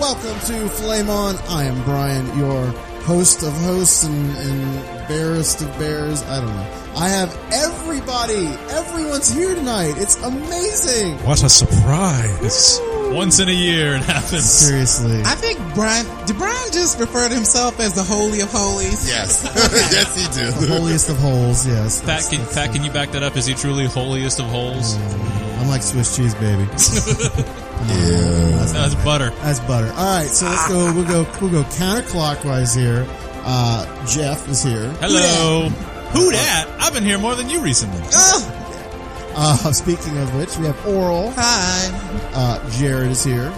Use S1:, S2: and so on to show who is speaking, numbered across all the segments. S1: Welcome to Flame On. I am Brian, your host of hosts and, and bearest of bears. I don't know. I have everybody. Everyone's here tonight. It's amazing.
S2: What a surprise! Once in a year it happens.
S1: Seriously.
S3: I think Brian did Brian just refer to himself as the holy of holies.
S4: Yes. yes, he did.
S1: the holiest of holes, yes.
S2: Pat, can, Pat, can you back that up? Is he truly holiest of holes?
S1: I'm like Swiss cheese, baby.
S2: No, that's butter.
S1: That's butter. All right, so let's go. We'll go. We'll go counterclockwise here. Uh, Jeff is here.
S2: Hello. Who dat? I've been here more than you recently.
S1: Uh, speaking of which, we have Oral.
S3: Hi.
S1: Uh, Jared is here.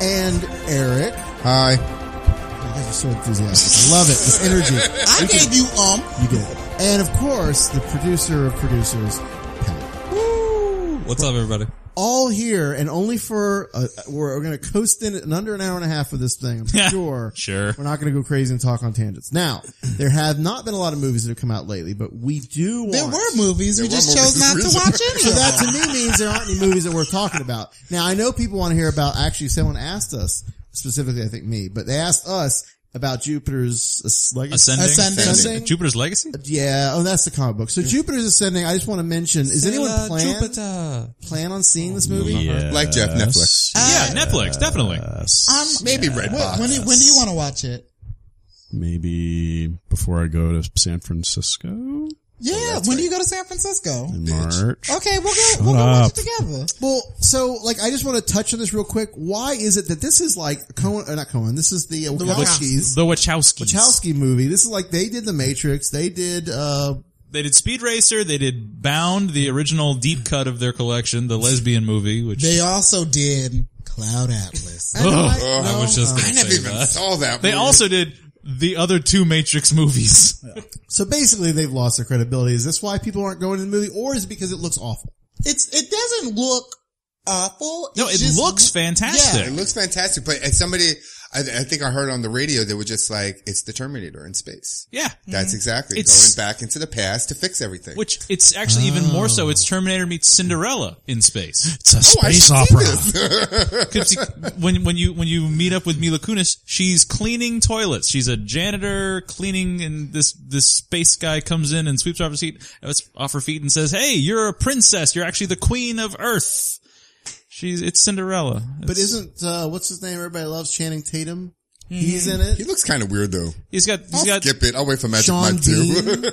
S1: And Eric.
S4: Hi.
S1: You guys are so enthusiastic. I love it. This energy.
S3: I gave you um.
S1: You get it. And of course, the producer of producers, Pat.
S2: What's up, everybody?
S1: All here and only for, uh, we're, we're going to coast in in under an hour and a half of this thing, I'm sure.
S2: Sure.
S1: We're not going to go crazy and talk on tangents. Now, there have not been a lot of movies that have come out lately, but we do want.
S3: There were movies. we just chose not to watch any
S1: So
S3: of
S1: that
S3: them.
S1: to me means there aren't any movies that we're talking about. Now I know people want to hear about. Actually, someone asked us specifically, I think me, but they asked us about Jupiter's Asc- legacy.
S2: Ascending.
S3: Ascending.
S1: Ascending.
S2: Jupiter's Legacy?
S1: Yeah. Oh, that's the comic book. So Jupiter's Ascending. I just want to mention. Is anyone
S3: Sailor
S1: plan
S3: Jupiter.
S1: plan on seeing this movie?
S4: Like Jeff, Netflix.
S2: yeah, Netflix, definitely.
S3: Um,
S4: Maybe Red
S3: wh-
S4: Box.
S3: when, do- when do you want to watch it?
S5: maybe before I go to San Francisco in
S3: Yeah, when do you go to San Francisco?
S5: March.
S3: Okay, we'll go. we'll go watch it together.
S1: Well, so like I just want to touch on this real quick. Why is it that this is like Cohen or not Cohen? This is the uh, Wachowskis.
S2: The Wachowskis.
S1: Wachowski movie. This is like they did the Matrix. They did uh
S2: They did Speed Racer. They did Bound, the original deep cut of their collection, the lesbian movie, which
S3: They also did Cloud Atlas.
S2: Ugh,
S4: Oh,
S2: I was just
S4: I
S2: going to
S4: never
S2: say
S4: even
S2: that.
S4: saw that.
S2: They
S4: movie.
S2: also did the other two Matrix movies.
S1: So basically, they've lost their credibility. Is this why people aren't going to the movie, or is it because it looks awful?
S3: It's it doesn't look awful.
S2: No, it
S3: just
S2: looks fantastic.
S4: It looks fantastic, but and somebody, I, I think I heard on the radio, they were just like, "It's the Terminator in space."
S2: Yeah.
S4: That's
S3: Mm-hmm.
S4: exactly
S2: It's-
S4: going back into the past to fix everything.
S2: Which it's actually even more so. It's Terminator meets Cinderella in space.
S5: It's a
S4: Oh, I
S5: space
S4: should
S5: opera.
S4: see this.
S2: 'Cause she- when when you when you meet up with Mila Kunis, she's cleaning toilets. She's a janitor cleaning, and this this space guy comes in and sweeps her off her seat, off her feet, and says, "Hey, you're a princess. You're actually the queen of Earth." She's it's Cinderella.
S1: But isn't uh, what's his name? Everybody loves Channing Tatum.
S3: Mm-hmm.
S1: He's in it.
S4: he looks kind of weird though.
S2: he's got he's got
S4: Skip it. I'll wait for Magic
S1: Sean
S4: Mike too.
S1: Bean.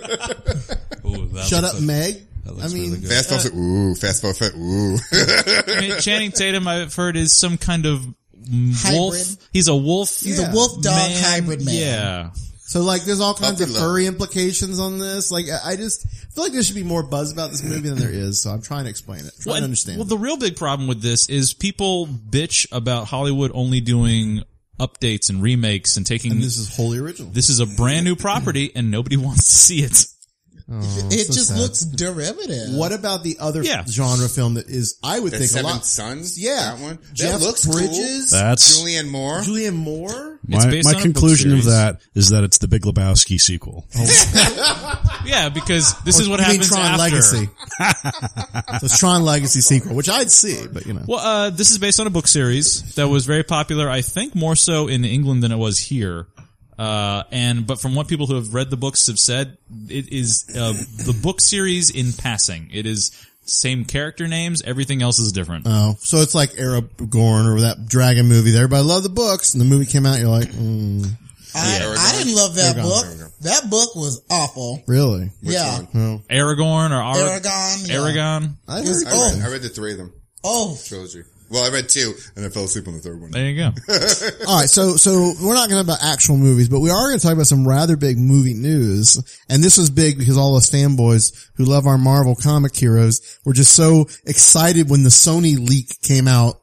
S1: Shut up, Meg. I mean,
S4: fast forward. Ooh, fast forward. Ooh.
S2: I mean, Channing Tatum, I've heard, is some kind of wolf.
S3: Hybrid.
S2: He's a wolf.
S3: He's a wolf dog
S2: man.
S3: hybrid man.
S2: Yeah.
S1: so like, there's all kinds
S4: Puppy
S1: of
S4: love.
S1: furry implications on this. Like, I I just feel like there should be more buzz about this movie than there is. So I'm trying to explain it. Trying
S2: Well,
S1: to
S2: and-
S1: understand.
S2: Well, the real big problem with this is people bitch about Hollywood only doing updates and remakes and taking.
S1: And this is wholly original.
S2: This is a brand new property, and nobody wants to see it.
S3: it just looks derivative.
S1: What about the other
S2: Yeah.
S1: genre film that is? I would
S4: The
S1: think
S4: Seven
S1: a lot.
S4: Sons?
S1: Yeah,
S4: That one? That
S1: Jeff
S4: looks cool.
S1: Bridges.
S5: That's-
S4: Julianne Moore.
S1: Julianne Moore.
S2: It's
S5: My,
S2: based
S5: my
S2: on a book
S5: conclusion of
S2: series.
S5: that is that it's the Big Lebowski sequel.
S2: Yeah, because this is what
S1: You mean
S2: happens
S1: Tron
S2: after.
S1: Legacy. so it's Tron Legacy sequel, which I'd see, but you know.
S2: Well, uh, this is based on a book series that was very popular, I think more so in England than it was here. Uh, and, but from what people who have read the books have said, it is, uh, the book series in passing. It is same character names, everything else is different.
S5: Uh,
S1: Oh, so it's like Aragorn or that dragon movie. That everybody loved the books, and the movie came out. You're like, mm,
S3: I, I didn't love that
S1: Aragon.
S3: book. That book was awful.
S1: really?
S3: yeah.
S1: No.
S2: Aragorn or Ar-
S3: Aragon. yeah.
S2: Aragon.
S1: I
S3: Yes.
S1: heard,
S4: I,
S3: Oh.
S4: read, I read the three of them
S3: Oh,
S4: trilogy. Well, I read two, and I fell asleep on the third one.
S2: There you go.
S1: all right, so so we're not going to talk about actual movies, but we are going to talk about some rather big movie news. And this was big because all us fanboys who love our Marvel comic heroes were just so excited when the Sony leak came out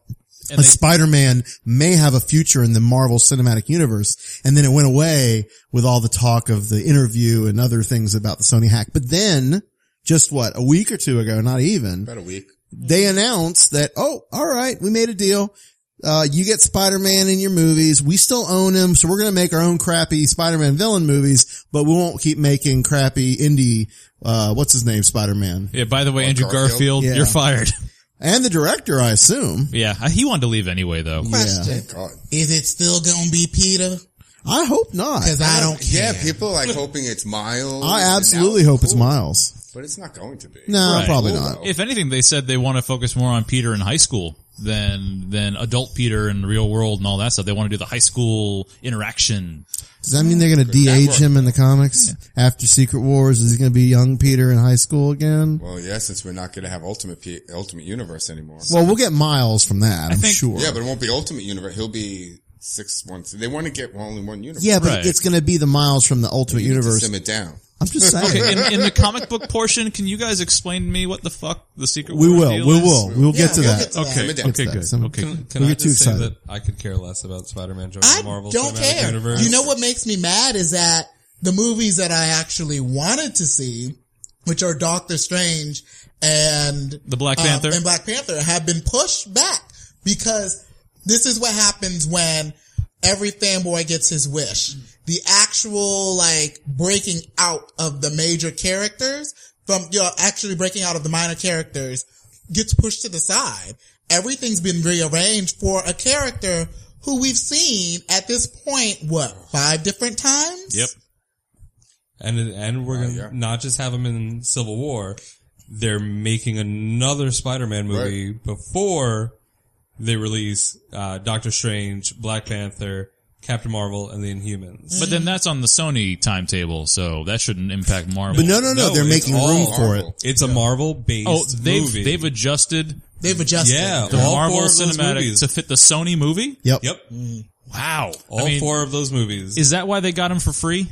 S1: that Spider-Man may have a future in the Marvel Cinematic Universe. And then it went away with all the talk of the interview and other things about the Sony hack. But then, just what, a week or two ago, not even,
S4: About a week.
S1: they announced that, oh, all right, we made a deal. Uh, you get Spider-Man in your movies. We still own him. So we're going to make our own crappy Spider-Man villain movies, but we won't keep making crappy indie, uh, what's his name? Spider-Man
S2: yeah, by the way, Andrew Garfield,
S4: Garfield?
S1: Yeah.
S2: you're fired.
S1: and the director, I assume.
S2: yeah, he wanted to leave anyway though.
S3: question.
S4: God.
S3: Is it still gonna be Peter?
S1: I hope not.
S3: Because I don't
S4: Yeah,
S3: care.
S4: people like hoping it's Miles.
S1: I
S4: and
S1: absolutely
S4: that
S1: hope
S4: was
S1: it's
S4: cool,
S1: Miles.
S4: But it's not going to be.
S1: No,
S2: Right.
S1: probably
S4: Cool,
S1: not.
S4: though.
S2: If anything, they said they want to focus more on Peter in high school than than adult Peter and the real world and all that stuff. They want to do the high school interaction.
S1: Does that mean they're going to de-age him in the comics after Secret Wars? Is he going to be young Peter in high school again?
S4: Well, yeah, since we're not going to have Ultimate P- Ultimate Universe anymore.
S1: Well, we'll get Miles from that, I'm
S2: think-
S1: sure.
S4: yeah, but it won't be Ultimate Universe. He'll be six months. They want to get only one universe.
S1: Yeah, but
S2: Right.
S1: it's going to be the Miles from the Ultimate
S4: to
S1: Universe.
S4: sim it down.
S1: I'm just saying.
S2: Okay, in, in the comic book portion, can you guys explain to me what the fuck the secret?
S1: We
S2: Wars
S1: will.
S2: deal
S1: We
S2: is?
S1: will. We'll get to
S3: we'll
S1: that.
S3: get to
S2: Okay.
S4: Sim it down.
S2: Okay. Good.
S1: Some-
S2: Okay.
S6: Can,
S2: good.
S6: can
S1: We
S6: I
S1: get
S6: just
S1: too
S6: say
S1: excited.
S6: that I could care less about Spider-Man joining
S3: I
S6: the Marvel
S3: don't
S6: Cinematic
S3: care.
S6: Universe?
S3: You know what makes me mad is that the movies that I actually wanted to see, which are Doctor Strange and
S2: The Black
S3: uh,
S2: Panther.
S3: and Black Panther, have been pushed back because this is what happens when every fanboy gets his wish. The actual like breaking out of the major characters from you know, actually breaking out of the minor characters gets pushed to the side. Everything's been rearranged for a character who we've seen at this point, what, five different times?
S2: Yep.
S6: And and we're gonna
S4: yeah.
S6: not just have him in Civil War. They're making another Spider-Man movie before they release uh, Doctor Strange, Black Panther, Captain Marvel, and the Inhumans.
S2: But then that's on the Sony timetable, so that shouldn't impact Marvel.
S1: But no, no, no.
S6: No,
S1: they're
S6: it's
S1: making
S6: all
S1: room for it.
S4: Marvel.
S6: It's a Marvel-based
S2: Oh, they've
S6: movie.
S2: they've adjusted
S3: They've adjusted.
S6: yeah,
S2: the
S6: all
S2: Marvel
S6: four of those
S2: cinematic
S6: movies.
S2: to fit the Sony movie.
S1: Yep.
S6: Yep,
S2: Wow.
S6: all
S2: I mean,
S6: four of those movies.
S2: Is that why they got him for free?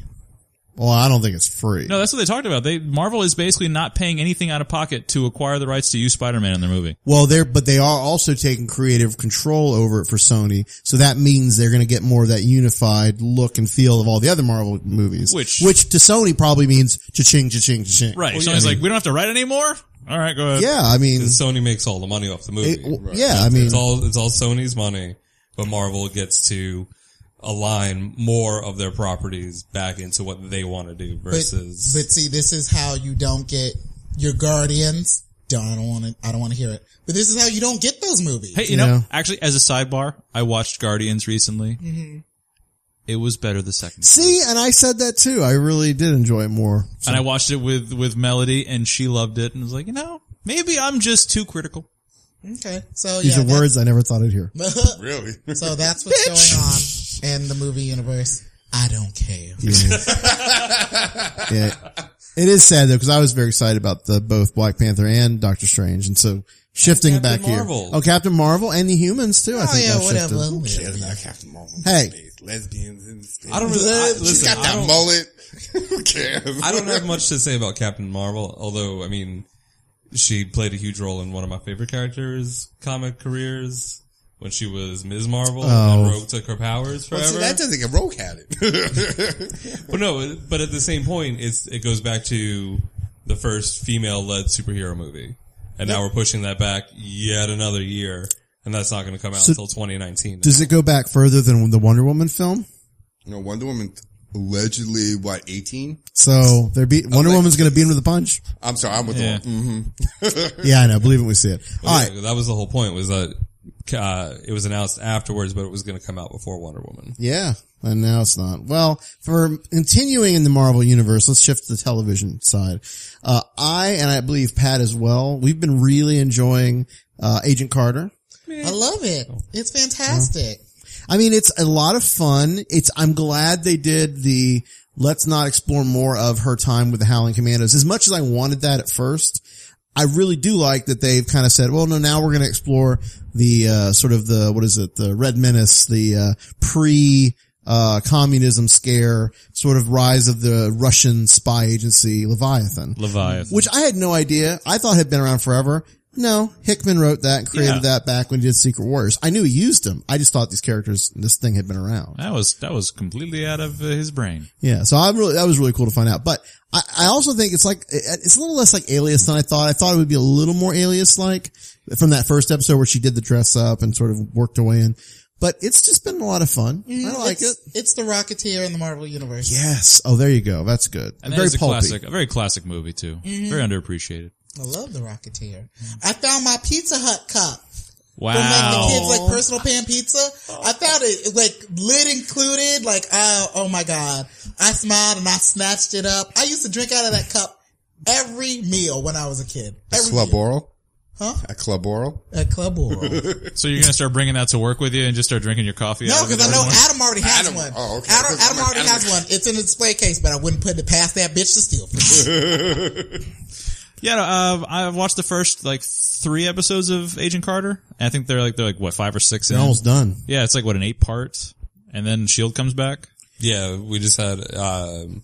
S1: Well, I don't think it's free.
S2: No, that's what they talked about. They Marvel is basically not paying anything out of pocket to acquire the rights to use Spider-Man in their movie.
S1: well, they're but they are also taking creative control over it for Sony, so that means they're going to get more of that unified look and feel of all the other Marvel movies,
S2: Which-
S1: which to Sony probably means cha-ching, cha-ching, cha-ching.
S2: Right. Sony's like, we don't have to write anymore. All right, go ahead.
S1: Yeah, I mean,
S6: Sony makes all the money off the movie.
S1: Mm-hmm. it- w- yeah, I mean,
S6: It's all it's all Sony's money, but Marvel gets to align more of their properties back into what they want to do versus
S3: But see, this is how you don't get your guardians. Don't, I don't want to. I don't want to hear it. But this is how you don't get those movies.
S2: Hey, you know,
S1: Yeah.
S2: actually, as a sidebar, I watched Guardians recently. It was better the second, time.
S1: Mm-hmm. see, and I said that too. I really did enjoy it more. So-
S2: and I watched it with with Melody, and she loved it, and was like, you know, maybe I'm just too critical.
S3: Okay, so
S1: These
S3: Oh, yeah,
S1: are
S3: that-
S1: words I never thought I'd hear.
S4: Really?
S3: so that's what's going on in the movie universe. I don't care.
S1: Yeah. It is sad though, because I was very excited about the both Black Panther and Doctor Strange, and so shifting
S6: And Captain
S1: back
S6: Marvel.
S1: here. Oh, Captain Marvel and the humans too. I
S3: Oh
S1: think
S3: yeah,
S1: got
S3: whatever.
S1: shifted.
S3: Who
S4: Yeah,
S3: cares?
S4: like Captain Marvel.
S1: Hey.
S4: Space, lesbians in space.
S6: I don't really I,
S4: She's
S6: listen.
S4: got
S6: I,
S4: that
S6: don't,
S4: mullet. Who cares?
S6: I don't have much to say about Captain Marvel, although I mean she played a huge role in one of my favorite characters' comic careers. when she was Ms. Marvel
S4: Oh.
S6: and Rogue took her powers
S4: Well,
S6: forever.
S4: see, that doesn't get- Rogue had it.
S6: but no, but at the same point, it's it goes back to the first female-led superhero movie, and now we're pushing that back yet another year, and that's not going to come out
S1: So-
S6: until 2019.
S1: Does it go back further than the Wonder Woman film?
S4: No, Wonder Woman allegedly what eighteen?
S1: So they're be- Wonder Woman's going to beat him to the punch.
S4: I'm sorry, I'm with
S6: Yeah.
S4: the one. Mm-hmm.
S1: Yeah, I know. Believe it when we see it.
S6: Well, yeah, that was the whole point. Was that uh, it was announced afterwards, but it was going to come out before Wonder Woman.
S1: Yeah, and now it's not. Well, for continuing in the Marvel universe, let's shift to the television side. Uh, I and I believe Pat as well. We've been really enjoying uh, Agent Carter.
S3: I love it. It's fantastic.
S1: I mean, it's a lot of fun. It's, I'm glad they did the, let's not explore more of her time with the Howling Commandos. As much as I wanted that at first, I really do like that they've kind of said, well, no, now we're going to explore the, uh, sort of the, what is it? The Red Menace, the, uh, pre, uh, communism scare, sort of rise of the Russian spy agency, Leviathan.
S2: Leviathan.
S1: Which I had no idea. I thought had been around forever. No, Hickman wrote that and created
S2: Yeah.
S1: that back when he did Secret Warriors. I knew he used them. I just thought these characters, this thing had been around.
S2: That was that was completely out of uh, his brain.
S1: Yeah. So I really, that was really cool to find out. But I, I also think it's like, it- it's a little less like alias than I thought. I thought it would be a little more alias like from that first episode where she did the dress up and sort of worked her way in. But it's just been a lot of fun. I like it.
S3: it's, It's the Rocketeer in the Marvel Universe.
S1: Yes. Oh, there you go. That's good.
S2: And that
S1: Very
S2: is a
S1: pulpy.
S2: classic, a very classic movie too.
S3: Mhm.
S2: Very underappreciated.
S3: I love the Rocketeer. I found my Pizza Hut cup. For
S2: Wow.
S3: making the kids like personal pan pizza. I found it like lid included. Like, oh, oh my God. I smiled and I snatched it up. I used to drink out of that cup every meal when I was a kid. Every
S4: Club
S3: meal.
S4: oral,
S3: Huh?
S4: a club oral.
S3: At Club Oral. no,
S2: so you're gonna start bringing that to work with you and just start drinking your coffee? out of it
S3: because I
S2: every
S3: know
S2: morning?
S3: Adam already has
S4: Adam-
S3: one.
S4: oh, okay.
S3: Adam, Adam
S4: I'm like,
S3: already
S4: Adam-
S3: has one. It's in a display case, but I wouldn't put it past that bitch to steal from me.
S2: Yeah, no, uh, I watched the first like three episodes of Agent Carter. And I think they're like they're like what five or six.
S1: They're
S2: in.
S1: almost done.
S2: Yeah, it's like what an eight part, and then Shield E comes back.
S6: Yeah, we just had um,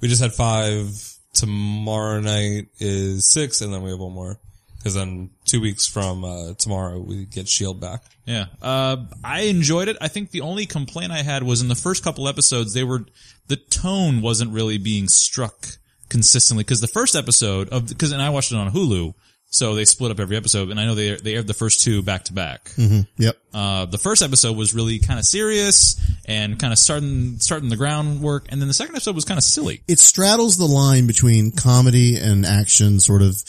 S6: we just had five. Tomorrow night is six, and then we have one more because then two weeks from uh, tomorrow we get Shield E back.
S2: Yeah, uh, I enjoyed it. I think the only complaint I had was in the first couple episodes they were the tone wasn't really being struck consistently because the first episode of because and I watched it on Hulu, so they split up every episode, and I know they they aired the first two back to back.
S1: Mhm. Yep.
S2: Uh, the first episode was really kind of serious and kind of starting starting the groundwork, and then the second episode was kind of silly.
S1: it straddles the line between comedy and action sort of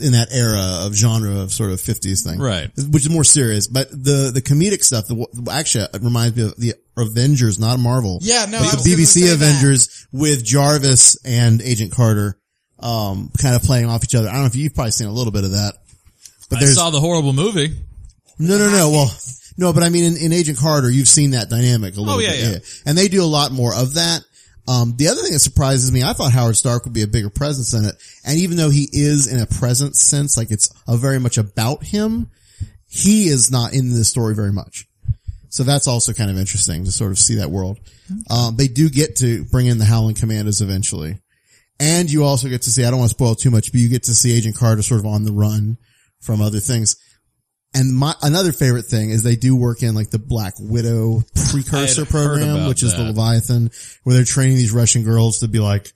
S1: in that era of genre of sort of 50s thing.
S2: Right.
S1: Which is more serious, but the, the comedic stuff, the, actually it reminds me of the Avengers, not Marvel.
S3: Yeah, no,
S1: But
S3: I was
S1: the
S3: gonna say
S1: BBC
S3: that.
S1: Avengers with Jarvis and Agent Carter, um, kind of playing off each other. I don't know if you've probably seen a little bit of that, but
S2: I
S1: there's,
S2: saw the horrible movie.
S1: no, no, no. Well, no, but I mean, in, in Agent Carter, you've seen that dynamic a little
S2: Oh, yeah,
S1: bit.
S2: yeah.
S1: And they do a lot more of that. Um, the other thing that surprises me, I thought Howard Stark would be a bigger presence in it. And even though he is in a presence sense, like it's a very much about him, he is not in the story very much. So that's also kind of interesting to sort of see that world. Um, they do get to bring in the Howling Commandos eventually. And you also get to see, I don't want to spoil too much, but you get to see Agent Carter sort of on the run from other things. And my, another favorite thing is they do work in like the Black Widow precursor
S2: I had heard
S1: program,
S2: about
S1: which is the
S2: that.
S1: Leviathan, where they're training these Russian girls to be like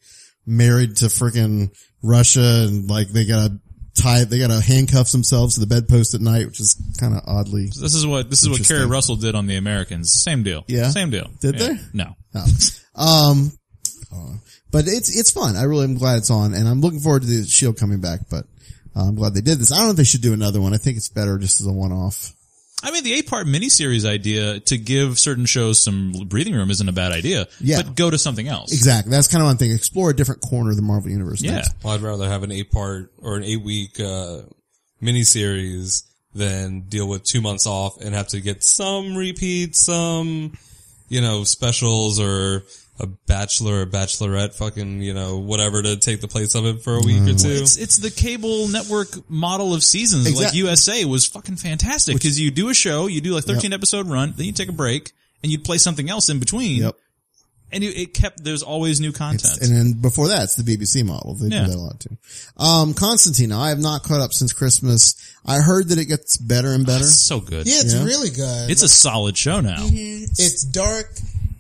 S1: married to freaking Russia and like they gotta tie, they gotta handcuff themselves to the bedpost at night, which is kind of oddly.
S2: This is what this is what
S1: Interesting.
S2: Carrie Russell did on The Americans. Same deal.
S1: Yeah?
S2: same deal.
S1: Did
S2: Yeah.
S1: they?
S2: No.
S1: No. Um, uh, but it's it's fun. I really am glad it's on, and I'm looking forward to the Shield coming back. But uh, I'm glad they did this. I don't know if they should do another one. I think it's better just as a one off.
S2: I mean, the eight part miniseries idea to give certain shows some breathing room isn't a bad idea.
S1: Yeah.
S2: But go to something else.
S1: Exactly. That's kind of one thing. Explore a different corner of the Marvel universe. Thanks.
S6: Well, I'd rather have an eight part or an eight week uh, miniseries than deal with two months off and have to get some repeats, some you know specials or a bachelor or bachelorette, fucking you know whatever to take the place of it for a week
S1: Mm.
S6: or two.
S2: It's it's the cable network model of seasons. Like
S6: Exact-
S2: USA was fucking fantastic because you do a show, you do like thirteen episode run, then you take a break and you play something else in between. and you, it kept. There's always new content.
S1: And then before that, it's the BBC model. They
S2: Yeah.
S1: do that a lot too. Um, Constantine, I have not caught up since Christmas. I heard that it gets better and better.
S2: It's so good.
S3: Yeah, it's really good.
S2: It's a solid show now.
S3: It's dark.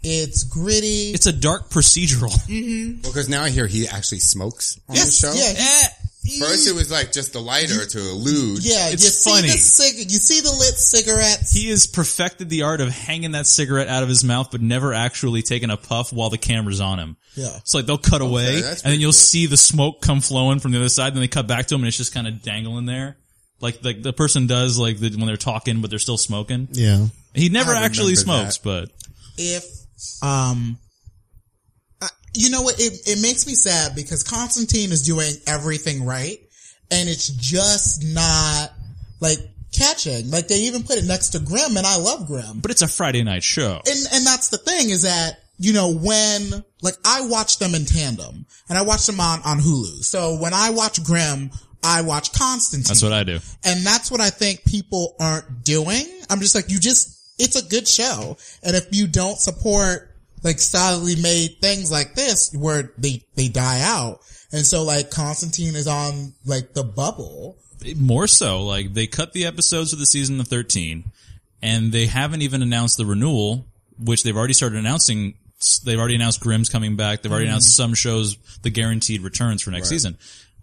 S3: It's gritty.
S2: It's a dark procedural.
S3: Mm-hmm.
S4: Well, because now I hear he actually smokes on
S3: Yes,
S4: the show.
S3: yeah,
S4: First, it was like just the lighter to elude.
S3: Yeah, you see the cig- you see the lit cigarettes.
S2: He has perfected the art of hanging that cigarette out of his mouth, but never actually taking a puff while the camera's on him.
S3: Yeah.
S2: So like they'll cut away,
S3: that's
S2: and then you'll see the smoke come flowing from the other side. Then they cut back to him, and it's just kind of dangling there, like like the person does, like the, when they're talking, but they're still smoking.
S1: Yeah.
S2: He never
S3: I
S2: actually
S3: remember
S2: smokes, but
S3: If um, I- you know what, it it makes me sad because Constantine is doing everything right, and it's just not like catching. Like they even put it next to Grimm, and I love Grimm.
S2: but it's a Friday night show.
S3: And and that's the thing is that you know when like I watch them in tandem, and I watch them on on Hulu. So when I watch Grimm, I watch Constantine.
S2: That's what I do.
S3: And that's what I think people aren't doing. I'm just like, you just, it's a good show. And if you don't support like solidly made things like this where they, they die out. And so like Constantine is on like the bubble.
S2: more so like they cut the episodes of the season of 13 and they haven't even announced the renewal which they've already started announcing they've already announced grimm's coming back they've already
S3: Mm.
S2: announced some shows the guaranteed returns for next
S4: Mm-hmm. Right.
S2: season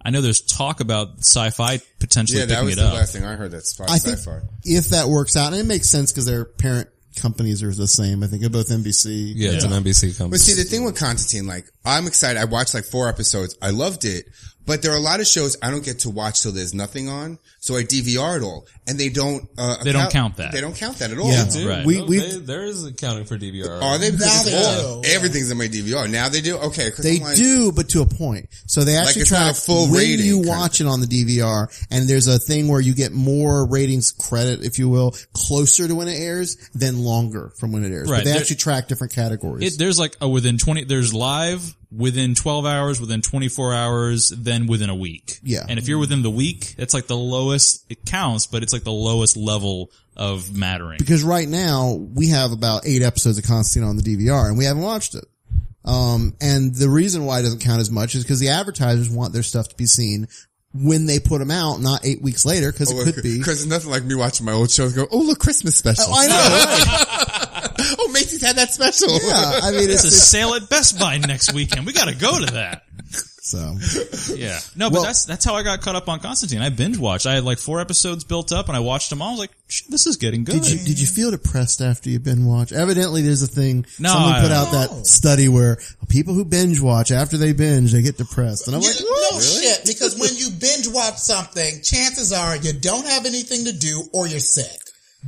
S2: i know there's talk about sci-fi potentially
S4: Yeah, that
S2: picking
S4: was
S2: it
S4: the
S2: up
S4: last thing I heard. That's far,
S1: I think
S4: sci-fi.
S1: if that works out, and it makes sense because their parent companies are the same. I think they're both NBC.
S4: Yeah, it's an
S6: NBC
S4: But see, the thing with Constantine, like, I'm excited. I watched like four episodes. I loved it. But there are a lot of shows I don't get to watch till there's nothing on. So I DVR it all. And they don't, uh,
S2: They don't
S4: account-
S2: count that. Oh,
S4: They don't count that at all.
S6: Yeah, dude.
S2: Right.
S6: We,
S2: We-
S6: no,
S2: we-
S6: they, there is accounting for DVR.
S4: Are they?
S3: Now
S4: Because
S3: they
S4: it's all- Everything's in my DVR. Now they do? Okay. 'cause
S1: They
S4: I'm like-
S1: do, but to a point. So they
S4: Like,
S1: actually
S4: it's
S1: try
S4: not a
S1: to
S4: full
S1: when
S4: rating
S1: you
S4: kind of
S1: watch it on the DVR, and there's a thing where you get more ratings credit, if you will, closer to when it airs than longer from when it airs.
S2: Right,
S1: But they
S2: there-
S1: actually track different categories.
S2: it, there's like a within 20 there's live within 12 hours within 24 hours then within a week
S1: Yeah.
S2: and if you're within the week it's like the lowest it counts but it's like the lowest level of mattering
S1: Because right now we have about eight episodes of Constantine on the DVR and we haven't watched it. Um, and the reason why it doesn't count as much is because the advertisers want their stuff to be seen when they put them out, not eight weeks later, because
S4: Oh,
S1: it could be.
S4: Because it's nothing like me watching my old shows go, oh, look, Christmas special.
S1: Oh, I know.
S4: oh, Macy's had that special.
S1: Yeah, I mean,
S2: it's,
S1: it's,
S2: a sale at Best Buy next weekend. We got to go to that.
S1: so
S2: Yeah. No, but that's that's how I got caught up on Constantine. I binge watched. I had like four episodes built up, and I watched them all. I was like, "Shit, this is getting good.
S1: Did you did you feel depressed after you binge watch? Evidently, there's a thing.
S2: No,
S1: someone
S2: I-
S1: put out that study where people who binge watch after they binge they get depressed, and I'm
S3: You-
S1: like,
S3: no shit, because when you binge watch something, chances are you don't have anything to do or you're sick.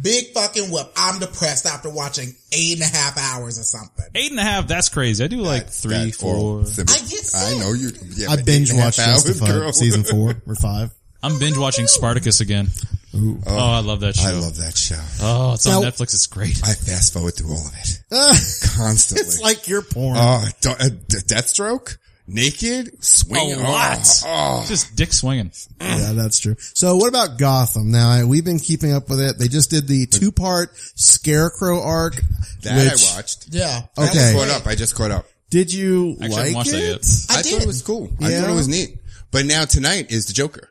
S3: Big fucking whoop. I'm depressed after watching eight and a half hours or something.
S2: Eight and a half. That's crazy. I do like three, four.
S4: I
S3: get
S4: I know you. Yeah,
S1: I
S4: but
S1: binge
S4: eight and a
S1: watched
S4: half hours,
S1: Justified
S4: girl.
S1: season four or five.
S2: I'm binge watching Spartacus again. oh, I love that show.
S4: I love that show.
S2: Oh, it's on
S4: Now-
S2: Netflix. It's great.
S4: I fast forward through all of it constantly.
S1: it's like your porn.
S4: Oh, d- uh, d- Deathstroke, naked, swing
S2: A lot.
S4: Oh, oh.
S2: Just dick swinging.
S1: yeah, that's true. So what about Gotham? Now we've been keeping up with it. They just did the two part Scarecrow arc
S4: that
S1: which-
S4: I watched.
S3: Yeah.
S4: I
S1: Okay.
S4: just caught up. I just caught up.
S1: Did you
S2: Actually, I haven't
S1: like
S2: watched that
S1: it?
S2: yet.
S4: I, thought it was cool. I thought
S1: Yeah.
S4: it was neat. But now tonight is the Joker.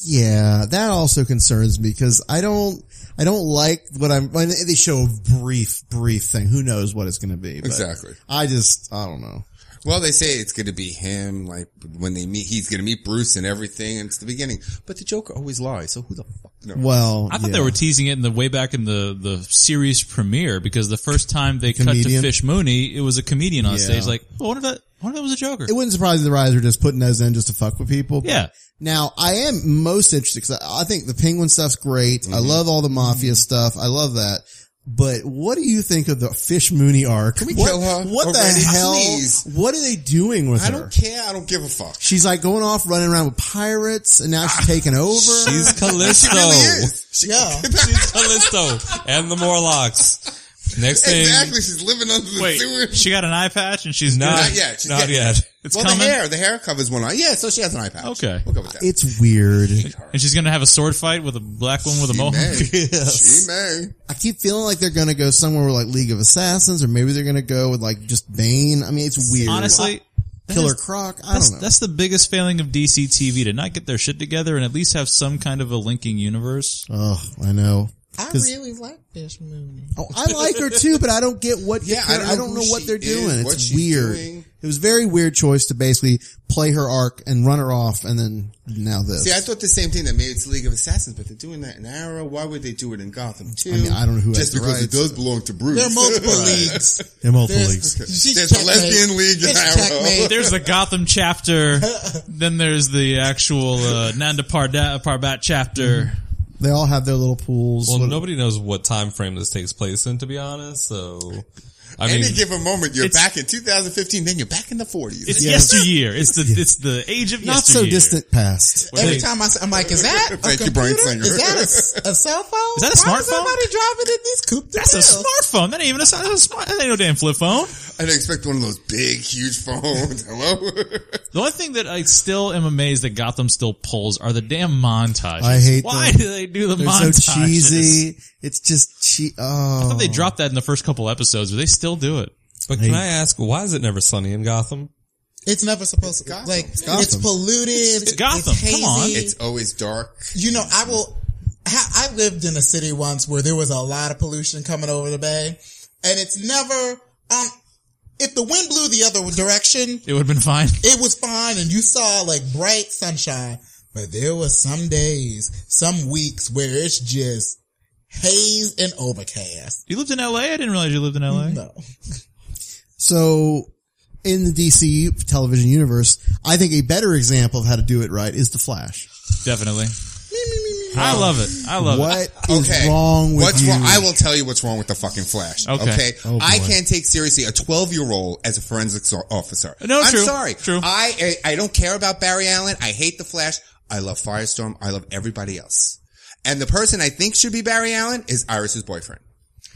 S1: Yeah, that also concerns me because I don't, I don't like what I'm. when They show a brief, brief thing. Who knows what it's going to be? but
S4: Exactly.
S1: I just, I don't know.
S4: Well, they say it's going to be him. Like when they meet, he's going to meet Bruce and everything. And it's the beginning. But the Joker always lies. So who the fuck? knows?
S1: Well,
S2: I thought
S1: yeah.
S2: they were teasing it in the way back in the, the series premiere because the first time they cut to
S1: Comedian?
S2: Fish Mooney, it was a comedian on
S1: Yeah.
S2: stage. Like, oh, what if that? What if that was a Joker?
S1: It wouldn't surprise me if the writers were just putting those in just to fuck with people. but-
S2: Yeah.
S1: Now I am most interested because I I think the penguin stuff's great. I
S4: Mm-hmm.
S1: love all the mafia stuff. I love that. But what do you think of the Fish Mooney arc? Can
S4: we
S1: what,
S4: kill her
S1: What the
S4: already,
S1: hell?
S4: please?
S1: What are they doing with
S4: I
S1: her?
S4: don't care. I don't give a fuck. Ah,
S1: She's like going off running around with pirates and now she's taking over.
S2: She's Callisto.
S4: She really is. She-
S3: Yeah.
S6: She's Callisto and the Morlocks. Next thing,
S4: Exactly. She's living under the
S2: Wait,
S4: sewer.
S2: she got an eye patch and she's
S6: Not-
S2: good?
S4: Not yet. She's
S6: Not
S4: getting
S6: yet.
S4: it.
S2: It's
S4: well,
S2: coming?
S4: the hair. The hair covers one eye. Yeah, so she has an eye patch.
S2: Okay.
S4: We'll go with that.
S1: It's weird.
S2: And she's gonna have a sword fight with a black one with a mohawk.
S4: She may.
S1: I keep feeling like they're gonna go somewhere with like League of Assassins, or maybe they're gonna go with like just Bane. I mean, it's weird.
S2: Honestly, that
S1: Killer
S2: is-
S1: Croc. I
S2: that's,
S1: don't know.
S2: That's the biggest failing of DC TV to not get their shit together and at least have some kind of a linking universe.
S1: Oh, I know.
S3: I
S1: 'Cause-
S3: really like this movie.
S1: Oh, I like her too, but I don't get what.
S4: Yeah,
S1: I, don't,
S4: who
S1: know what
S4: she
S1: they're
S4: is,
S1: doing.
S4: what
S1: It's
S4: she's
S1: weird.
S4: doing.
S1: It was a very weird choice to basically play her arc and run her off, and then now this.
S4: See, I thought the same thing that maybe it's League of Assassins, but they're doing that in Arrow. Why would they do it in Gotham too?
S1: I mean, I don't know who has
S4: Just
S1: the
S4: because it
S1: rights.
S4: does belong to Bruce.
S3: There are multiple leagues.
S5: They're multiple
S3: There's-
S5: leagues.
S3: she's
S4: There's a
S3: checkmate.
S4: lesbian league in
S3: It's
S4: Arrow.
S3: checkmate.
S2: There's the Gotham chapter, then there's the actual uh, Nanda Parda- Parbat chapter.
S3: Mm-hmm.
S1: They all have their little pools.
S6: well,
S1: What-
S6: nobody knows what time frame this takes place in, to be honest. So, I mean,
S4: Any given moment, you're
S2: It's-
S4: back in 2015, then you're back in the 40s.
S2: It's
S1: Yeah.
S2: yesteryear. It's the it's the age of
S1: not so
S2: yesteryear.
S1: distant past.
S2: Where
S3: Every
S2: they-
S3: time I say, I'm like, is that a
S4: Thank
S3: computer?
S4: you, Brian Singer.
S3: Is that a s- a, cell phone?
S2: Is that a
S3: Why
S2: smartphone?
S3: Is somebody driving in this coupe?
S2: That's a smartphone. That ain't even a, that's a smart. That ain't no damn flip phone.
S4: I didn't expect one of those big, huge phones. Hello?
S2: The only thing that I still am amazed that Gotham still pulls are the damn montages.
S1: I hate
S2: Why
S1: them.
S2: do they do the
S1: They're
S2: montages?
S1: so cheesy. It's just che- oh.
S2: I thought they dropped that in the first couple episodes, but they still do it.
S6: but can I ask, why is it never sunny in Gotham?
S3: It's never supposed to. Like, it's
S1: Gotham.
S3: polluted. It's
S2: Gotham. Come on.
S3: hazy.
S4: it's always dark.
S3: You know, I will. I I lived in a city once where there was a lot of pollution coming over the bay, and it's never. Um, if the wind blew the other direction,
S2: It would have been fine.
S3: it was fine, and you saw like bright sunshine. But there was some days, some weeks where it's just haze and overcast.
S2: You lived in LA? I didn't realize you lived in LA.
S3: No,
S1: So in the DC television universe, I think a better example of how to do it right is the Flash.
S2: Definitely. I love it. I love it.
S1: What is wrong with
S4: what's
S1: you?
S4: wrong? I will tell you what's wrong with the fucking Flash.
S2: Okay.
S4: Okay,
S1: Oh,
S4: I
S1: boy.
S4: can't take seriously a 12 year old as a forensics o- officer.
S2: No,
S4: I'm
S2: true.
S4: sorry.
S2: True.
S4: I, I I don't care about Barry Allen. I hate the Flash. I love Firestorm. I love everybody else. And the person I think should be Barry Allen is Iris's boyfriend.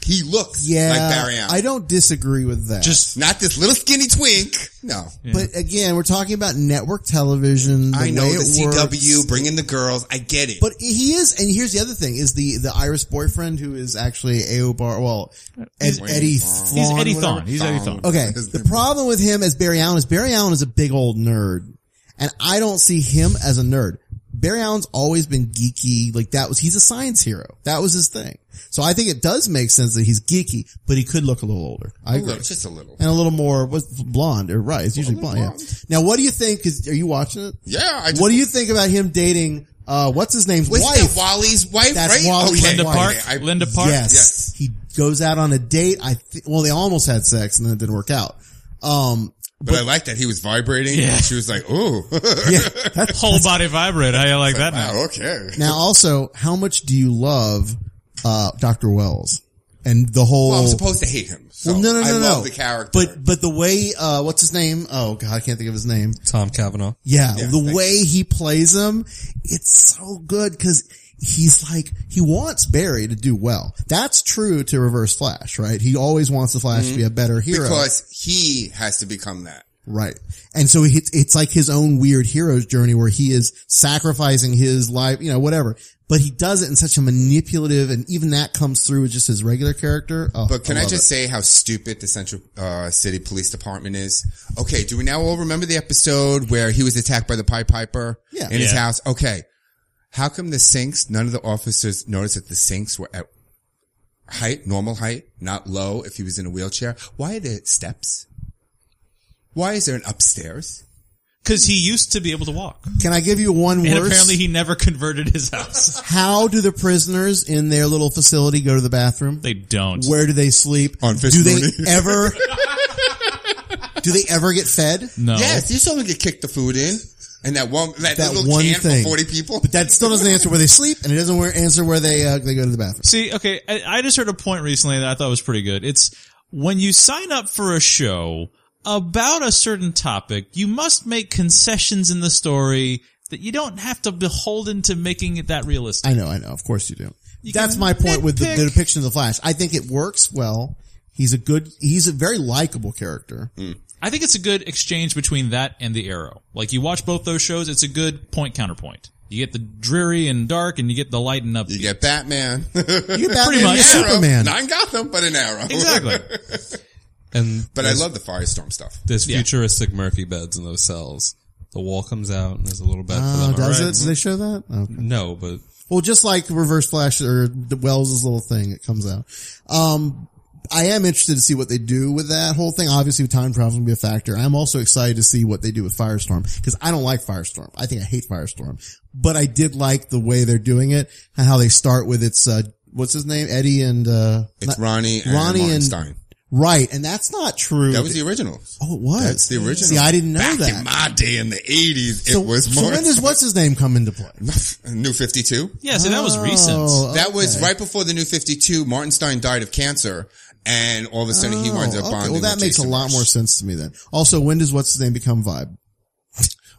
S4: He looks
S1: yeah,
S4: like Barry Allen.
S1: I don't disagree with that. Just
S4: Not this little skinny twink. No.
S1: But again, we're talking about network television. The
S4: I know
S1: way
S4: the
S1: it
S4: CW
S1: works.
S4: bringing the girls. I get it.
S1: But he is, and here's the other thing: is the the Irish boyfriend who is actually Aobar. Well, Ed, Eddie
S2: He's
S1: Thon.
S2: Eddie
S1: whatever.
S2: Thon. He's Eddie Thon.
S1: Okay, the problem with him as Barry Allen is Barry Allen is a big old nerd, and I don't see him as a nerd. Barry Allen's always been geeky, like that was he's a science hero. That was his thing. So I think it does make sense that he's geeky, but he could look a little older. I
S4: A
S1: agree.
S4: little, just a little.
S1: and a little more was blonde or right. It's usually blonde. Yeah. Now, what do you think? Is are you watching it?
S4: Yeah. I just,
S1: What do you think about him dating? Uh, what's his name's
S4: was
S1: wife?
S4: that Wally's wife?
S1: That's
S4: right?
S1: Wally's
S4: Okay.
S2: Linda
S1: wife.
S2: Park.
S4: Okay, I-
S2: Linda Park.
S1: Yes.
S4: Yes.
S1: He goes out on a date. I th- well, they almost had sex and then it didn't work out. Um,
S4: But, I like that he was vibrating. She was like, "Ooh,
S2: Whole body vibrate. I like that now.
S4: wow, okay."
S1: now also, how much do you love, uh, Dr. Wells and the whole?
S4: Well, I'm supposed to hate him. So
S1: Well, no, no, no,
S4: I
S1: no.
S4: love the character.
S1: But, but the way, uh, what's his name? Oh God, I can't think of his name.
S6: Tom Cavanaugh.
S1: Yeah,
S4: Yeah,
S1: the
S4: thanks.
S1: way he plays him, it's so good because he's like he wants Barry to do well. That's true to Reverse Flash, right? He always wants the Flash to be a better hero,
S4: Mm-hmm. because he has to become that.
S1: right? And so he, it's like his own weird hero's journey where he is sacrificing his life, you know, whatever. But he does it in such a manipulative, and even that comes through with just his regular character. Oh,
S4: But can I,
S1: love
S4: just
S1: it.
S4: say how stupid the Central uh, City Police Department is? Okay, do we now all remember the episode where he was attacked by the Pied Piper
S1: Yeah.
S4: in his
S2: Yeah.
S4: house? Okay, how come the sinks? None of the officers noticed that the sinks were at height, normal height, not low. If he was in a wheelchair, why are there steps? Why is there an upstairs?
S2: Cause he used to be able to walk.
S1: Can I give you one
S2: And
S1: worse?
S2: apparently he never converted his house.
S1: How do the prisoners in their little facility go to the bathroom?
S2: They don't.
S1: Where do they sleep?
S4: On fish
S1: do they
S4: booty.
S1: ever? do they ever get fed?
S2: no.
S4: Yes, you saw him get kicked the food in, and that one that,
S1: That
S4: little
S1: one
S4: can
S1: thing.
S4: for forty people.
S1: But that still doesn't answer where they sleep, and it doesn't where- answer where they uh, they go to the bathroom.
S2: See, okay, I, I just heard a point recently that I thought was pretty good. It's when you sign up for a show about a certain topic, you must make concessions in the story that you don't have to beholden to making it that realistic.
S1: I know, I know. Of course you do. That's
S2: can
S1: my point with the, the
S2: nitpick.
S1: depiction of the Flash. I think it works well. He's a good. He's a very likable character.
S2: I think it's a good exchange between that and the Arrow. Like you watch both those shows, it's a good point counterpoint. You get the dreary and dark, and you get the light and up. You
S4: get Batman. you get
S2: Batman Pretty much.
S4: Arrow.
S2: Superman.
S4: Not in Gotham, but an arrow.
S2: Exactly.
S6: And
S4: But I
S6: there's-
S4: love the firestorm stuff.
S6: There's
S4: Yeah.
S6: futuristic Murphy beds in those cells. The wall comes out and there's a little bed for
S1: Ah,
S6: them.
S1: does
S6: All
S1: it? Do they show that? Okay.
S6: No, but
S1: Well, just like Reverse Flash or the Wells's little thing that comes out. Um, I am interested to see what they do with that whole thing. Obviously, time travel will be a factor. I'm also excited to see what they do with Firestorm because I don't like Firestorm. I think I hate Firestorm, but I did like the way they're doing it and how they start with its uh, what's his name, Eddie and uh,
S4: It's Ronnie and Martin Stein.
S1: Right, and that's not true.
S4: That was the original.
S1: Oh, it was.
S4: That's the original.
S1: See, I didn't know
S4: Back
S1: that.
S4: In my day in the 80s,
S1: So-
S4: it was
S1: so
S4: more.
S1: when does what's his name come into play?
S4: New 52?
S2: Yeah, so that was recent.
S1: Oh,
S4: That was
S1: okay.
S4: right before the New 52. Martin Stein died of cancer, and all of a sudden he winds up
S1: Oh, okay.
S4: bonding
S1: Well, that
S4: with
S1: makes
S4: Jason
S1: a lot
S4: Mraz.
S1: more sense to me then. Also, when does what's his name become Vibe?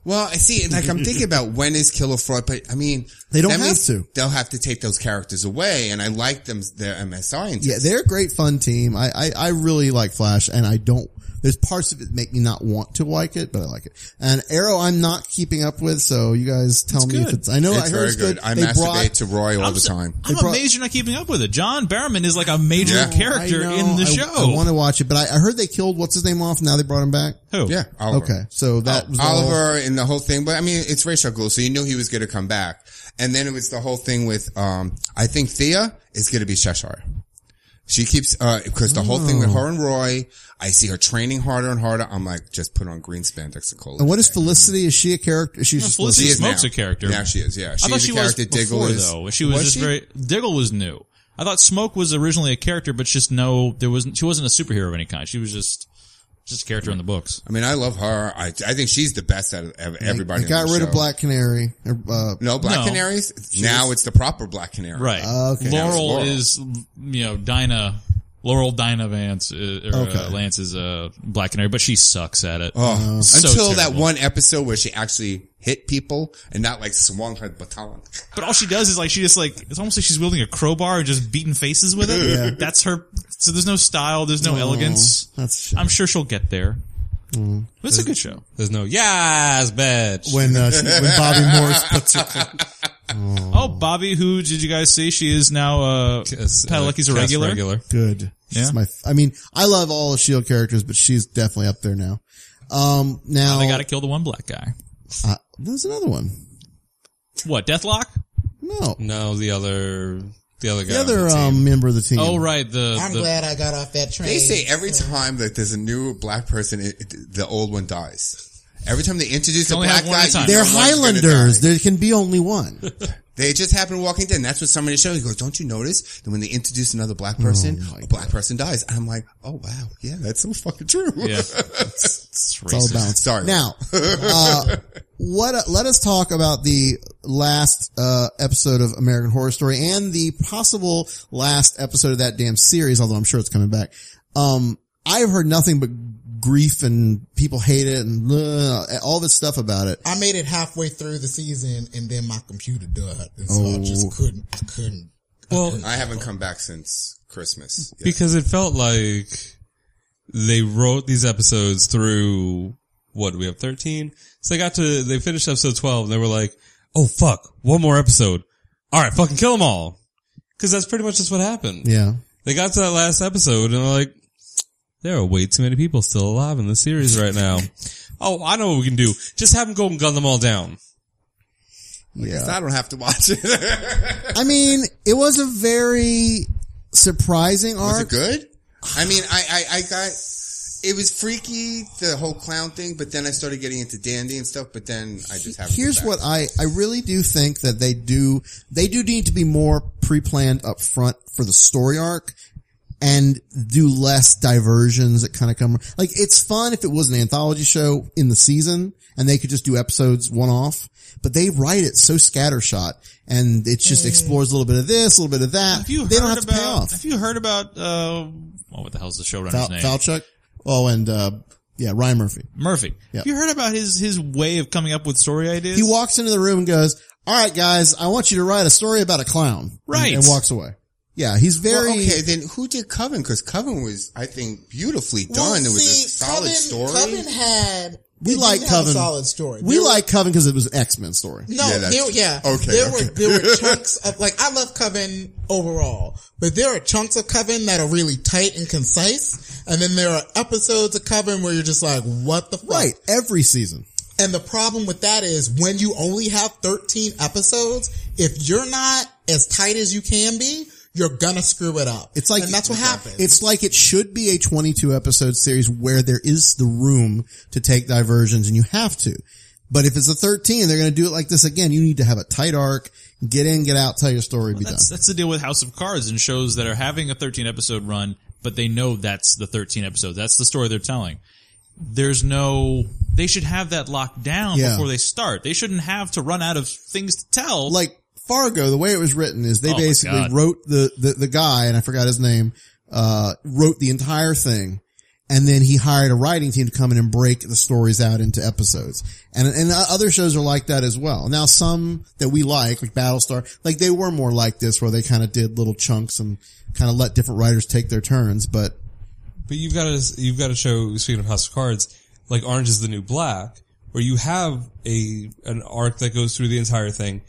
S4: Well, I see. Like I'm thinking about when is Killer Fraud, but I mean,
S1: They don't
S4: that
S1: have
S4: means
S1: to.
S4: They'll have to take those characters away, and I like them. Their MSI.
S1: Yeah, they're a great fun team. I, I, I really like Flash and I don't, there's parts of it make me not want to like it, but I like it. And Arrow, I'm not keeping up with, so you guys tell me if
S2: good.
S1: it's, I know I
S4: it's
S1: heard
S4: very
S1: it's
S4: good.
S1: good.
S4: I
S1: They
S4: masturbate
S1: brought-
S4: to Roy all
S2: I'm
S4: the
S2: s-
S4: time.
S2: I'm amazed you're not keeping up with it. John Barrowman is like a major
S4: Yeah.
S2: character
S1: I know,
S2: in the
S1: I-
S2: show.
S1: I, want to watch it, but I, I heard they killed what's his name off. Now they brought him back.
S2: Who?
S4: Yeah, Oliver.
S1: Okay, so that was all-
S4: Oliver and the whole thing. But I mean, it's racial glue, so you knew he was going to come back. And then it was the whole thing with, um, I think Thea is going to be Cheshire. She keeps, uh, cause the whole thing
S1: Oh.
S4: with her and Roy, I see her training harder and harder. I'm like, just put on green spandex and cola.
S1: And what is Felicity? Is she a character? She's
S2: No,
S1: just
S2: Felicity
S4: She is
S2: Smoke's
S4: now.
S2: a character.
S4: Now she is, yeah.
S2: I thought
S4: She's
S2: she
S4: a character.
S2: was before,
S4: Diggle is-
S2: though. She was,
S4: Was
S2: just
S4: she?
S2: very Diggle was new. I thought Smoke was originally a character, but just no, there wasn't. She wasn't a superhero of any kind. She was just just a character in the books.
S4: I mean, I love her. I, I think she's the best out of ev- everybody.
S1: They got
S4: in the
S1: rid
S4: show.
S1: of Black Canary. Uh,
S4: No, Black
S2: No.
S4: Canaries.
S1: She
S4: Now
S1: was- Oh,
S4: it's the proper Black Canary.
S2: Right.
S1: okay.
S4: Now it's
S2: Laurel, is you know Dinah. Laurel Dinah Vance uh, or, uh,
S1: Okay.
S2: Lance is a uh, black canary, but she sucks at it.
S4: Oh,
S2: So
S4: until that
S2: terrible.
S4: one episode where she actually hit people and not like swung her baton.
S2: But all she does is like she just like it's almost like she's wielding a crowbar and just beating faces with it.
S1: Yeah.
S2: That's her. So there's no style. There's no
S1: Oh,
S2: elegance.
S1: that's Mm-hmm. a shame.
S2: I'm sure she'll get there. But it's a good show.
S6: There's no yes, bitch.
S1: when uh, she- when Bobby Morris puts it.
S2: Oh, Bobby, who did you guys see? She is now uh,
S6: Kiss, uh,
S2: Padalecki's a
S6: cast
S2: regular.
S1: Good. She's
S2: Yeah.
S1: my. I mean, I love all the Shield characters, but she's definitely up there now. Um, now
S2: They got to kill the one black guy.
S1: uh, there's another one.
S2: What? Deathlock?
S1: No,
S6: No, the other, the other guy.
S1: the
S6: on
S1: other
S6: team.
S1: um, member of the team.
S2: Oh, right. The,
S3: I'm
S2: the-
S3: glad I got off that train.
S4: They say every time that there's a new black person, it, it- the old one dies. Every time they introduce
S2: Can
S4: a
S2: only have
S4: black
S2: one
S4: guy,
S2: at a time.
S4: you
S1: They're
S4: know one's gonna
S1: Highlanders.
S4: die.
S1: There can be only one.
S4: They just happen walking dead. And that's what somebody showed. He goes, don't you notice that when they introduce another black
S1: Oh
S4: person, a black person dies? And I'm like, oh wow. Yeah, that's so fucking true.
S2: yeah. It's, it's
S1: It's all
S2: racist.
S1: balanced.
S4: Sorry.
S1: Now, uh, what? let us talk about the last uh, episode of American Horror Story and the possible last episode of that damn series. Although I'm sure it's coming back. Um, I've heard nothing but grief and people hate it and uh, all this stuff about it.
S3: I made it halfway through the season and then my computer died. And so I
S1: Oh.
S3: just couldn't, I couldn't.
S6: Well,
S4: I haven't come back since Christmas. Yeah.
S6: because it felt like they wrote these episodes through what do we have 13 so they got to they finished episode 12 and they were like oh fuck one more episode all right fucking kill them all because that's pretty much just what happened
S1: Yeah.
S6: they got to that last episode and they're like there are way too many people still alive in the series right now oh i know what we can do just have them go and gun them all down
S1: Yeah.
S4: I don't have to watch it. Was
S1: I mean, it was a very surprising
S4: it
S1: arc.
S4: good? I mean, I, I, I got, it was freaky, the whole clown thing, but then I started getting into dandy and stuff, but then I just haven't.
S1: Here's what I, I really do think that they do, they do need to be more pre-planned up front for the story arc and do less diversions that kind of come, like it's fun if it was an anthology show in the season and they could just do episodes one off, but they write it so scattershot and it
S3: Mm.
S1: just explores a little bit of this, a little bit of that.
S2: Have you
S1: they don't
S2: heard
S1: have to
S2: about,
S1: pay off.
S2: Have you heard about, uh, oh, what the hell's the showrunner's
S1: Fal-
S2: name?
S1: Falchuk? Oh, and, uh, yeah, Ryan Murphy.
S2: Murphy. Have you heard about his, his way of coming up with story ideas?
S1: He walks into the room and goes, all right, guys, I want you to write a story about a clown.
S2: Right.
S1: And, and walks away. Yeah, he's very.
S4: Well, okay, then who did Coven? Because Coven was, I think, beautifully done.
S3: Well,
S4: it was
S3: see,
S4: a solid
S3: Coven-
S4: story.
S3: Coven had
S1: we
S3: it
S1: like
S3: didn't have
S1: Coven.
S3: A solid story.
S1: We
S3: There were-
S1: like Coven because it was an X Men story.
S3: No,
S1: yeah,
S3: yeah, there, yeah. There were there were chunks of like I love Coven overall, but there are chunks of Coven that are really tight and concise, and then there are episodes of Coven where you're just like, what the fuck?
S1: right every season.
S3: And the problem with that is when you only have 13 episodes, if you're not as tight as you can be, you're gonna screw it up.
S1: It's like
S3: and that's what happens.
S1: It's like it should be a 22 episode series where there is the room to take diversions and you have to. But if it's a 13, they're going to do it like this again. You need to have a tight arc, get in, get out, tell your story, be done.
S2: That's, that's the deal with House of Cards and shows that are having a 13 episode run, but they know that's the 13 episode. That's the story they're telling. There's no, they should have that locked down
S1: Yeah.
S2: before they start. They shouldn't have to run out of things to tell.
S1: Like Fargo, the way it was written is they
S2: Oh my
S1: basically
S2: God.
S1: wrote the, the, the guy, and I forgot his name, uh, wrote the entire thing. And then he hired a writing team to come in and break the stories out into episodes. And, and other shows are like that as well. Now some that we like, like Battlestar, like they were more like this where they kind of did little chunks and kind of let different writers take their turns, but
S6: But you've got to you've got to show. Speaking of House of Cards, like Orange is the New Black, where you have a an arc that goes through the entire thing,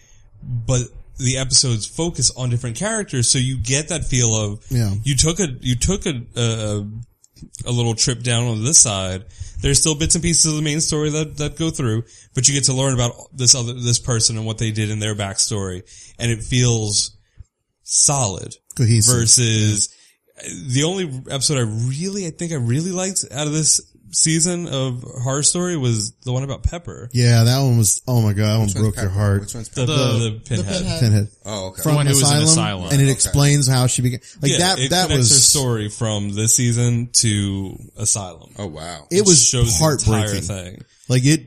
S6: but the episodes focus on different characters, so you get that feel of
S1: Yeah.
S6: You took a you took a a, a little trip down on this side. There's still bits and pieces of the main story that, that go through, but you get to learn about this other this person and what they did in their backstory, and it feels solid
S1: Cohesive.
S6: versus the only episode I really I think I really liked out of this season of Horror Story was the one about Pepper.
S1: yeah, that one was, oh my God, that one broke your
S4: Pepper?
S1: heart.
S4: Which one's
S6: The,
S4: Pepper?
S6: the, the pinhead.
S1: Pinhead.
S4: Oh, okay.
S1: From
S2: The one who was in
S1: asylum,
S2: Asylum.
S1: And it
S2: Okay.
S1: explains how she began. Like
S6: Yeah,
S1: that,
S6: it
S1: that
S6: connects her
S1: was
S6: story from this season to Asylum.
S4: Oh wow.
S1: it was
S6: shows the entire
S1: heartbreaking.
S6: thing.
S1: Like it,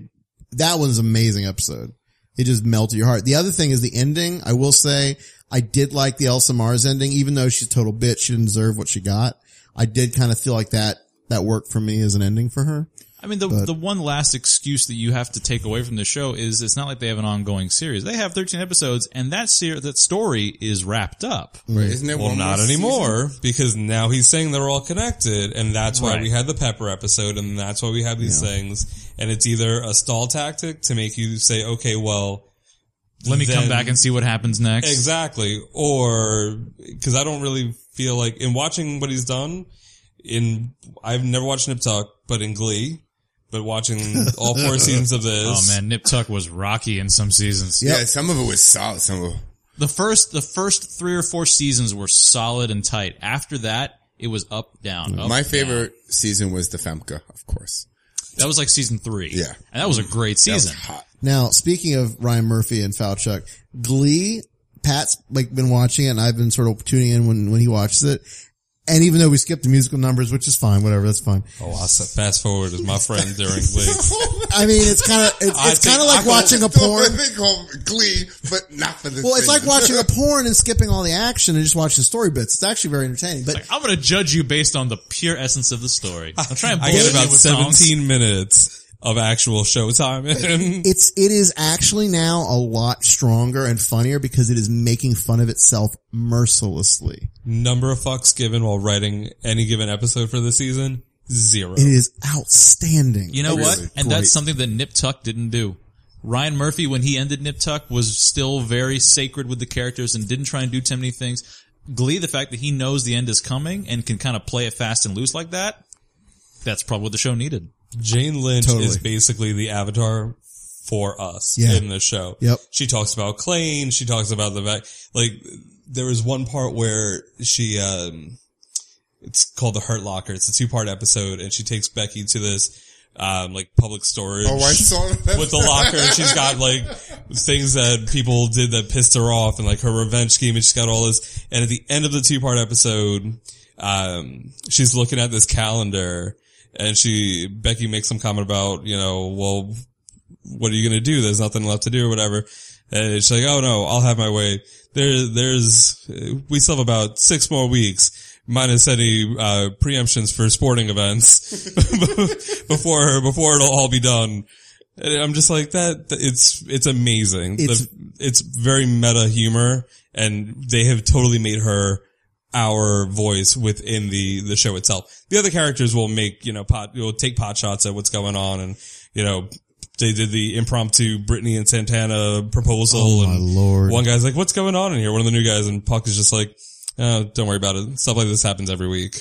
S1: that one's an amazing episode. It just melted your heart. The other thing is the ending. I will say I did like the Elsa Mars ending, even though she's a total bitch. She didn't deserve what she got. I did kind of feel like that, that worked for me as an ending for her.
S2: I mean, the, the one last excuse that you have to take away from the show is it's not like they have an ongoing series. They have 13 episodes and that ser- that story is wrapped up.
S1: Mm.
S4: Isn't there
S6: Well,
S4: one
S6: not
S4: more
S6: anymore because now he's saying they're all connected, and that's why
S2: Right.
S6: we had the Pepper episode, and that's why we have these things. And it's either a stall tactic to make you say, "Okay, well,
S2: Let me
S6: Then-
S2: come back and see what happens next.
S6: Exactly. Or because I don't really feel like in watching what he's done. In I've never watched Nip Tuck, but in Glee, but watching all four seasons of this.
S2: Oh man, Nip Tuck was rocky in some seasons.
S4: Yeah, some of it was solid. Some of it.
S2: The first the first three or four seasons were solid and tight. After that, it was up down. Up,
S4: My
S2: down.
S4: favorite season was the Femke, of course.
S2: That was like season three.
S4: Yeah.
S2: and that was a great
S4: That was
S2: season.
S4: hot.
S1: Now, speaking of Ryan Murphy and Falchuk, Glee, Pat's like been watching it and I've been sort of tuning in when, when he watches it. And even though we skipped the musical numbers, which is fine, whatever, that's fine.
S6: Oh, I said fast forward is my friend during Glee.
S1: I mean, it's kind of, it's,
S6: I
S1: it's
S6: think
S1: kind of like
S6: I
S1: watching a porn.
S4: They call it Glee, but not for the.
S1: Well, it's like watching a porn and skipping all the action and just watching story bits. It's actually very entertaining. But
S2: Like, I'm gonna judge you based on the pure essence of the story. I'm trying to
S6: I
S2: bullshit
S6: get about
S2: you with songs.
S6: seventeen minutes of actual showtime.
S2: hmm.
S6: in.
S1: it's it is actually now a lot stronger and funnier because it is making fun of itself mercilessly.
S6: Number of fucks given while writing any given episode for the season zero.
S1: It is outstanding.
S2: You know what?
S1: It's
S2: And
S1: great.
S2: that's something that Nip Tuck didn't do. Ryan Murphy, when he ended Nip Tuck, was still very sacred with the characters and didn't try and do too many things. Glee, the fact that he knows the end is coming and can kind of play it fast and loose like that, that's probably what the show needed.
S6: Jane Lynch
S1: Totally.
S6: is basically the avatar for us
S1: Yeah.
S6: in the show.
S1: Yep.
S6: She talks about Klain. She talks about the vac Like there was one part where she, um, it's called the Hurt Locker. It's a two part episode and she takes Becky to this, um, like public storage
S4: Oh, I saw that.
S6: with the locker and she's got like things that people did that pissed her off and like her revenge scheme and she's got all this and at the end of the two part episode um she's looking at this calendar and she becky makes some comment about you know well what are you gonna do there's nothing left to do or whatever and she's like oh no i'll have my way there there's we still have about six more weeks minus any uh preemptions for sporting events before before it'll all be done and I'm just like that. that- It's it's amazing.
S1: It's-
S6: the, it's very meta humor, and they have totally made her our voice within the the show itself. The other characters will make you know pot will take pot shots at what's going on, and you know they did the impromptu Britney and Santana proposal.
S1: Oh,
S6: and
S1: my Lord.
S6: One guy's like, "What's going on in here?" One of the new guys, and Puck is just like, oh, "Don't worry about it. Stuff like this happens every week."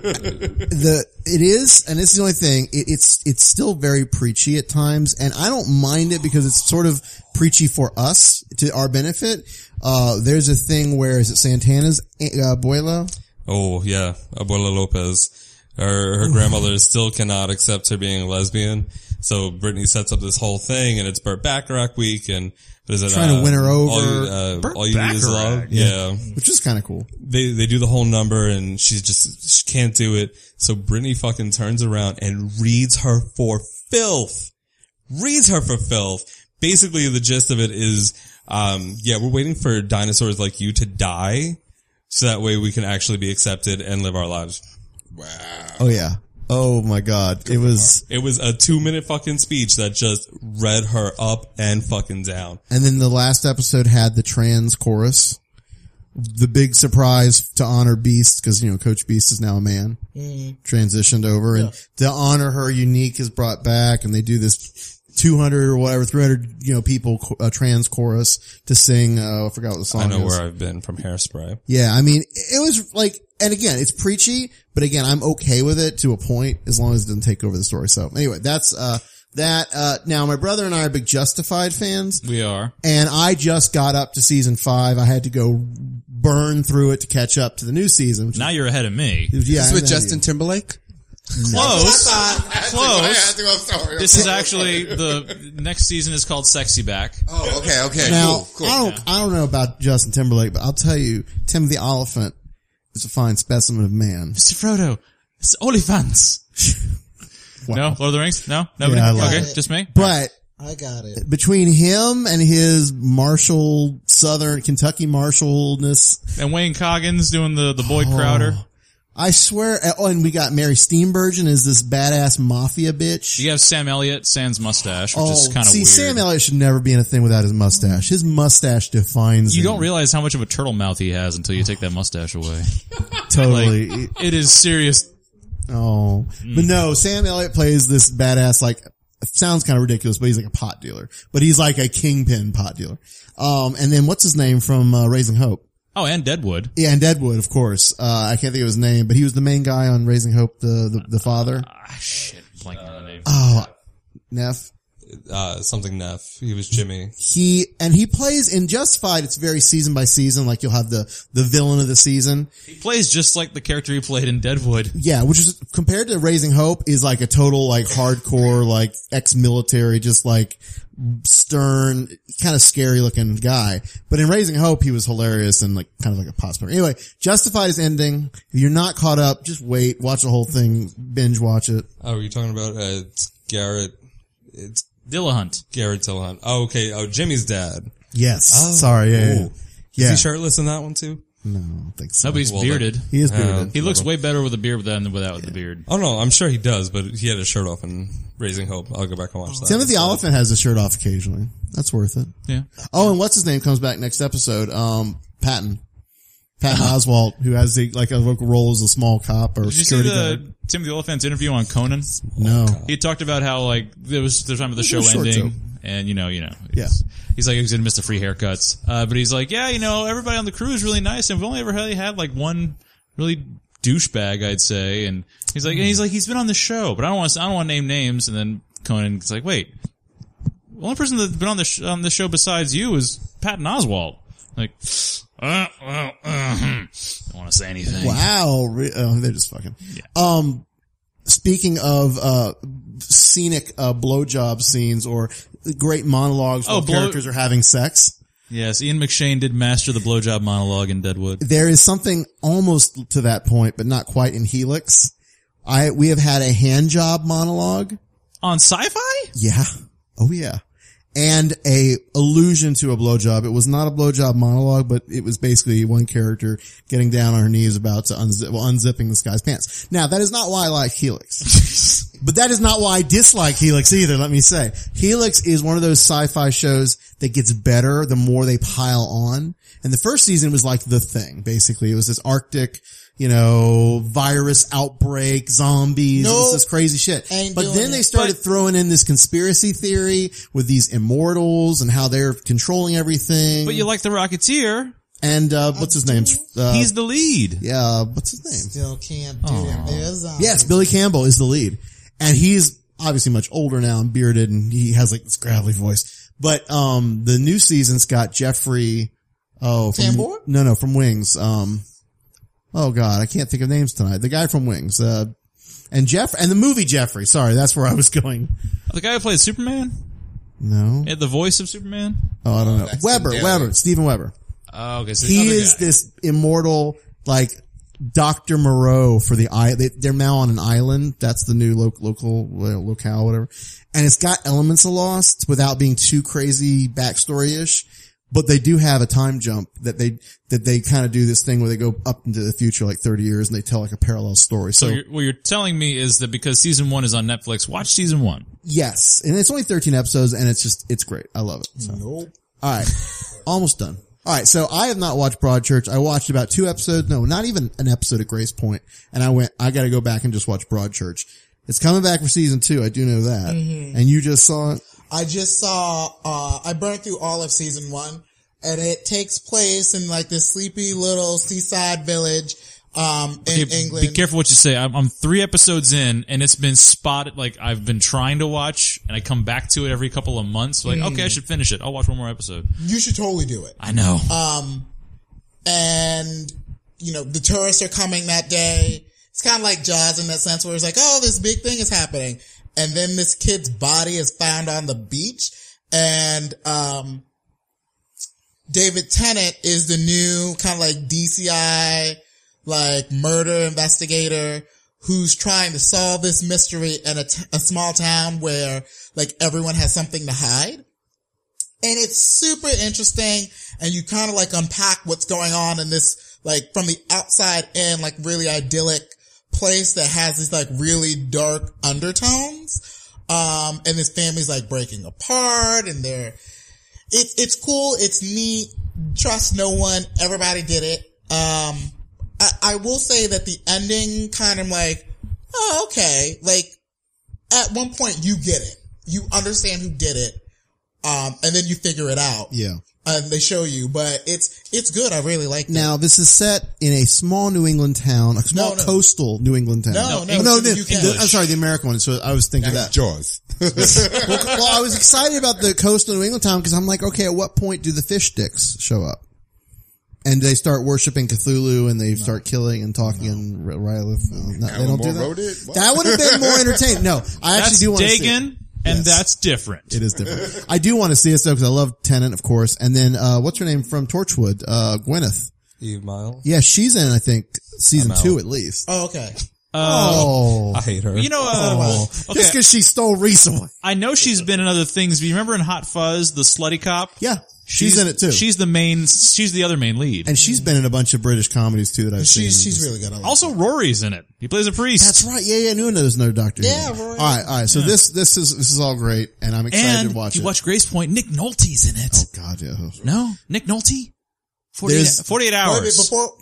S1: the it is, and it's the only thing. It, it's it's still very preachy at times, and I don't mind it because it's sort of preachy for us to our benefit. Uh, there's a thing where is it Santana's uh, abuela?
S6: Oh yeah, Abuela Lopez. Her her grandmother still cannot accept her being a lesbian. So Brittany sets up this whole thing, and it's Burt Bacharach week, and there's
S1: Trying to win her
S6: Uh, all
S1: over.
S6: you- uh,
S1: Burt
S6: all you need is
S1: Bacharach.
S6: love. Yeah.
S1: which is kind of cool.
S6: They they do the whole number, and she's just she can't do it. So Brittany fucking turns around and reads her for filth. Reads her for filth. Basically, the gist of it is, um, yeah, we're waiting for dinosaurs like you to die, so that way we can actually be accepted and live our lives.
S1: Oh yeah. Oh my god. It was
S6: It was a two minute fucking speech that just read her up and fucking down.
S1: and then the last episode had the trans chorus. The big surprise to honor Beast because you know Coach Beast is now a man,
S3: Mhm.
S1: transitioned over, and to honor her, Unique is brought back, and they do this two hundred or whatever, three hundred you know people cho- uh, trans chorus to sing. Uh, I forgot what the song.
S6: I know
S1: is.
S6: where I've been from hairspray.
S1: Yeah, I mean, it was like, and again, it's preachy, but again, I'm okay with it to a point as long as it doesn't take over the story. So anyway, that's, uh, that, uh, now my brother and I are big Justified fans.
S2: We are.
S1: And I just got up to season five. I had to go burn through it to catch up to the new season. Which
S2: Now you're ahead of me.
S1: yeah,
S4: This
S1: I
S4: with
S1: know you.
S4: Justin Timberlake.
S2: Close.
S4: That's the guy I
S2: Close.
S4: had to go- sorry.
S2: This is actually the next season is called Sexy Back.
S4: Oh, okay, okay.
S1: now,
S4: cool, cool.
S1: I don't, I don't know about Justin Timberlake, but I'll tell you, Tim the Elephant is a fine specimen of man.
S2: Mr. Frodo, it's Olifants. No, Lord of the Rings. No, nobody.
S1: Yeah, I like
S2: okay,
S1: it.
S2: just me.
S1: But
S3: I got it.
S1: between him and his Marshall Southern Kentucky Marshallness.
S2: And Wayne Coggins doing the the Boyd Crowder.
S1: I swear. Oh, and we got Mary Steenburgen is this badass mafia bitch.
S2: You have Sam Elliott, Sans mustache, which
S1: oh,
S2: is kind of
S1: see,
S2: weird.
S1: Sam Elliott should never be in a thing without his mustache. His mustache defines
S2: you
S1: him.
S2: don't realize how much of a turtle mouth he has until you take that mustache away.
S1: totally.
S2: It is serious.
S1: oh,
S2: Mm.
S1: but no, Sam Elliott plays this badass like. it Sounds kind of ridiculous, but he's like a pot dealer. But he's like a kingpin pot dealer. Um, and then what's his name from uh, Raising Hope?
S2: Oh, and Deadwood.
S1: Yeah, and Deadwood, of course. Uh, I can't think of his name, but he was the main guy on Raising Hope, the the, the father.
S2: Ah, shit. Blanking on the name.
S1: Oh, Neff.
S6: Uh, something Neff. He was Jimmy.
S1: He and he plays in Justified. It's very season by season. Like you'll have the the villain of the season.
S2: He plays just like the character he played in Deadwood.
S1: Yeah, which is compared to Raising Hope is like a total like hardcore like ex military, just like stern, kind of scary looking guy. But in Raising Hope, he was hilarious and like kind of like a possible. Anyway, Justified is ending. If you're not caught up, just wait, watch the whole thing, binge watch it.
S6: Oh, you're talking about uh, it's Garrett. It's
S2: Dillahunt.
S6: Garrett Dillahunt. Oh, okay. Oh, Jimmy's dad.
S1: Yes.
S6: Oh.
S1: Sorry. Yeah. yeah.
S6: Ooh.
S1: Yeah.
S6: Is he shirtless in that one too?
S1: No, I don't think so.
S2: No, but he's
S6: Well,
S2: bearded.
S1: He is
S6: Uh,
S1: bearded.
S2: He looks way better with a beard than without the beard.
S6: Oh no, I'm sure he does, but he had his shirt off in Raising Hope. I'll go back and watch that.
S1: Timothy Oliphant has his shirt off occasionally. That's worth it.
S2: Yeah.
S1: Oh, and what's his name comes back next episode? Um, Patton. Patton Oswalt, who has the, like a vocal role as a small cop or
S2: Uh-huh. Did you see
S1: security
S2: the Oh,
S1: guard.
S2: Tim the Elephant's interview on Conan?
S1: No.
S2: He talked about how like there was the time of the show
S1: It was a short
S2: ending,
S1: show.
S2: and you know, you know,
S1: Yeah.
S2: it's- He's like he was gonna miss the free haircuts, uh, but he's like, yeah, you know, everybody on the crew is really nice, and we've only ever really had like one really douchebag, I'd say. And he's like, and he's like, he's been on the show, but I don't want to, I don't want to name names. And then Conan's like, wait, the only person that's been on the sh- on the show besides you is Patton Oswald. Like, uh, well, uh, hmm. don't want to say anything.
S1: Wow. Re- oh, they're just fucking. Um, speaking of, uh, scenic, uh, blowjob scenes or great monologues where
S2: Oh, blow-
S1: characters are having sex.
S2: Yes, Ian McShane did master the blowjob monologue in Deadwood.
S1: there is something almost to that point, but not quite in Helix. I, we have had a hand job monologue.
S2: On sci-fi?
S1: Yeah. Oh yeah. and a allusion to a blowjob. It was not a blowjob monologue, but it was basically one character getting down on her knees about to unzip, well, unzipping this guy's pants. Now that is not why I like Helix, but that is not why I dislike Helix either. Let me say Helix is one of those sci-fi shows that gets better the more they pile on. And the first season was like the thing, basically. It was this Arctic, you know, virus outbreak, zombies,
S3: No,
S1: it was this crazy shit.
S3: ain't
S1: But
S3: doing
S1: then
S3: it.
S1: they started throwing in this conspiracy theory with these immortals and how they're controlling everything.
S2: But you like the Rocketeer?
S1: and uh, what's his name? Uh,
S2: He's the lead.
S1: yeah, what's his name?
S3: Still can't do it. There's a-
S1: Yes, Billy Campbell is the lead, and he's obviously much older now and bearded, and he has like this gravelly voice. But um, the new season's got Jeffrey. Oh, from,
S3: Tambor?
S1: no, no, from Wings. Um, oh God, I can't think of names tonight. The guy from Wings, uh, and Jeff, and the movie Jeffrey. Sorry, that's where I was going.
S2: The guy who played Superman?
S1: No,
S2: Yeah, the voice of Superman?
S1: oh, I don't know. Weber,
S4: Daly.
S1: Weber, Stephen Weber.
S7: Oh, okay. So the
S1: he
S7: other
S1: is
S7: guy.
S1: this immortal like Doctor Moreau for the I. They, they're now on an island. That's the new lo- local well, locale, whatever. And it's got elements of Lost without being too crazy backstory ish. But they do have a time jump that they that they kind of do this thing where they go up into the future like thirty years and they tell like a parallel story.
S2: So,
S1: So,
S2: you're, what you're telling me is that because season one is on Netflix, watch season one.
S1: yes, and it's only thirteen episodes, and it's just it's great. I love it. So.
S3: Nope.
S1: All right. Almost done. All right. So I have not watched Broadchurch. I watched about two episodes. No, not even an episode of Grace Point. And I went, I got to go back and just watch Broadchurch. It's coming back for season two. I do know that.
S3: Mhm.
S1: And you just saw it.
S3: I just saw, uh, I burned through all of season one and it takes place in like this sleepy little seaside village, um, in
S2: Okay,
S3: England.
S2: Be careful what you say. I'm, I'm three episodes in, and it's been spotted. Like I've been trying to watch, and I come back to it every couple of months.
S1: Hmm.
S2: Like,
S3: Mm.
S2: okay, I should finish it. I'll watch one more episode.
S3: You should totally do it.
S2: I know.
S3: Um, and you know, the tourists are coming that day. It's kind of like Jaws in that sense where it's like, oh, this big thing is happening. And then this kid's body is found on the beach and, um, David Tennant is the new kind of like DCI, like murder investigator who's trying to solve this mystery in a, t- a small town where like everyone has something to hide and it's super interesting and you kind of like unpack what's going on in this like from the outside in like really idyllic place that has these like really dark undertones um and this family's like breaking apart and they're it, it's cool it's neat trust no one everybody did it um I, I will say that the ending kind of like oh okay like at one point you get it you understand who did it um, and then you figure it out.
S1: Yeah.
S3: And they show you, but it's, it's good. I really like that.
S1: Now this is set in a small New England town, a small
S3: No, no.
S1: coastal New England town.
S3: No, no,
S1: Oh,
S3: it's in the
S1: the-
S3: UK.
S1: the- I'm sorry, the American one. So I was thinking that
S4: Jaws.
S1: well, well, I was excited about the coastal New England town because I'm like, okay, at what point do the fish sticks show up? And they start worshiping Cthulhu and they start killing and talking and R- Rylith. No, no, they
S4: Alan
S1: don't do
S4: Moore
S1: that.
S4: wrote it? What?
S1: That would have been more entertaining. No, I
S2: that's
S1: actually do want to see.
S2: Dagon,
S1: It.
S2: and
S1: Yes.
S2: that's different.
S1: It is different. I do want to see it though because I love Tennant, of course. And then uh, what's her name from Torchwood? Uh, Gwyneth.
S6: Eve Miles.
S1: Yeah, she's in. I think season
S6: I'm out.
S1: two at least.
S3: Oh, okay.
S2: Uh,
S1: oh,
S6: I hate her.
S2: You know, uh, okay.
S1: just because she stole Reese away.
S2: I know she's been in other things. But you remember in Hot Fuzz, the slutty cop?
S1: Yeah, she's in it too.
S2: She's the main. She's the other main lead.
S1: And she's been in a bunch of British comedies too that I've seen. Oh,
S3: She's, she's really good. I like
S2: also, Rory's in it. He plays a priest.
S1: That's right. Yeah, yeah. I knew there's no Doctor.
S3: Yeah,
S1: Who.
S3: right.
S1: All right, all right. So this this is this is all great, and I'm excited
S2: and
S1: to watch
S2: you
S1: it.
S2: watch Grace Point. Nick Nolte's in it.
S1: oh God, yeah.
S2: No, Nick Nolte. 48,
S1: There's-
S2: 48
S3: Wait, wait,
S2: hours.
S3: before,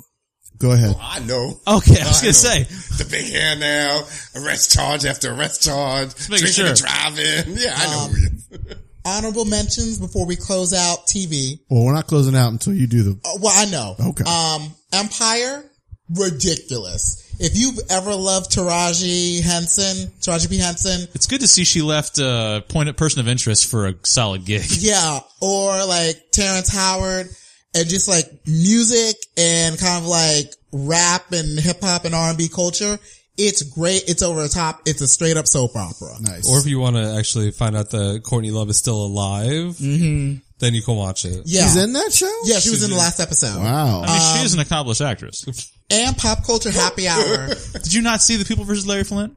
S1: Go ahead.
S4: I know.
S2: Okay, I was gonna
S4: know.
S2: say.
S4: The big hair now, arrest charge after arrest charge,
S2: making
S4: drinking and
S2: sure.
S4: driving. Yeah, I know. who it is.
S3: honorable mentions before we close out TV.
S1: Well, we're not closing out until you do the.
S3: Uh, well, I know.
S1: Okay.
S3: Um, Empire, ridiculous. If you've ever loved Taraji Henson, Taraji P. Henson,
S2: It's good to see she left uh, point at person of interest for a solid gig.
S3: Yeah, or like Terrence Howard and just like music and kind of like rap and hip hop and R and B culture. It's great. It's over the top. It's a straight up soap opera.
S1: Nice.
S6: Or if you want to actually find out that Courtney Love is still alive, then you can watch it.
S3: Mm-hmm. Yeah.
S1: She's in that show.
S3: yeah, she was in the last episode. Uh,
S1: Wow.
S2: I mean, she is an accomplished actress.
S3: And pop culture happy hour.
S2: Did you not see The People versus Larry Flint?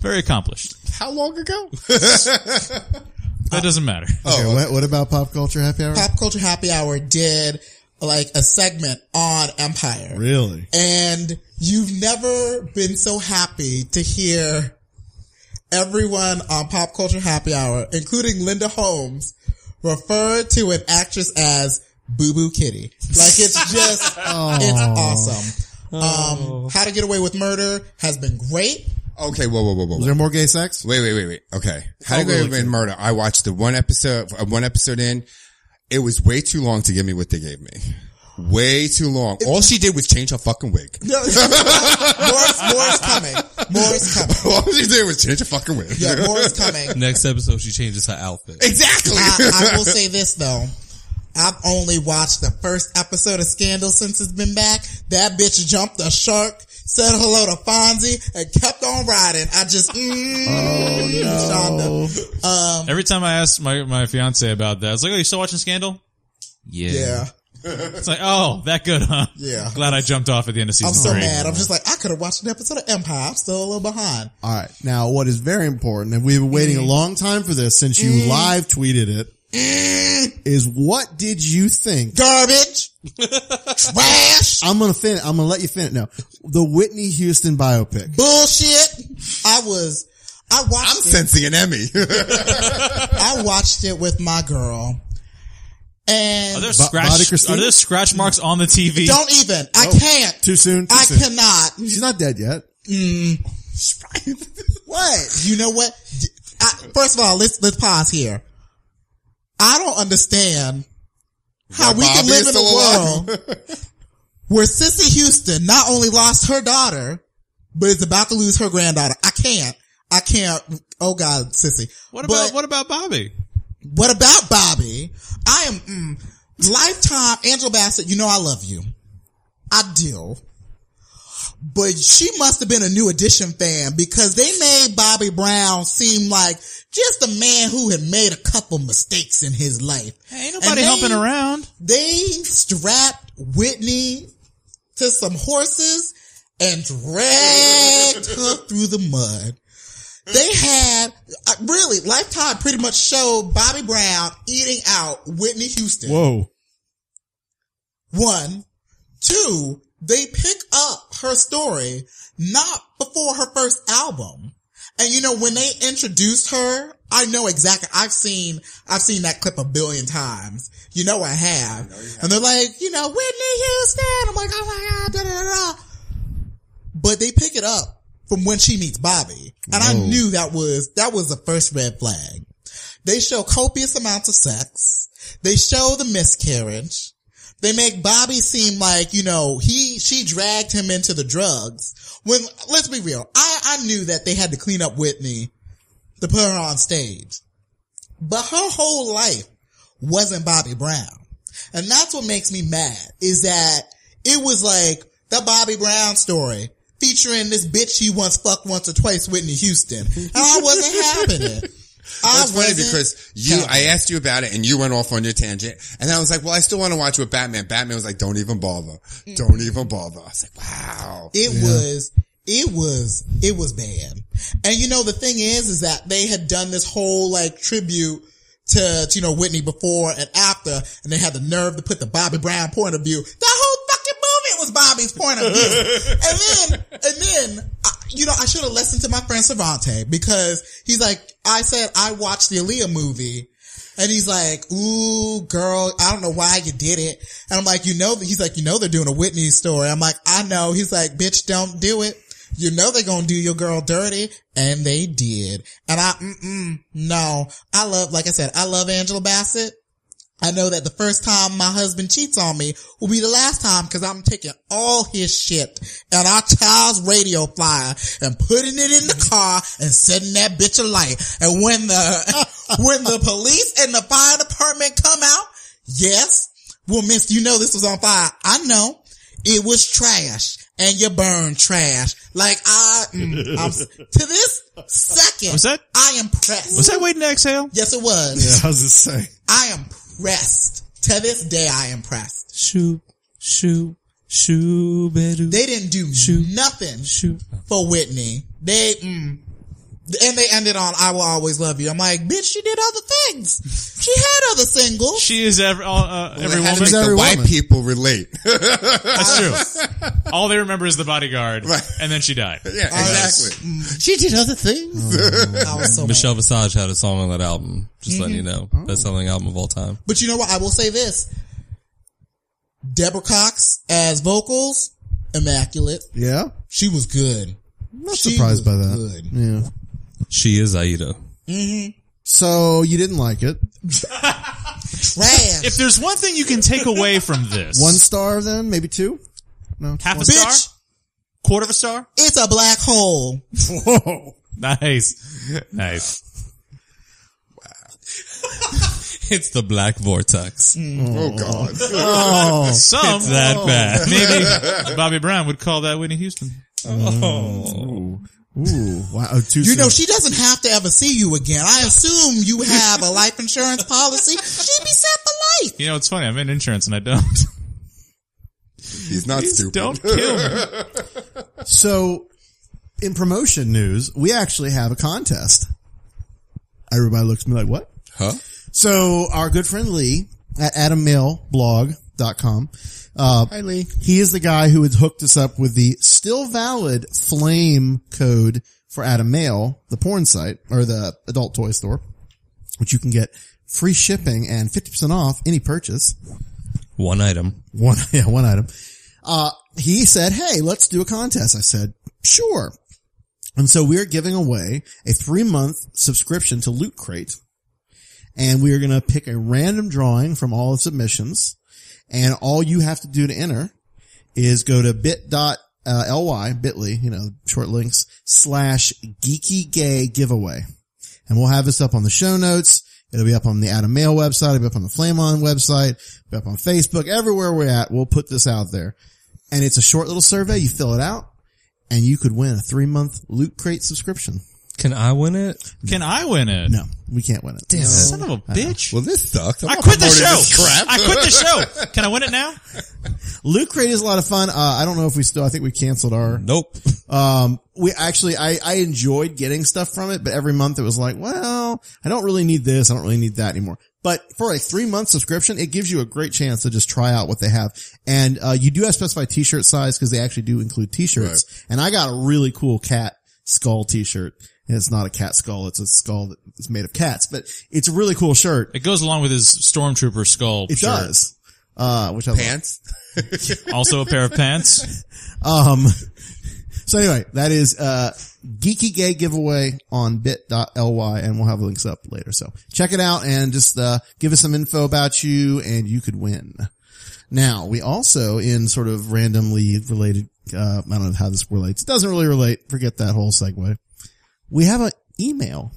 S2: Very accomplished.
S4: How long ago?
S2: That doesn't matter.
S1: Okay, what, what about pop culture happy hour?
S3: Pop Culture Happy Hour did like a segment on Empire.
S1: Really?
S3: And you've never been so happy to hear everyone on Pop Culture Happy Hour, including Linda Holmes, refer to an actress as Boo Boo Kitty. Like it's just, it's awesome. Um, How to Get Away with Murder has been great.
S4: Okay, whoa, whoa, whoa, whoa.
S1: Was there more gay sex?
S4: Wait, wait, wait, wait. Okay. How to
S1: all
S4: Get Away with
S1: relative.
S4: Murder. I watched the one episode, uh, one episode in. It was way too long to give me what they gave me. Way too long. All she did was change her fucking wig.
S3: No, more, is- more is coming. More is coming.
S4: All she did was change her fucking wig.
S3: Yeah, more is coming.
S6: Next episode, she changes her outfit.
S4: Exactly.
S3: I, I will say this though. I've only watched the first episode of Scandal since it's been back. That bitch jumped the shark, said hello to Fonzie, and kept on riding. I just, mm,
S1: Oh,
S3: Shonda. Um,
S2: Every time I asked my, my fiance about that, I was like, oh, you still watching Scandal? Yeah.
S3: yeah,
S2: It's like, oh, that good, huh?
S3: Yeah.
S2: Glad I jumped off at the end of season
S3: I'm so
S2: three.
S3: mad. I'm just like, I could have watched an episode of Empire. I'm still a little behind. Mm.
S1: All right. Now, what is very important, and we've been waiting a long time for this since you live tweeted it, is what did you think?
S3: Mm. Garbage, trash,
S1: I'm gonna fin. I'm gonna let you finish. No, the Whitney Houston biopic.
S3: bullshit. I was, I watched.
S4: I'm
S3: it.
S4: sensing an Emmy.
S3: I watched it with my girl, and
S2: Are there,
S1: Bo- Bobby
S2: scratch,
S1: Christina?
S2: are there scratch marks on the TV?
S3: Don't even. I can't.
S1: Oh. Too soon. Too
S3: I
S1: soon.
S3: cannot. Mm.
S1: She's not dead yet.
S3: What? You know what? I, first of all, let's let's pause here. I don't understand how
S4: Why
S3: we can
S4: Bobby
S3: live
S4: is
S3: in a
S4: still alive.
S3: world where Sissy Houston not only lost her daughter, but is about to lose her granddaughter. I can't. I can't. Oh God, Sissy.
S2: What
S3: But-
S2: about what about Bobby?
S3: what about Bobby? I am mm, lifetime Angela Bassett. You know I love you. I do. But she must have been a new edition fan because they made Bobby Brown seem like just a man who had made a couple mistakes in his life.
S2: Ain't
S3: And
S2: nobody
S3: they-
S2: helping around.
S3: They strapped Whitney to some horses and dragged her through the mud. They had uh, really Lifetime pretty much showed Bobby Brown eating out Whitney Houston.
S5: Whoa.
S3: One, two, they pick up her story not before her first album. And you know, when they introduced her, I know exactly, I've seen, I've seen that clip a billion times. You know I have. And they're like, you know, Whitney Houston. I'm like, oh my God, da da da da. But they pick it up from when she meets Bobby. And I knew that was, that was the first red flag. They show copious amounts of sex. They show the miscarriage. They make Bobby seem like, you know, he, she dragged him into the drugs. When, let's be real. I, I knew that they had to clean up Whitney to put her on stage. But her whole life wasn't Bobby Brown. And that's what makes me mad is that it was like the Bobby Brown story featuring this bitch he once fucked once or twice, Whitney Houston. And I wasn't having it. I
S4: It's funny
S3: wasn't
S4: because you,
S3: having it.
S4: I asked you about it and you went off on your tangent. And I was like, well, I still want to watch with Batman. Batman was like, don't even bother. Don't even bother. I was like, wow.
S3: It was, it was, it was bad. And you know, the thing is, is that they had done this whole like tribute to, to, you know, Whitney before and after, and they had the nerve to put the Bobby Brown point of view. That whole fucking movie was Bobby's point of view. and then, and then, I, you know, I should have listened to my friend Cervante because he's like, I said, I watched the Aaliyah movie. And he's like, ooh, girl, I don't know why you did it. And I'm like, you know, he's like, you know, they're doing a Whitney story. I'm like, I know. He's like, bitch, don't do it. You know, they're going to do your girl dirty. And they did. And I, mm-mm, no, I love, like I said, I love Angela Bassett. I know that the first time my husband cheats on me will be the last time because I'm taking all his shit and our child's radio flyer and putting it in the car and setting that bitch alight. And when the, when the police and the fire department come out, yes, well, miss, you know this was on fire. I know it was trash and you burned trash. Like I, mm, I'm, to this second,
S2: Was that-
S3: I am pressed.
S2: Was that waiting to exhale?
S3: yes, it was.
S1: I was just saying.
S3: I am pressed. To this day, I am pressed.
S6: Shoo, shoo, shoo, better.
S3: They didn't do nothing
S6: Shoo.
S3: for Whitney. They, mm, And they ended on "I will always love you." I'm like, bitch, she did other things. She had other singles.
S2: She is every, all, uh,
S3: Well,
S2: every
S3: they had to
S2: woman.
S3: make the Every white woman.
S4: people relate.
S2: That's true. All they remember is the bodyguard, and then she died.
S4: Yeah, exactly.
S1: She did other things.
S6: Michelle Visage had a song on that album. Just letting you
S3: Mhm.
S6: know, best selling album of all time.
S3: But you know what? I will say this: Deborah Cox as vocals, immaculate.
S1: Yeah,
S3: she was good.
S1: Not surprised by that. Yeah.
S6: She is Aida.
S3: hmm
S1: So you didn't like it.
S3: Trash.
S2: If there's one thing you can take away from this,
S1: One star then, maybe two? No.
S2: half a
S1: one.
S2: star, quarter of a star.
S3: It's a black hole.
S2: Whoa! Nice, nice.
S6: It's the Black Vortex.
S2: Mm.
S4: Oh God.
S2: Some
S6: It's that bad.
S2: Oh. Maybe Bobby Brown would call that Whitney Houston.
S6: Oh.
S1: Ooh, wow. Oh, too
S3: You know, she
S1: soon.
S3: doesn't have to ever see you again. I assume you have a life insurance policy. She'd be set for life.
S2: You know, it's funny. I'm in insurance and I don't.
S4: He's not stupid.
S2: Don't kill me.
S1: So, in promotion news, we actually have a contest. Everybody looks at me like, what?
S4: Huh?
S1: So, our good friend Lee at adammailblog.com. Uh, Hi, Lee. He is the guy who had hooked us up with the still valid flame code for Adam Mail, the porn site or the adult toy store, which you can get free shipping and 50% off any purchase
S6: One item.
S1: one yeah one item uh he said hey let's do a contest i said sure and so we're giving away a three month subscription to loot crate and we are going to pick a random drawing from all the submissions and all you have to do to enter is go to bit.ly bitly you know short links slash geeky gay giveaway and we'll have this up on the show notes. It'll be up on the Adam Mail website. It'll be up on the Flame On website. It'll be up on Facebook. Everywhere we're at, we'll put this out there. And it's a short little survey. You fill it out and you could win a three month loot crate subscription.
S6: Can I win it?
S2: Can I win it?
S1: No, we can't win it.
S2: Damn, son of a
S1: I know.
S2: bitch.
S4: Well, this sucks. I'm
S2: I
S4: not
S2: quit the
S4: promoting
S2: show.
S4: this Crap.
S2: I quit the show. Can I win it now?
S1: Loot crate is a lot of fun. Uh, I don't know if we still, I think we canceled our.
S6: Nope.
S1: Um, we actually, I, I enjoyed getting stuff from it, but every month it was like, well, I don't really need this. I don't really need that anymore. But for a three month subscription, it gives you a great chance to just try out what they have. And, uh, you do have to specify t-shirt size because they actually do include t-shirts. And I got a really cool cat skull t-shirt. And it's not a cat skull. It's a skull that is made of cats, but it's a really cool shirt.
S2: It goes along with his stormtrooper skull.
S1: It
S2: shirt.
S1: does. Uh, which I love.
S4: Pants.
S2: Also a pair of pants.
S1: Um, so anyway, that is, uh, geeky gay giveaway on bit.ly and we'll have links up later. So check it out and just, uh, give us some info about you and you could win. Now we also in sort of randomly related, uh, I don't know how this relates. It doesn't really relate. Forget that whole segue. We have an email.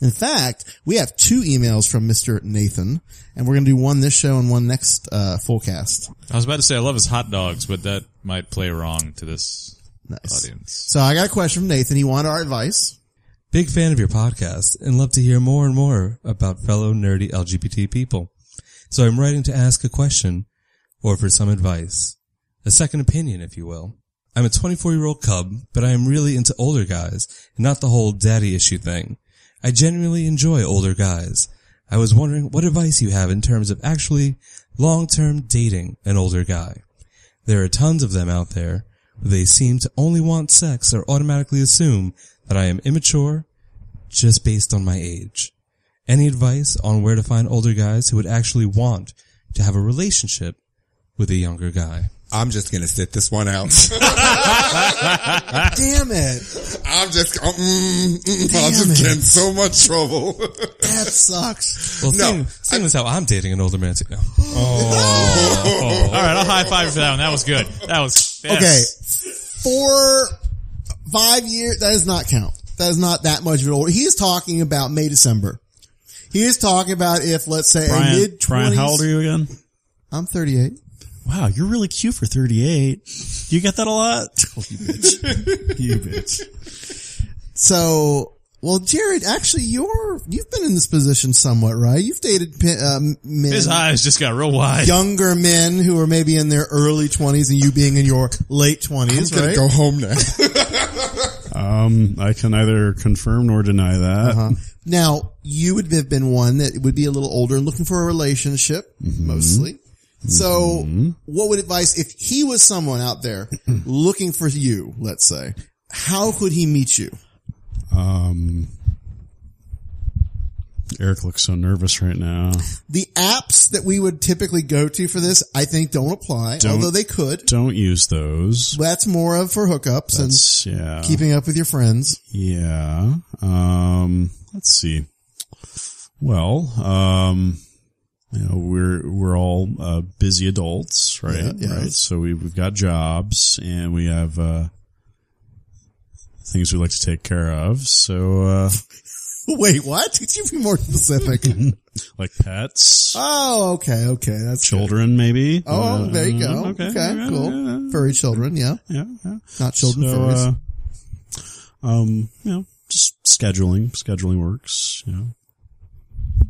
S1: In fact, we have two emails from Mr. Nathan and we're going to do one this show and one next, uh, full cast.
S2: I was about to say I love his hot dogs, but that might play wrong to this
S1: Nice.
S2: audience.
S1: So I got a question from Nathan. He wanted our advice.
S6: Big fan of your podcast and love to hear more and more about fellow nerdy LGBT people. So I'm writing to ask a question or for some advice. A second opinion, if you will. I'm a 24 year old cub, but I am really into older guys and not the whole daddy issue thing. I genuinely enjoy older guys. I was wondering what advice you have in terms of actually long term dating an older guy. There are tons of them out there, but they seem to only want sex or automatically assume that I am immature just based on my age. Any advice on where to find older guys who would actually want to have a relationship with a younger guy?
S4: I'm just gonna sit this one out.
S1: Damn it.
S4: I'm just. I'm, mm, mm, I'm
S1: Damn it.
S4: just getting so much trouble.
S1: That sucks.
S6: Well,
S4: No,
S2: Oh.
S6: seeing, seeing as how I'm dating an older man too. No.
S2: All right, I'll high five for that one. That was good. That was yes.
S1: Four, five years. That does not count. That is not that much of an old. He is talking about May, December. He is talking about if, let's say, a
S5: Brian,
S1: mid
S5: Brian, how old are
S1: twenties.
S5: you again?
S1: I'm 38.
S5: Wow, you're really cute for 38. Do you get that a lot? Oh, you bitch. You bitch.
S1: So, well, Jared, actually, you're you've been in this position somewhat, right? You've dated pe- um, men,
S2: His eyes just got real wide.
S1: younger men who are maybe in their early 20s, and you being in your late 20s,
S4: I'm gonna
S1: right?
S4: go home now.
S5: Um, I can neither confirm nor deny that.
S1: Uh-huh. Now, you would have been one that would be a little older and looking for a relationship,
S5: Mm-hmm.
S1: mostly. So, what would advice, if he was someone out there looking for you, let's say, how could he meet you?
S5: Um, Eric looks so nervous right now.
S1: The apps that we would typically go to for this, I think don't apply,
S5: Don't-
S1: although they could.
S5: Don't use those.
S1: That's more of for hookups
S5: That's,
S1: and
S5: yeah.
S1: keeping up with your friends.
S5: Yeah. Um, let's see. Well, um, you know, we're, we're all, uh, busy adults, right?
S1: Yeah, yeah.
S5: Right. So we, we've got jobs and we have, uh, things we like to take care of. So, uh,
S1: Wait, what? Could you be more specific?
S5: like pets,
S1: oh, okay, okay. That's
S5: children, maybe.
S1: Oh,
S5: Uh,
S1: there you go. Okay, cool. Furry children, yeah.
S5: Yeah, yeah.
S1: Not children,
S5: So,
S1: furries.
S5: uh, um, you know, just scheduling, scheduling works, you know.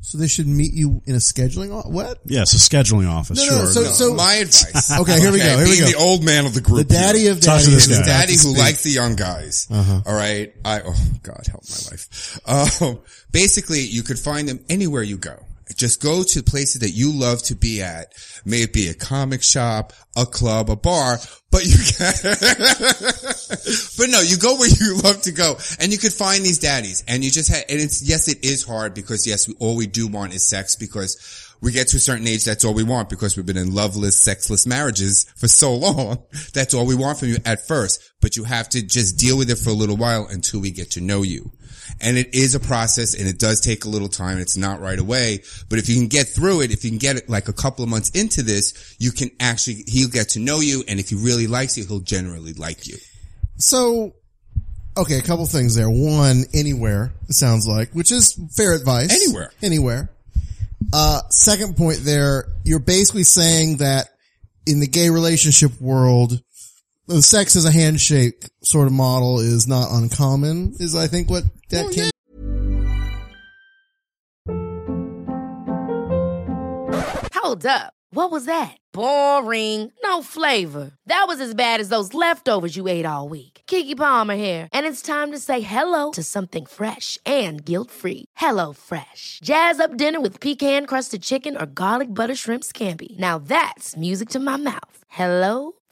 S1: so they should meet you in a scheduling, o- what?
S5: Yes, a scheduling office.
S1: No, no,
S5: sure.
S1: so- so-
S4: My advice.
S1: Okay, here we go, here we
S4: being
S1: go.
S4: the old man of the group.
S1: The daddy
S4: here.
S1: of Talk to daddies this Uh-huh. is guy.
S4: The daddy
S1: about to
S4: who
S1: speak.
S4: likes the young guys. All right. I, oh God, help my life. Um, basically you could find them anywhere you go. Just go to places that you love to be at. May it be a comic shop, a club, a bar, but you but no, you go where you love to go and you could find these daddies and you just had, and it's, yes, it is hard because yes, we, all we do want is sex because we get to a certain age. That's all we want because we've been in loveless, sexless marriages for so long. That's all we want from you at first, but you have to just deal with it for a little while until we get to know you. And it is a process and it does take a little time. It's not right away, but if you can get through it, if you can get it like a couple of months into this, you can actually, he'll get to know you. And if he really likes you, he'll generally like you.
S1: So, okay, a couple things there. One, anywhere, it sounds like, which is fair advice.
S4: Anywhere.
S1: Anywhere. Uh, second point there, you're basically saying that in the gay relationship world, the sex as a handshake sort of model is not uncommon, is I think what that came
S8: Hold up. What was that? Boring. No flavor. That was as bad as those leftovers you ate all week. Kiki Palmer here, and it's time to say hello to something fresh and guilt-free. Hello Fresh. Jazz up dinner with pecan-crusted chicken or garlic butter shrimp scampi. Now that's music to my mouth. Hello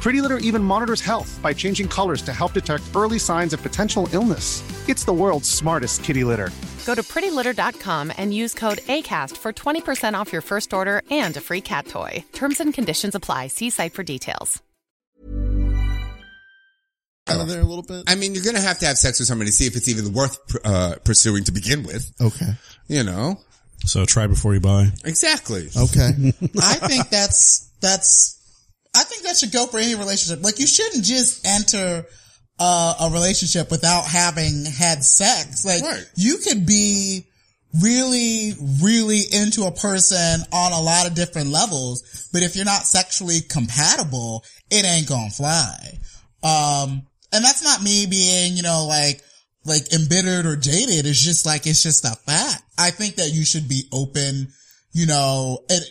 S7: Pretty Litter even monitors health by changing colors to help detect early signs of potential illness. It's the world's smartest kitty litter.
S9: Go to prettylitter.com and use code ACAST for 20% off your first order and a free cat toy. Terms and conditions apply. See site for details.
S1: out of there a little bit.
S4: I mean, you're going to have to have sex with somebody to see if it's even worth uh, pursuing to begin with.
S1: Okay.
S4: You know?
S5: So try before you buy.
S4: Exactly.
S1: Okay.
S3: I think that's that's. I think that should go for any relationship. Like you shouldn't just enter uh, a relationship without having had sex. Like you could be really, really into a person on a lot of different levels, but if you're not sexually compatible, it ain't gonna fly. Um, and that's not me being, you know, like like embittered or jaded. It's just like it's just a fact. I think that you should be open. You know, it,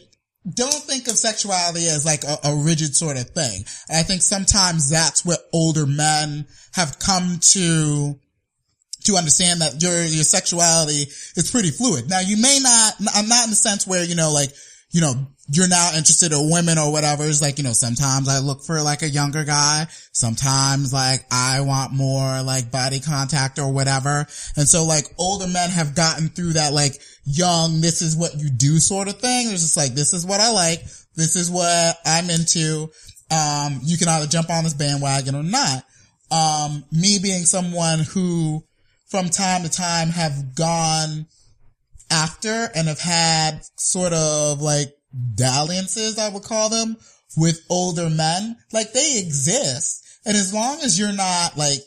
S3: don't think of sexuality as like a, a rigid sort of thing. And I think sometimes that's what older men have come to to understand that your your sexuality is pretty fluid. Now you may not I'm not in the sense where, you know, like, you know, you're now interested in women or whatever. It's like, you know, sometimes I look for like a younger guy. Sometimes like I want more like body contact or whatever. And so like older men have gotten through that like young, this is what you do sort of thing. It's just like, this is what I like. This is what I'm into. Um, you can either jump on this bandwagon or not. Um, me being someone who from time to time have gone after and have had sort of like dalliances, I would call them, with older men. Like they exist. And as long as you're not like,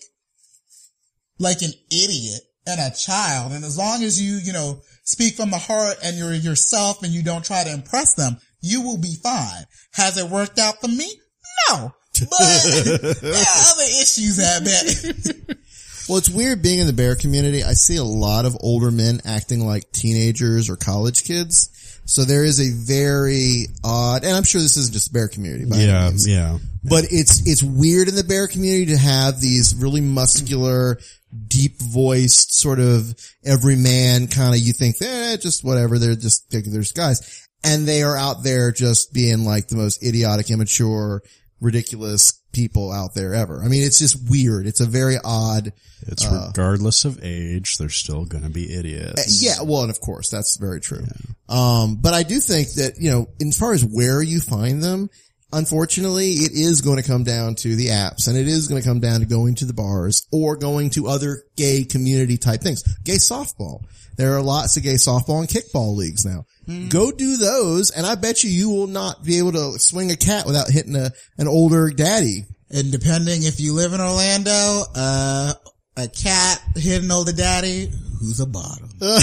S3: like an idiot and a child, and as long as you, you know, speak from the heart and you're yourself and you don't try to impress them, you will be fine. Has it worked out for me? No. But there are other issues at that.
S1: Well, it's weird being in the bear community. I see a lot of older men acting like teenagers or college kids. So there is a very odd, and I'm sure this isn't just the bear community, by any
S5: Yeah,
S1: means.
S5: yeah.
S1: But it's it's weird in the bear community to have these really muscular, deep voiced sort of every man kind of you think eh, just whatever they're just they're just guys, and they are out there just being like the most idiotic, immature, ridiculous people out there ever. I mean, it's just weird. It's a very odd.
S5: It's
S1: uh,
S5: regardless of age, they're still going to be
S1: uh,
S5: idiots.
S1: Yeah, well, and of course, that's very true. Um, but I do think that, you know, as far as where you find them, unfortunately, it is going to come down to the apps and it is going to come down to going to the bars or going to other gay community type things. Gay softball. There are lots of gay softball and kickball leagues now.
S3: Hmm.
S1: Go do those and I bet you you will not be able to swing a cat without hitting a, an older daddy.
S3: And depending if you live in Orlando, uh, a cat hitting older daddy, who's a bottom?
S1: no,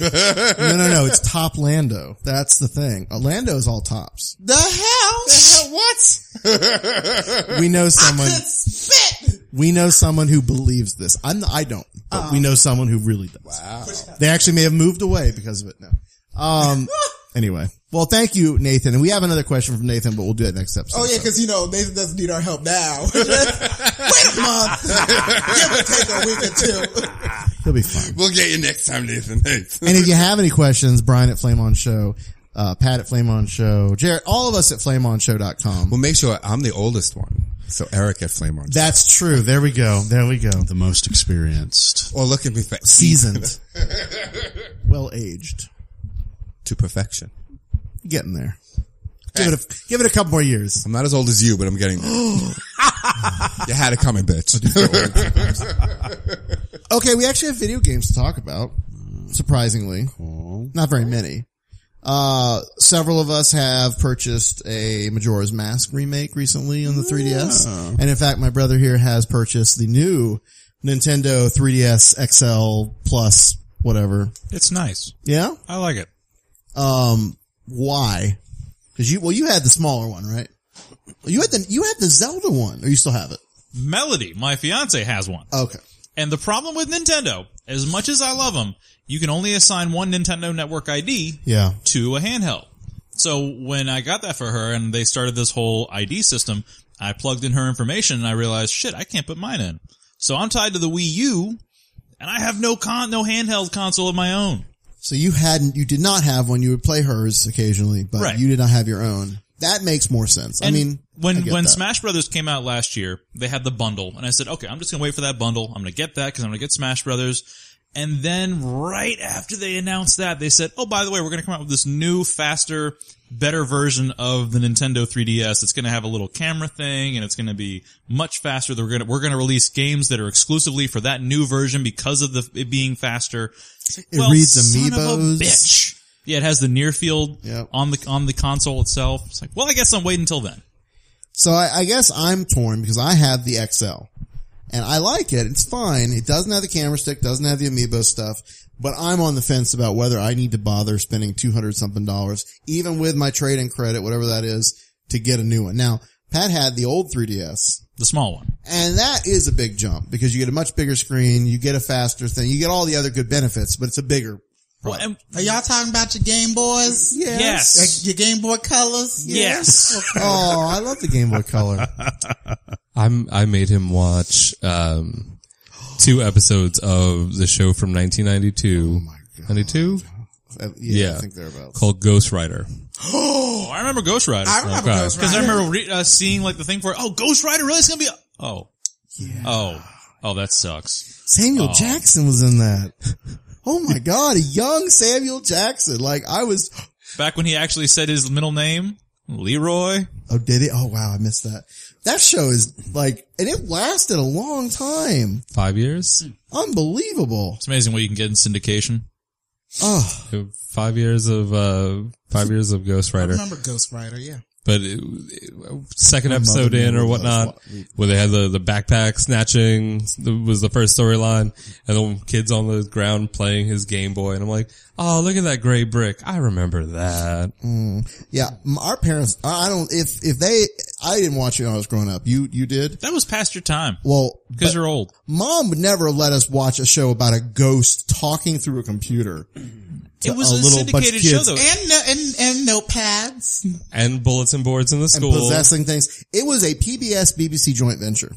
S1: no, no. It's top Lando. That's the thing. Uh, Lando's all tops.
S3: The hell?
S1: what? we know someone.
S3: could
S1: We know someone who believes this. I'm. I don't. But
S3: Uh.
S1: we know someone who really does. Wow. They actually may have moved away because of it now. Um. anyway. Well, thank you, Nathan. And we have another question from Nathan, but we'll do it next episode.
S3: Oh yeah, because you know Nathan doesn't need our help now. Wait a month, give or take a week or two.
S1: He'll be fine.
S4: We'll get you next time, Nathan. Thanks.
S1: and if you have any questions, Brian at Flame On Show, uh, Pat at Flame On Show, Jared, all of us at flameonshow.com.
S4: Well, make sure I'm the oldest one. So Eric at Flame on.
S1: That's true. There we go. There we go.
S5: The most experienced.
S4: Or look at me, fa-
S1: Seasoned. well aged.
S4: to perfection.
S1: Getting there. Give it a give it a couple more years.
S4: I'm not as old as you, but I'm getting. you had it coming, bitch.
S1: Okay, we actually have video games to talk about. Surprisingly, not very many. Uh, several of us have purchased a Majora's Mask remake recently on the 3DS,
S2: Ah.
S5: Yeah.
S1: and in fact, my brother here has purchased the new Nintendo 3DS XL Plus, whatever.
S2: It's nice.
S1: Yeah,
S2: I like it.
S1: Um, why? Because you well, you had the smaller one, right? You had the you had the Zelda one, or you still have it?
S2: Melody, my fiance, has one.
S1: Okay.
S2: And the problem with Nintendo, as much as I love them, you can only assign one Nintendo Network ID
S1: Yeah.
S2: to a handheld. So when I got that for her and they started this whole ID system, I plugged in her information and I realized, shit, I can't put mine in. So I'm tied to the Wii U and I have no con, no handheld console of my own.
S1: So you hadn't, you did not have one. You would play hers occasionally, but
S2: Right.
S1: you did not have your own. That makes more sense. I
S2: And
S1: mean,
S2: when
S1: I get
S2: when
S1: that.
S2: Smash Brothers came out last year, they had the bundle, and I said, okay, I'm just gonna wait for that bundle. I'm gonna get that because I'm gonna get Smash Brothers. And then right after they announced that, they said, oh, by the way, we're gonna come out with this new, faster, better version of the Nintendo 3DS. It's gonna have a little camera thing, and it's gonna be much faster. They're gonna we're gonna release games that are exclusively for that new version because of the it being faster.
S1: It reads
S2: son of a
S1: amiibos.
S2: bitch. Yeah, it has the near field on the on the console itself. It's like, well, I guess I'm waiting until then.
S1: So I, I guess I'm torn because I have the XL and I like it. It's fine. It doesn't have the camera stick, doesn't have the amiibo stuff, but I'm on the fence about whether I need to bother spending 200 something dollars, even with my trade in credit, whatever that is, to get a new one. Now, Pat had the old 3DS.
S2: The small one.
S1: And that is a big jump because you get a much bigger screen, you get a faster thing, you get all the other good benefits, but it's a bigger.
S2: Oh,
S3: Are y'all talking about your Game Boys?
S1: Yes.
S3: Like your Game Boy Colors? Okay.
S1: oh, I love the Game Boy Color.
S6: I'm I made him watch um two episodes of the show from 1992.
S1: Oh
S6: 92?
S1: Uh, Yeah, I think thereabouts.
S6: Called Ghost Rider.
S2: Oh, I remember Ghost Rider.
S6: I remember Okay. Ghost
S2: because I
S6: Rider.
S2: remember re- uh, seeing like the thing for oh Ghost Rider really is gonna be a- oh oh oh that sucks.
S1: Samuel
S2: Oh.
S1: Jackson was in that. Oh my God, a young Samuel Jackson. Like I was,
S2: Back when he actually said his middle name, Leroy.
S1: oh, did it? Oh wow, I missed that. That show is like, and it lasted a long time.
S6: Five years?
S1: Unbelievable.
S2: It's amazing what you can get in syndication.
S1: Oh,
S6: Five years of uh five years of Ghost Rider.
S3: Remember Ghost Rider? Yeah.
S6: But it, it- second
S5: My
S6: episode
S5: mother
S6: in or
S5: never
S6: whatnot,
S5: loves what-
S6: where they had the, the backpack snatching was the first storyline, and the kids on the ground playing his Game Boy, and I'm like, oh, look at that gray brick. I remember that.
S1: Mm. Yeah, m- our parents. I I don't. If if they, I didn't watch it when I was growing up. You you did.
S2: That was past your time.
S1: Well,
S2: because you're old.
S1: Mom would never let us watch a show about a ghost talking through a computer. to
S2: It was a,
S1: little bunch of
S2: syndicated show
S1: kids
S2: though.
S3: And no, and and notepads.
S6: And bulletin boards in the
S1: and
S6: school.
S1: possessing things. It was a PBS BBC joint venture.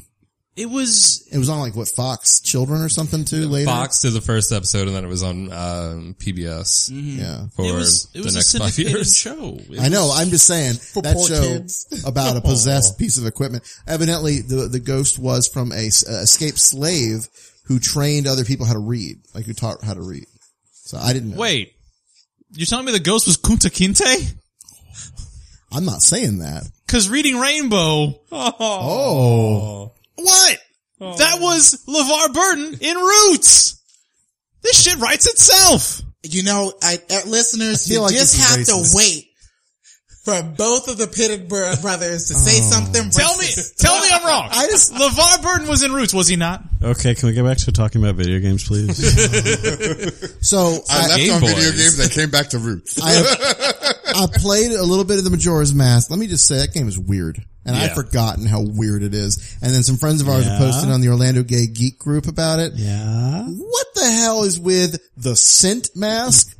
S2: It was.
S1: It was on like what Fox Children or something too. Later,
S6: Fox did the first episode, and then it was on um, PBS.
S2: Mm.
S1: Yeah,
S6: for
S1: Mm-hmm. It was- it
S6: the
S1: was a
S6: next five
S1: syndicated
S6: years.
S2: Show.
S1: I know. I'm just saying
S2: For
S1: that
S2: poor
S1: show
S2: kids.
S1: about a possessed piece of equipment. Evidently, the the ghost was from a s- uh, escaped slave who trained other people how to read, like who taught how to read. So I didn't. know.
S2: Wait, you're telling me the ghost was Kunta Kinte?
S1: I'm not saying that.
S2: Because reading Rainbow.
S1: Oh.
S2: What?
S6: Oh,
S2: That was LeVar Burton in Roots. This shit writes itself.
S3: You know, I, uh, listeners,
S2: I feel
S3: you
S2: like
S3: just
S2: this is
S3: have
S2: racist.
S3: to wait for both of the Pitted bro- brothers to say something.
S2: Tell me,
S3: racist.
S2: tell me I'm wrong.
S3: I just
S2: LeVar Burton was in Roots, was he not?
S5: Okay, can we go back to talking about video games, please?
S1: So
S4: I left
S5: Game
S4: on video
S5: Boys.
S4: games. I came back to roots.
S1: I played a little bit of the Majora's Mask. Let me just say that game is weird. And I've
S4: Yeah.
S1: forgotten how weird it is. And then some friends of ours
S5: Yeah.
S1: have posted on the Orlando Gay Geek group about it.
S5: Yeah.
S1: What the hell is with the scent mask?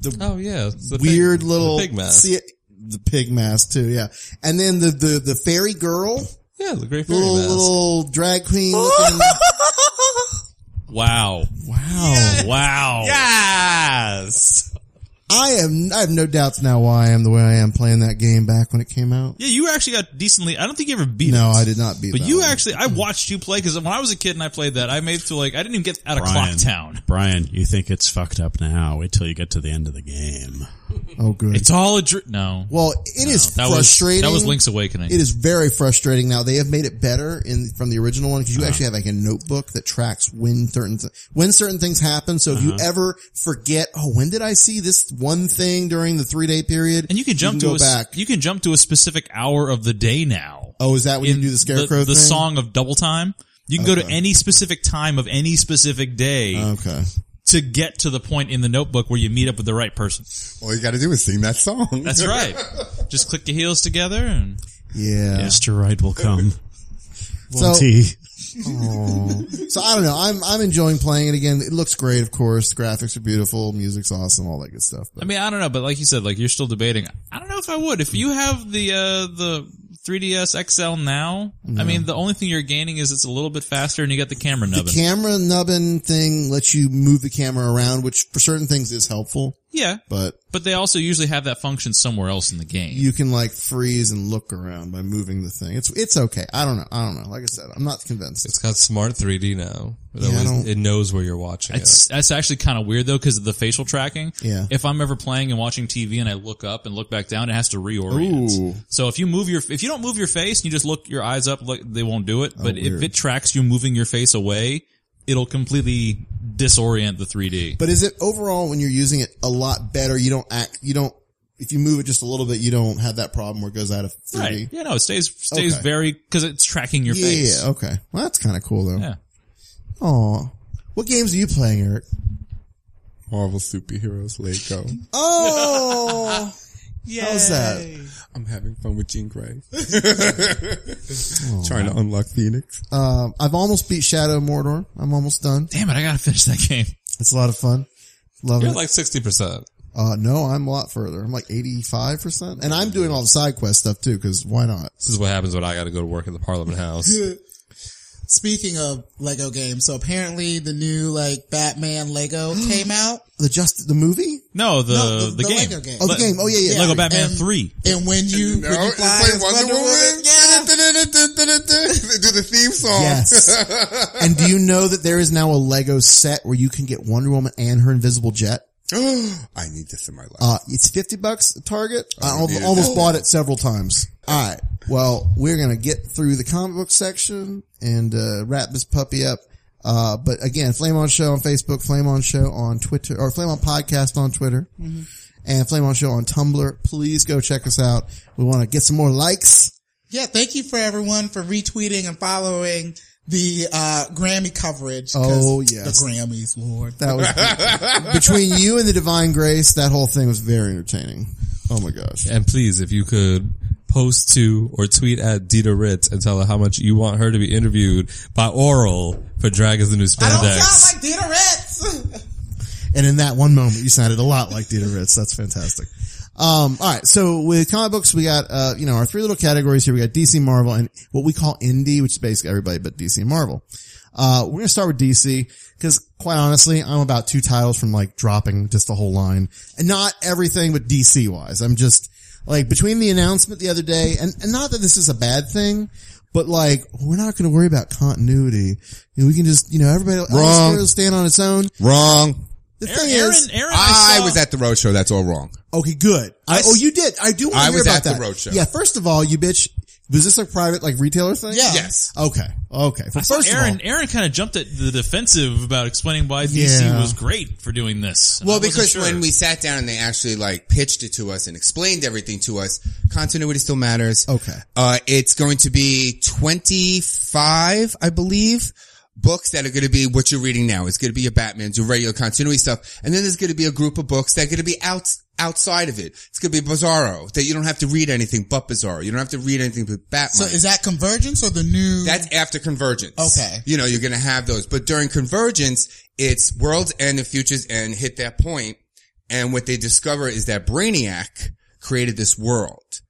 S1: The
S6: oh yeah, it's the
S1: weird
S6: pig-
S1: little
S6: the pig mask.
S1: See it, the pig mask too. Yeah, and then the the the fairy girl.
S6: Yeah, the great fairy
S1: little
S6: mask.
S1: little drag queen. Looking,
S6: Wow.
S1: Wow.
S6: Wow. Yes.
S1: I am. I have no doubts now why I am the way I am playing that game back when it came out.
S2: Yeah, you actually got decently. I don't think you ever beat
S1: No,
S2: it.
S1: I did not beat
S2: But
S1: that
S2: you
S1: one.
S2: actually, I watched you play because when I was a kid and I played that, I made it to like I didn't even get out of
S5: Brian,
S2: Clock Town.
S5: Brian, you think it's fucked up now. Wait till you get to the end of the game.
S1: Oh, good.
S2: It's all a dr- no.
S1: Well, it is
S2: that was-
S1: frustrating.
S2: that was Link's Awakening.
S1: It is very frustrating now. They have made it better in from the original one
S2: Uh-huh.
S1: because you actually have like a notebook that tracks when certain th- when certain things happen. So if you
S2: Uh-huh.
S1: ever forget, oh, when did I see this one thing during the three day period?
S2: And you can jump
S1: go
S2: to a,
S1: back.
S2: s- You can jump to a specific hour of the day now.
S1: Oh, is that when you do the scarecrow
S2: The,
S1: thing?
S2: song of double time. You can go to
S1: Okay. Uh.
S2: any specific time of any specific day.
S1: Okay.
S2: To get to the point in the notebook where you meet up with the right person.
S4: All you got to do is sing that song.
S2: That's right. Just click your heels together and
S1: Yeah.
S5: Mr. Right will come.
S1: So-
S5: Won't he?
S1: Aw. so I don't know. I'm I'm enjoying playing it again. It looks great, of course. Graphics are beautiful, music's awesome, all that good stuff.
S2: I mean, I don't know, but like you said, like you're still debating. I don't know if I would. If you have the uh the 3DS XL now, I
S1: No.
S2: mean, the only thing you're gaining is it's a little bit faster and you got the camera
S1: The
S2: nubbin.
S1: camera nubbin thing lets you move the camera around, which for certain things is helpful.
S2: yeah.
S1: But
S2: But they also usually have that function somewhere else in the game.
S1: you can like freeze and look around by moving the thing. It's it's okay. I don't know. I don't know. Like I said, I'm not convinced.
S6: It's got smart 3D now. It,
S1: Yeah, I
S6: always-
S1: don't-
S6: it knows where you're watching
S2: That's that's actually kind of weird though because of the facial tracking.
S1: Yeah.
S2: If I'm ever playing and watching TV and I look up and look back down, it has to reorient.
S1: Ooh.
S2: So if you move your if you don't move your face and you just look your eyes up, like they won't do it.
S1: Oh,
S2: but if
S1: weird.
S2: it tracks you moving your face away, it'll completely disorient the 3D.
S1: But is it overall when you're using it a lot better? You don't act. You don't. If you move it just a little bit, you don't have that problem where it goes out of 3D.
S2: Right. Yeah. No. It stays stays
S1: Okay.
S2: very because it's tracking your
S1: yeah,
S2: face.
S1: Yeah. Oh. Okay. Well, that's kind of cool though.
S2: Yeah.
S1: Aw. What games are you playing, Eric?
S4: Marvel superheroes, Lego.
S1: Oh. How's that?
S4: I'm having fun with Jean Grey. Trying to unlock Phoenix.
S1: Um, I've almost beat Shadow of Mordor. I'm almost done.
S2: Damn it! I gotta finish that game.
S1: It's a lot of fun.
S6: it.
S1: Love
S6: You're
S1: it.
S6: like 60%.
S1: uh, no, I'm a lot further. I'm like 85 percent, and I'm doing all the side quest stuff too. Because why not?
S6: This is what happens when I got to go to work at the Parliament House.
S3: Speaking of Lego games, so apparently the new like Batman Lego came out.
S1: The just the movie?
S2: No, the
S3: No,
S2: the, game.
S3: Lego game.
S1: Oh, the game. Oh yeah, yeah.
S2: Lego Batman
S3: And-
S2: Three.
S3: And when you
S4: No,
S3: when you
S4: it's
S3: fly
S4: like
S3: as
S4: Wonder, Woman. They do the theme song.
S1: Yes. and do you know that there is now a Lego set where you can get Wonder Woman and her invisible jet?
S4: I need this in my life.
S1: Uh, it's 50 bucks at Target. I
S4: need
S1: al-
S4: it.
S1: almost bought it several times. All right. Well, we're going to get through the comic book section and, uh, wrap this puppy up. Uh, but again, Flame On Show on Facebook, Flame On Show on Twitter, or Flame On Podcast on Twitter. and Flame On Show on Tumblr. Please go check us out. We want to get some more likes.
S3: Yeah, thank you for everyone for retweeting and following the uh, Grammy coverage. 'cause
S1: Oh, yes.
S3: the Grammys, Lord.
S1: That was between you and the Divine Grace. That whole thing was very entertaining. Oh my gosh.
S6: And please, if you could post to or tweet at Dita Ritz and tell her how much you want her to be interviewed by Oral for Drag is the New Spandex.
S3: like Dita Ritz.
S1: And in that one moment, you sounded a lot like Dieter Ritz. That's fantastic. Um, all right. So with comic books, we got, uh, you know, our three little categories here. We got DC, Marvel, and what we call indie, which is basically everybody but DC and Marvel. Uh, we're going to start with DC because quite honestly, I'm about two titles from like dropping just the whole line and not everything, but DC wise. I'm just like between the announcement the other day and, and not that this is a bad thing. But like, we're not going to worry about continuity. You know, we can just, you know, everybody
S4: Wrong.
S1: will stand on its own.
S4: Wrong.
S1: The thing is,
S4: I, was at the roadshow. That's all wrong.
S1: Okay, good. I, oh, you did. I do. Want
S4: I
S1: to hear
S4: was
S1: about
S4: at the
S1: that.
S4: roadshow.
S1: Yeah. First of all, you bitch. Was this a private like retailer thing?
S3: Yeah.
S4: Yes.
S1: Okay. Okay.
S2: I
S1: But
S2: saw
S1: first
S2: Aaron,
S1: of
S2: Aaron kind of jumped at the defensive about explaining why DC
S1: Yeah.
S2: was great for doing this. And I
S4: Well,
S2: wasn't
S4: because
S2: sure.
S4: when we sat down and they actually like pitched it to us and explained everything to us, continuity still matters.
S1: Okay.
S4: Uh, it's going to be 25, I believe, books that are going to be what you're reading now. It's going to be your Batman's, your regular continuity stuff. And then there's going to be a group of books that are going to be out, outside of it. It's going to be Bizarro that you don't have to read anything but Bizarro. You don't have to read anything but Batman.
S3: So is that Convergence or the new?
S4: That's after Convergence.
S3: Okay.
S4: You know, you're going to have those. But during Convergence, it's World's End and Future's End hit that point, And what they discover is that Brainiac created this world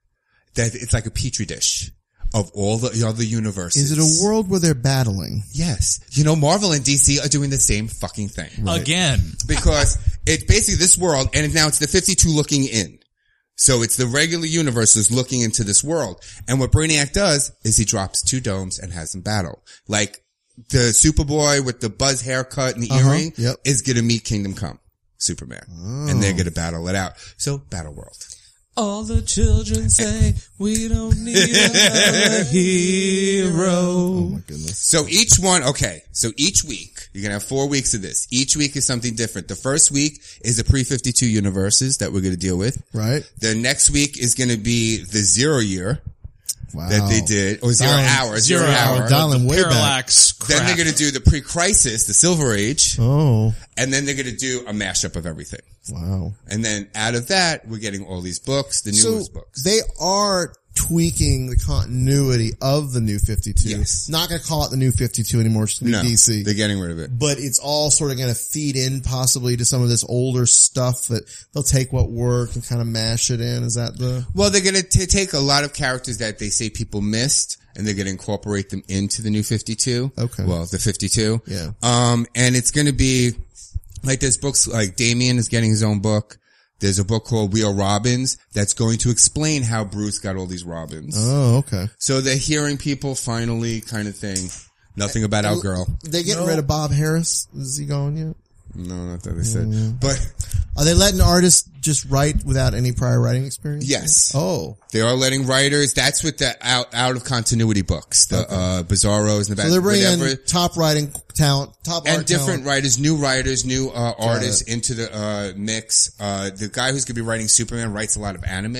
S4: that it's like a petri dish of all the other
S1: all,
S4: universes.
S1: is it a world where they're battling?
S4: Yes. You know, Marvel and DC are doing the same fucking thing.
S2: Again.
S4: Because it's basically this world and now it's the 52 looking in. So it's the regular universe is looking into this world. And what Brainiac does is he drops two domes and has them battle. Like the Superboy with the buzz haircut and the
S1: Uh-huh.
S4: earring
S1: Yep. Oh.
S4: is going to meet Kingdom Come Superman. And they're going to battle it out. So battle world.
S6: All the children say we don't need another
S1: Oh,
S6: hero.
S4: So each one, okay. So each week, you're gonna have four weeks of this. Each week is something different. The first week is the pre-52 universes that we're gonna deal with.
S1: Right.
S4: The next week is gonna be the zero year
S1: Wow.
S4: that they did, or zero
S1: Dialing-
S4: hour, zero,
S1: Oh. zero hour,
S4: hour.
S1: dialing way back. Parallax
S4: Then
S1: crap.
S4: they're gonna do the pre-crisis, the Silver Age,
S1: Oh.
S4: and then they're gonna do a mashup of everything.
S1: Wow.
S4: And then out of that, we're getting all these books, the
S1: so
S4: newest books.
S1: they are tweaking the continuity of the new 52.
S4: Yes.
S1: Not going to call it the new 52 anymore. It's going to
S4: No,
S1: be DC.
S4: they're getting rid of it.
S1: but it's all sort of going to feed in possibly to some of this older stuff that they'll take what worked and kind of mash it in. Is that the?
S4: Well, they're going to take a lot of characters that they say people missed and they're going to incorporate them into the new 52. Okay. Well, the 52.
S1: Yeah.
S4: Um, and it's going to be like there's books like Damien is getting his own book. There's a book called We Are Robins that's going to explain how Bruce got all these Robins.
S1: Oh, okay.
S4: So they're hearing people finally kind of thing. Nothing about our girl.
S1: They getting rid of Bob Harris? Is he going yet?
S4: No, not that they said.
S1: "Mm."
S4: But
S1: are they letting artists just write without any prior writing experience?
S4: Yes.
S1: Oh,
S4: They are letting writers. That's with the out, out of continuity books, the uh, Bizarros and the
S1: so they're bringing
S4: whatever.
S1: in top writing talent, top
S4: and
S1: art
S4: different
S1: talent.
S4: writers, new writers, new uh, artists
S1: it.
S4: into the uh, mix. Uh, the guy who's going to be writing Superman writes a lot of anime,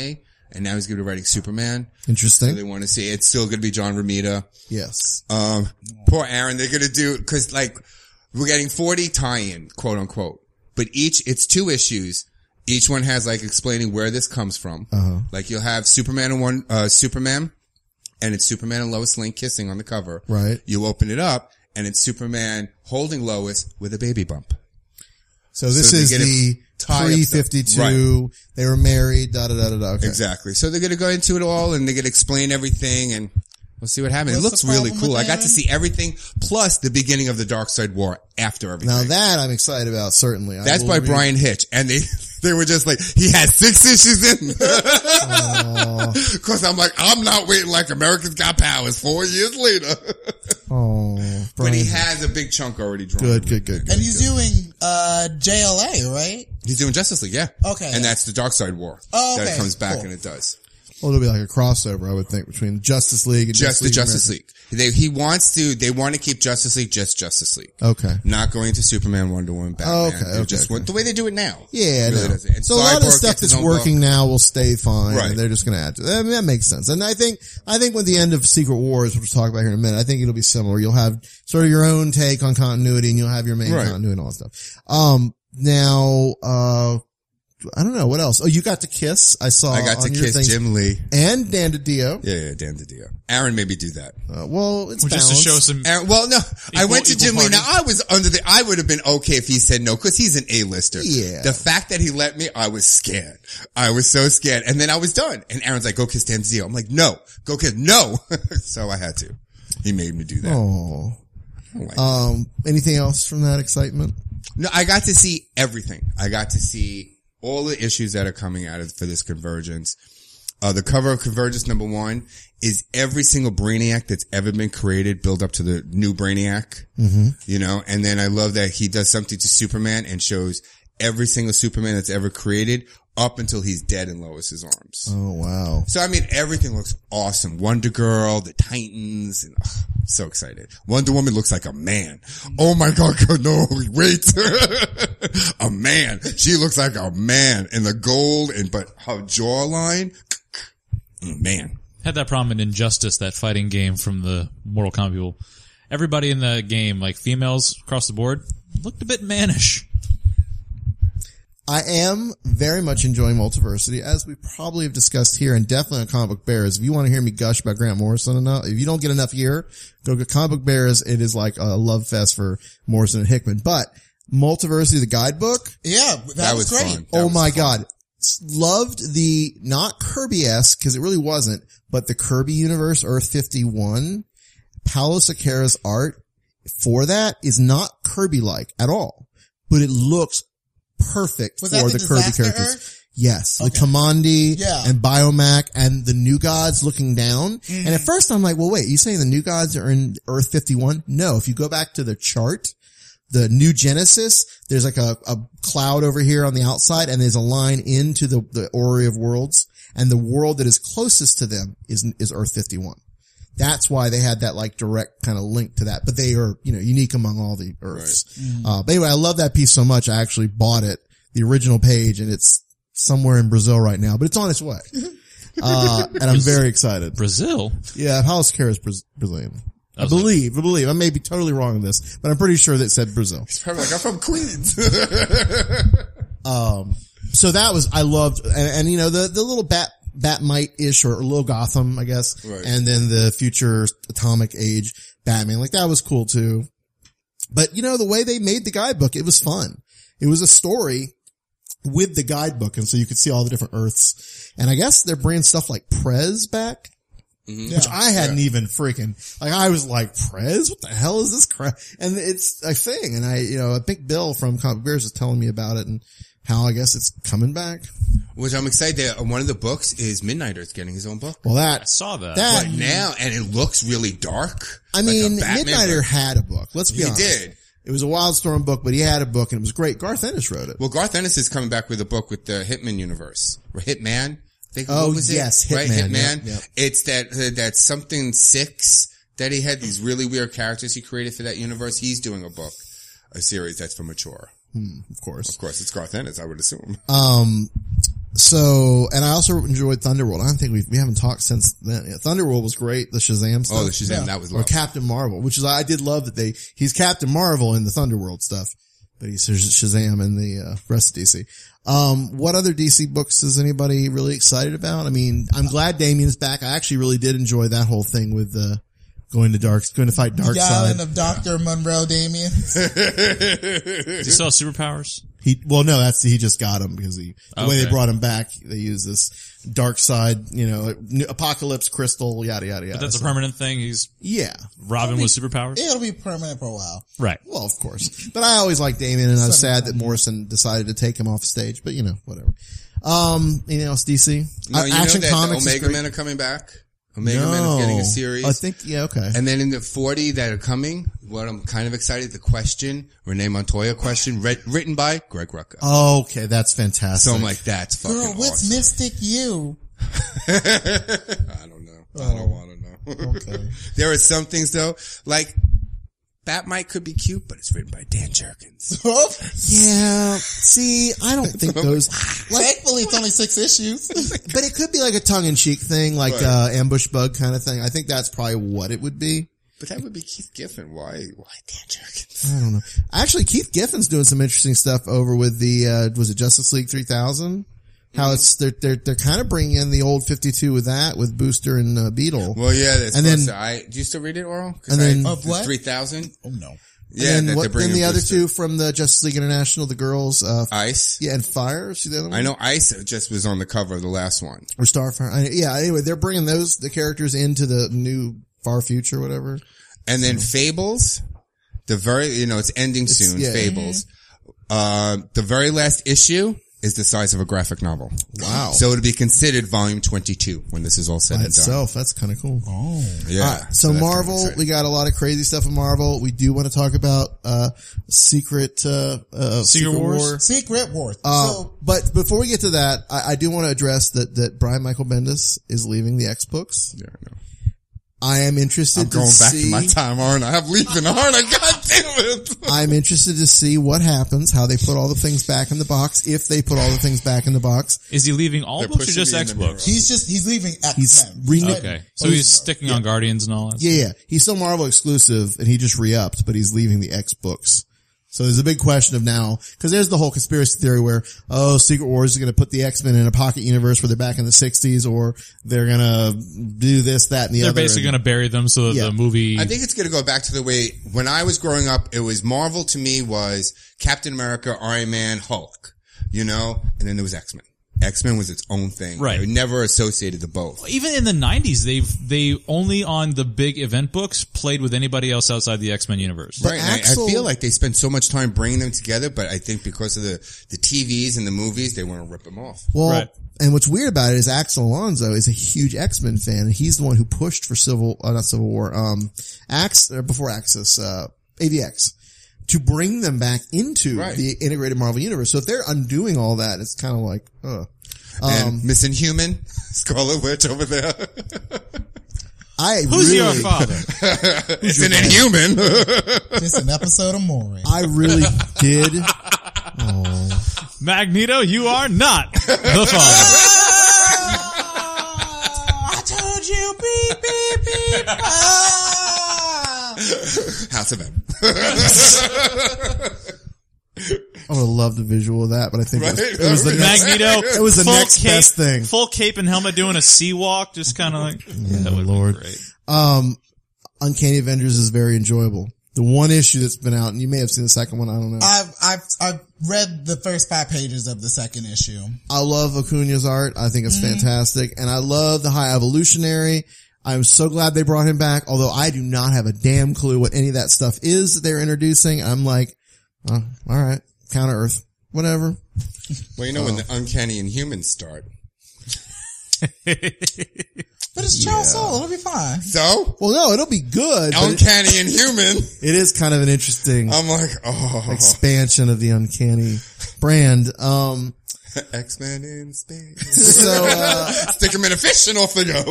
S4: and now he's going to be writing Superman.
S1: Interesting.
S4: So they want to see it's still going to be John Romita.
S1: Yes.
S4: Um, poor Aaron, they're going to do because like we're getting forty tie-in, quote unquote, but each it's two issues. Each one has like explaining where this comes from.
S1: Uh-huh.
S4: Like you'll have Superman and one uh, Superman, and it's Superman and Lois Lane kissing on the cover.
S1: Right.
S4: You open it up, and it's Superman holding Lois with a baby bump.
S1: So this
S4: So they
S1: is
S4: get it
S1: the
S4: tied up
S1: pre fifty two. They were married. Da da da da da. Okay.
S4: Exactly. So they're going to go into it all, and they're going to explain everything, and we'll see what happens.
S1: What's
S4: it looks
S1: the
S4: really
S1: problem
S4: cool.
S1: with
S4: I got to
S1: that?
S4: see everything, plus the beginning of the Dark Side War after everything.
S1: Now that I'm excited about certainly. I
S4: That's
S1: will
S4: by
S1: read-
S4: Brian Hitch, and they they were just like he has six issues in. Because I'm like I'm not waiting like America's Got Powers four years later,
S1: Oh,
S4: but he
S1: Brian.
S4: has a big chunk already drawn.
S1: Good, good, good,
S3: and he's doing uh, JLA, right?
S4: He's doing Justice League, yeah.
S3: Okay,
S4: and
S3: yeah.
S4: that's the Dark Side War
S3: Oh, okay,
S4: that comes back
S3: cool.
S4: and it does.
S1: Well, it'll be like a crossover, I would think, between Justice League and
S4: just the Justice
S1: America.
S4: League. They, he wants to. They want to keep Justice League just Justice League.
S1: Okay.
S4: Not going to Superman, Wonder Woman,
S1: Oh,
S4: Batman.
S1: okay,
S4: They
S1: okay,
S4: just
S1: okay.
S4: want- the way they do it now.
S1: Yeah,
S4: It really
S1: no.
S4: doesn't. And
S1: so a lot of
S4: Cyborg
S1: the stuff
S4: gets his
S1: that's
S4: own book.
S1: working now will stay fine,
S4: Right.
S1: and they're just going to add to. That, I mean, that makes sense, and I think I think with the end of Secret Wars, which we'll talk about here in a minute, I think it'll be similar. You'll have sort of your own take on continuity, and you'll have your main
S4: Right.
S1: continuity and all that stuff. Um, now, uh, I don't know what else. Oh, you got to kiss. I saw.
S4: I got to
S1: uh, on your
S4: kiss
S1: things.
S4: Jim Lee.
S1: and Dan DiDio.
S4: Yeah, yeah, Dan DiDio. Aaron made me do that.
S1: Uh, well, it's
S4: Just to
S1: balanced.
S4: show some Aaron, well, no, I went to
S1: equal
S4: Jim Lee.
S1: party.
S4: Now I was under the. I would have been okay if he said no because he's an A-lister.
S1: Yeah.
S4: The fact that he let me, I was scared. I was so scared, and then I was done. And Aaron's like, "Go kiss Dan Zio." I'm like, "No, go kiss no." so I had to. He made me do that.
S1: Oh.
S4: like
S1: Um, anything else from that excitement?
S4: No, I got to see everything. I got to see all the issues that are coming out of for this convergence. Uh, the cover of Convergence number one is every single Brainiac that's ever been created build up to the new Brainiac,
S1: Mhm.
S4: you know, and then I love that he does something to Superman and shows every single Superman that's ever created up until he's dead in Lois's arms.
S1: Oh wow.
S4: So I mean, everything looks awesome. Wonder Girl, the Titans, and ugh, so excited. Wonder Woman looks like a man. Oh my God, no, wait, a man. She looks like a man, and the gold, and but her jawline, mm, man.
S2: had that problem in Injustice, that fighting game from the Mortal Kombat people. Everybody in the game, like females across the board, looked a bit mannish.
S1: I am very much enjoying Multiversity, as we probably have discussed here, and definitely on Comic Book Bears. If you want to hear me gush about Grant Morrison enough, if you don't get enough here, go to Comic Book Bears. It is like a love fest for Morrison and Hickman. But Multiversity, the guidebook,
S3: Yeah, that, was, great.
S1: oh my god, S- loved the not Kirby esque because it really wasn't, but the Kirby universe Earth fifty one. Paolo Sequeira's art for that is not Kirby like at all, but it looks perfect
S3: Was that
S1: for
S3: the
S1: the, Kirby
S3: Disaster
S1: characters.
S3: Earth?
S1: Yes, the Kamandi
S3: Yeah.
S1: and Biomac and the new gods looking down. And at first I'm like, well, wait, you saying the new gods are in Earth 51? No, if you go back to the chart, the new Genesis, there's like a, a cloud over here on the outside and there's a line into the, the Ori of worlds and the world that is closest to them is, is Earth 51. That's why they had that like direct kind of link to that, but they are, you know, unique among all the Earths.
S3: Mhm.
S1: Uh, but anyway, I love that piece so much. I actually bought it, the original page and it's somewhere in Brazil right now, but it's on its way. Uh, and I'm very excited.
S2: Brazil?
S1: Yeah, Paulo Sequeira is Braz- Brazilian. I believe, I believe. I may be totally wrong on this, but I'm pretty sure that said Brazil.
S4: Probably like, I'm from Queens. Mm-hmm.
S1: Um, so that was, I loved, and, and you know, the, the little bat, Batmite-ish or little Gotham, I guess.
S4: Right.
S1: And then the future atomic age Batman, like that was cool too. But you know, the way they made the guidebook, it was fun. It was a story with the guidebook. And so you could see all the different Earths. And I guess they're bringing stuff like Prez back. Which I hadn't even freaking, like I was like, Prez, what the hell is this crap? And it's a thing. And I, you know, I think Bill from Comic Bears was telling me about it and how I guess it's coming back.
S4: Which I'm excited that uh, one of the books is Midnighter's getting his own book.
S1: Well, that- I
S2: saw that.
S1: that-
S4: right now, and it looks really dark.
S1: I
S4: like a
S1: mean,
S4: Batman
S1: Midnighter
S4: book.
S1: had a book. Let's be
S4: He
S1: honest.
S4: did.
S1: It was a Wildstorm book, but he had a book and it was great. Garth Ennis wrote it.
S4: Well, Garth Ennis is coming back with a book with the Hitman universe, or Hitman. I think,
S1: Oh,
S4: what was it?
S1: yes,
S4: right,
S1: Hitman,
S4: Hitman.
S1: yep, yep.
S4: It's that uh, that something six that he had these really weird characters he created for that universe. He's doing a book, a series that's for mature.
S1: Hmm, of course,
S4: of course, it's Garth Ennis. I would assume.
S1: Um, so, and I also enjoyed Thunderworld. I don't think we we haven't talked since then. Yeah, Thunderworld was great. The Shazam stuff.
S4: Oh, the Shazam, that was
S1: Or
S4: lovely.
S1: Captain Marvel, which is, I did love that they, he's Captain Marvel in the Thunderworld stuff, but he's Shaz- Shazam in the uh, rest of DC. Um, what other DC books is anybody really excited about? I mean, I'm glad Damien is back. I actually really did enjoy that whole thing with, uh, going to dark, going to fight dark
S3: the
S1: side.
S3: island of Dr. Monroe Damien.
S2: Does he still have superpowers?
S1: He well, no, that's he just got him because he the way they
S2: Okay.
S1: brought him back, they use this dark side, you know, n- apocalypse crystal, yada yada yada.
S2: But that's a
S1: So-
S2: permanent thing. He's
S1: Yeah,
S2: Robin with superpowers.
S3: It'll be permanent for a while.
S2: Right.
S1: Well, of course. But I always liked Damien, and I was sad that Morrison decided to take him off stage. But you know, whatever. Um, anything else? DC
S4: No,
S1: Uh,
S4: you know that
S1: is
S4: the Omega
S1: great.
S4: Men are coming back. Omega Men is getting
S1: No.
S4: a series.
S1: I think yeah, okay.
S4: And then in the 40 that are coming, what I'm kind of excited, the question, Renee Montoya question, read, written by Greg Rucka.
S1: okay, that's fantastic.
S4: So I'm like, that's fucking
S3: Girl, what's Mystic You?
S4: I don't know. I
S10: Oh,
S4: don't want to know.
S10: okay.
S4: there are some things though, like Bat Mike could be cute, but it's written by Dan Jerkins.
S1: Oh, yeah. See, I don't think those.
S3: Thankfully, it's only six issues.
S1: But it could be like a tongue in cheek thing, like
S4: Right.
S1: uh, ambush bug kind of thing. I think that's probably what it would be.
S4: But that would be Keith Giffen. Why? Why Dan Jerkins?
S1: I don't know. Actually, Keith Giffen's doing some interesting stuff over with the uh, was it Justice League three thousand?
S4: Mm-hmm.
S1: How it's they're they're they're kind of bringing in the old fifty two with that with Booster and uh, Beetle.
S4: Well, yeah, that's
S1: and then
S4: supposed to- I, do you still read it, Oral? 'Cause
S1: and
S4: I-
S1: then-
S4: the
S1: Of what?
S4: 3000?
S3: Oh,
S4: Yeah,
S3: no.
S1: and
S4: that
S1: then,
S4: they're
S1: what, then
S4: bringing
S1: the other
S4: Booster.
S1: two from the Justice League International, the girls, uh,
S4: Ice.
S1: yeah, and Fire. See the other one?
S4: I know Ice just was on the cover of the last one.
S1: or Starfire. I, yeah. Anyway, they're bringing those the characters into the new far future, whatever.
S4: And then Fables, the very, you know, it's ending soon,
S1: Mm-hmm. yeah.
S4: Fables. Uh, the very last issue is the size of a graphic novel.
S1: Wow.
S4: So it'll be considered volume 22 when this is all said
S1: By
S4: and done.
S1: itself, that's kind of cool.
S10: Oh,
S4: Yeah.
S1: All right, so,
S4: that's gonna be
S1: Marvel,
S4: exciting.
S1: we got a lot of crazy stuff in Marvel. We do want to talk about uh Secret uh, uh War.
S3: Secret Wars.
S1: Uh,
S3: so
S1: but before we get to that, I, I do want to address that that Brian Michael Bendis is leaving the X books. Yeah,
S4: I know.
S1: I am interested.
S4: I'm going
S1: to
S4: back
S1: see,
S4: to my time, aren't I? I'm leaving, aren't I? God damn it.
S1: I'm interested to see what happens, how they put all the things back in the box, if they put all the things back in the box.
S2: Is he leaving all
S4: They're
S2: books or
S4: pushing
S2: just
S4: me in
S2: X
S4: the
S2: books?
S3: he's just he's leaving X
S1: He's
S3: Men.
S1: re-
S2: Okay, so he's sticking on Guardians and all that.
S1: Yeah, yeah. He's still Marvel exclusive and he just re-upped, but he's leaving the X books. So there's a big question of now, cause there's the whole conspiracy theory where, oh, Secret Wars is going to put the X-Men in a pocket universe where they're back in the sixties or they're going to do this, that, and the
S2: They're
S1: other.
S2: basically going to bury them so that
S1: Yeah.
S2: the movie.
S4: I think it's going to go back to the way when I was growing up, it was Marvel to me was Captain America, Iron Man, Hulk, you know, and then there was X Men. X Men was its own thing.
S2: Right.
S4: I never associated the both.
S2: even in the 90s they've they only on the big event books played with anybody else outside the x-men universe
S4: right. and I- I, feel like they spent so much time bringing them together, but I think because of the, the TVs and the movies, they want to rip them off.
S1: Well, and what's weird about it is Axel Alonso is a huge X-Men fan and he's the one who pushed for Civil, uh, not Civil War, um, Ax, or before Axis, uh, AVX to bring them back into
S4: Right.
S1: the integrated Marvel universe. So if they're undoing all that, it's kind of like, uh,
S4: and missing human, Scarlet Witch over there.
S1: I
S4: Who's
S1: really,
S4: your father? It's an inhuman.
S3: just an episode of Mooring.
S1: I really did.
S2: magneto you are not the father
S3: I told you, beep beep beep. Ah.
S4: House of M.
S1: I would have loved the visual of that, but I think it was, it was the next,
S2: magneto
S1: It was the
S2: full
S1: next
S2: cape,
S1: best thing.
S2: full cape and helmet doing a sea walk just kind of like that would Lord. great
S1: Um, Uncanny Avengers is very enjoyable. The one issue that's been out, and you may have seen the second one. I don't know. I,
S3: I've I've I've read the first five pages of the second issue.
S1: love Acuna's art. I think it's fantastic, and I love the High Evolutionary. I'm so glad they brought him back. Although I do not have a damn clue what any of that stuff is that they're introducing. I'm like, oh, all right, Counter Earth, whatever.
S4: Well, you know, when the uncanny inhumans start.
S3: But it's Charles
S1: Oh,
S3: Soule. Oh, It'll be fine.
S4: So?
S1: Well, no, it'll be good. but it-
S4: Uncanny inhuman.
S1: It is kind of an interesting.
S4: I'm like, oh.
S1: expansion of the uncanny brand. Um,
S4: X Men in space.
S1: So, uh,
S4: stick them in a fish and off they go.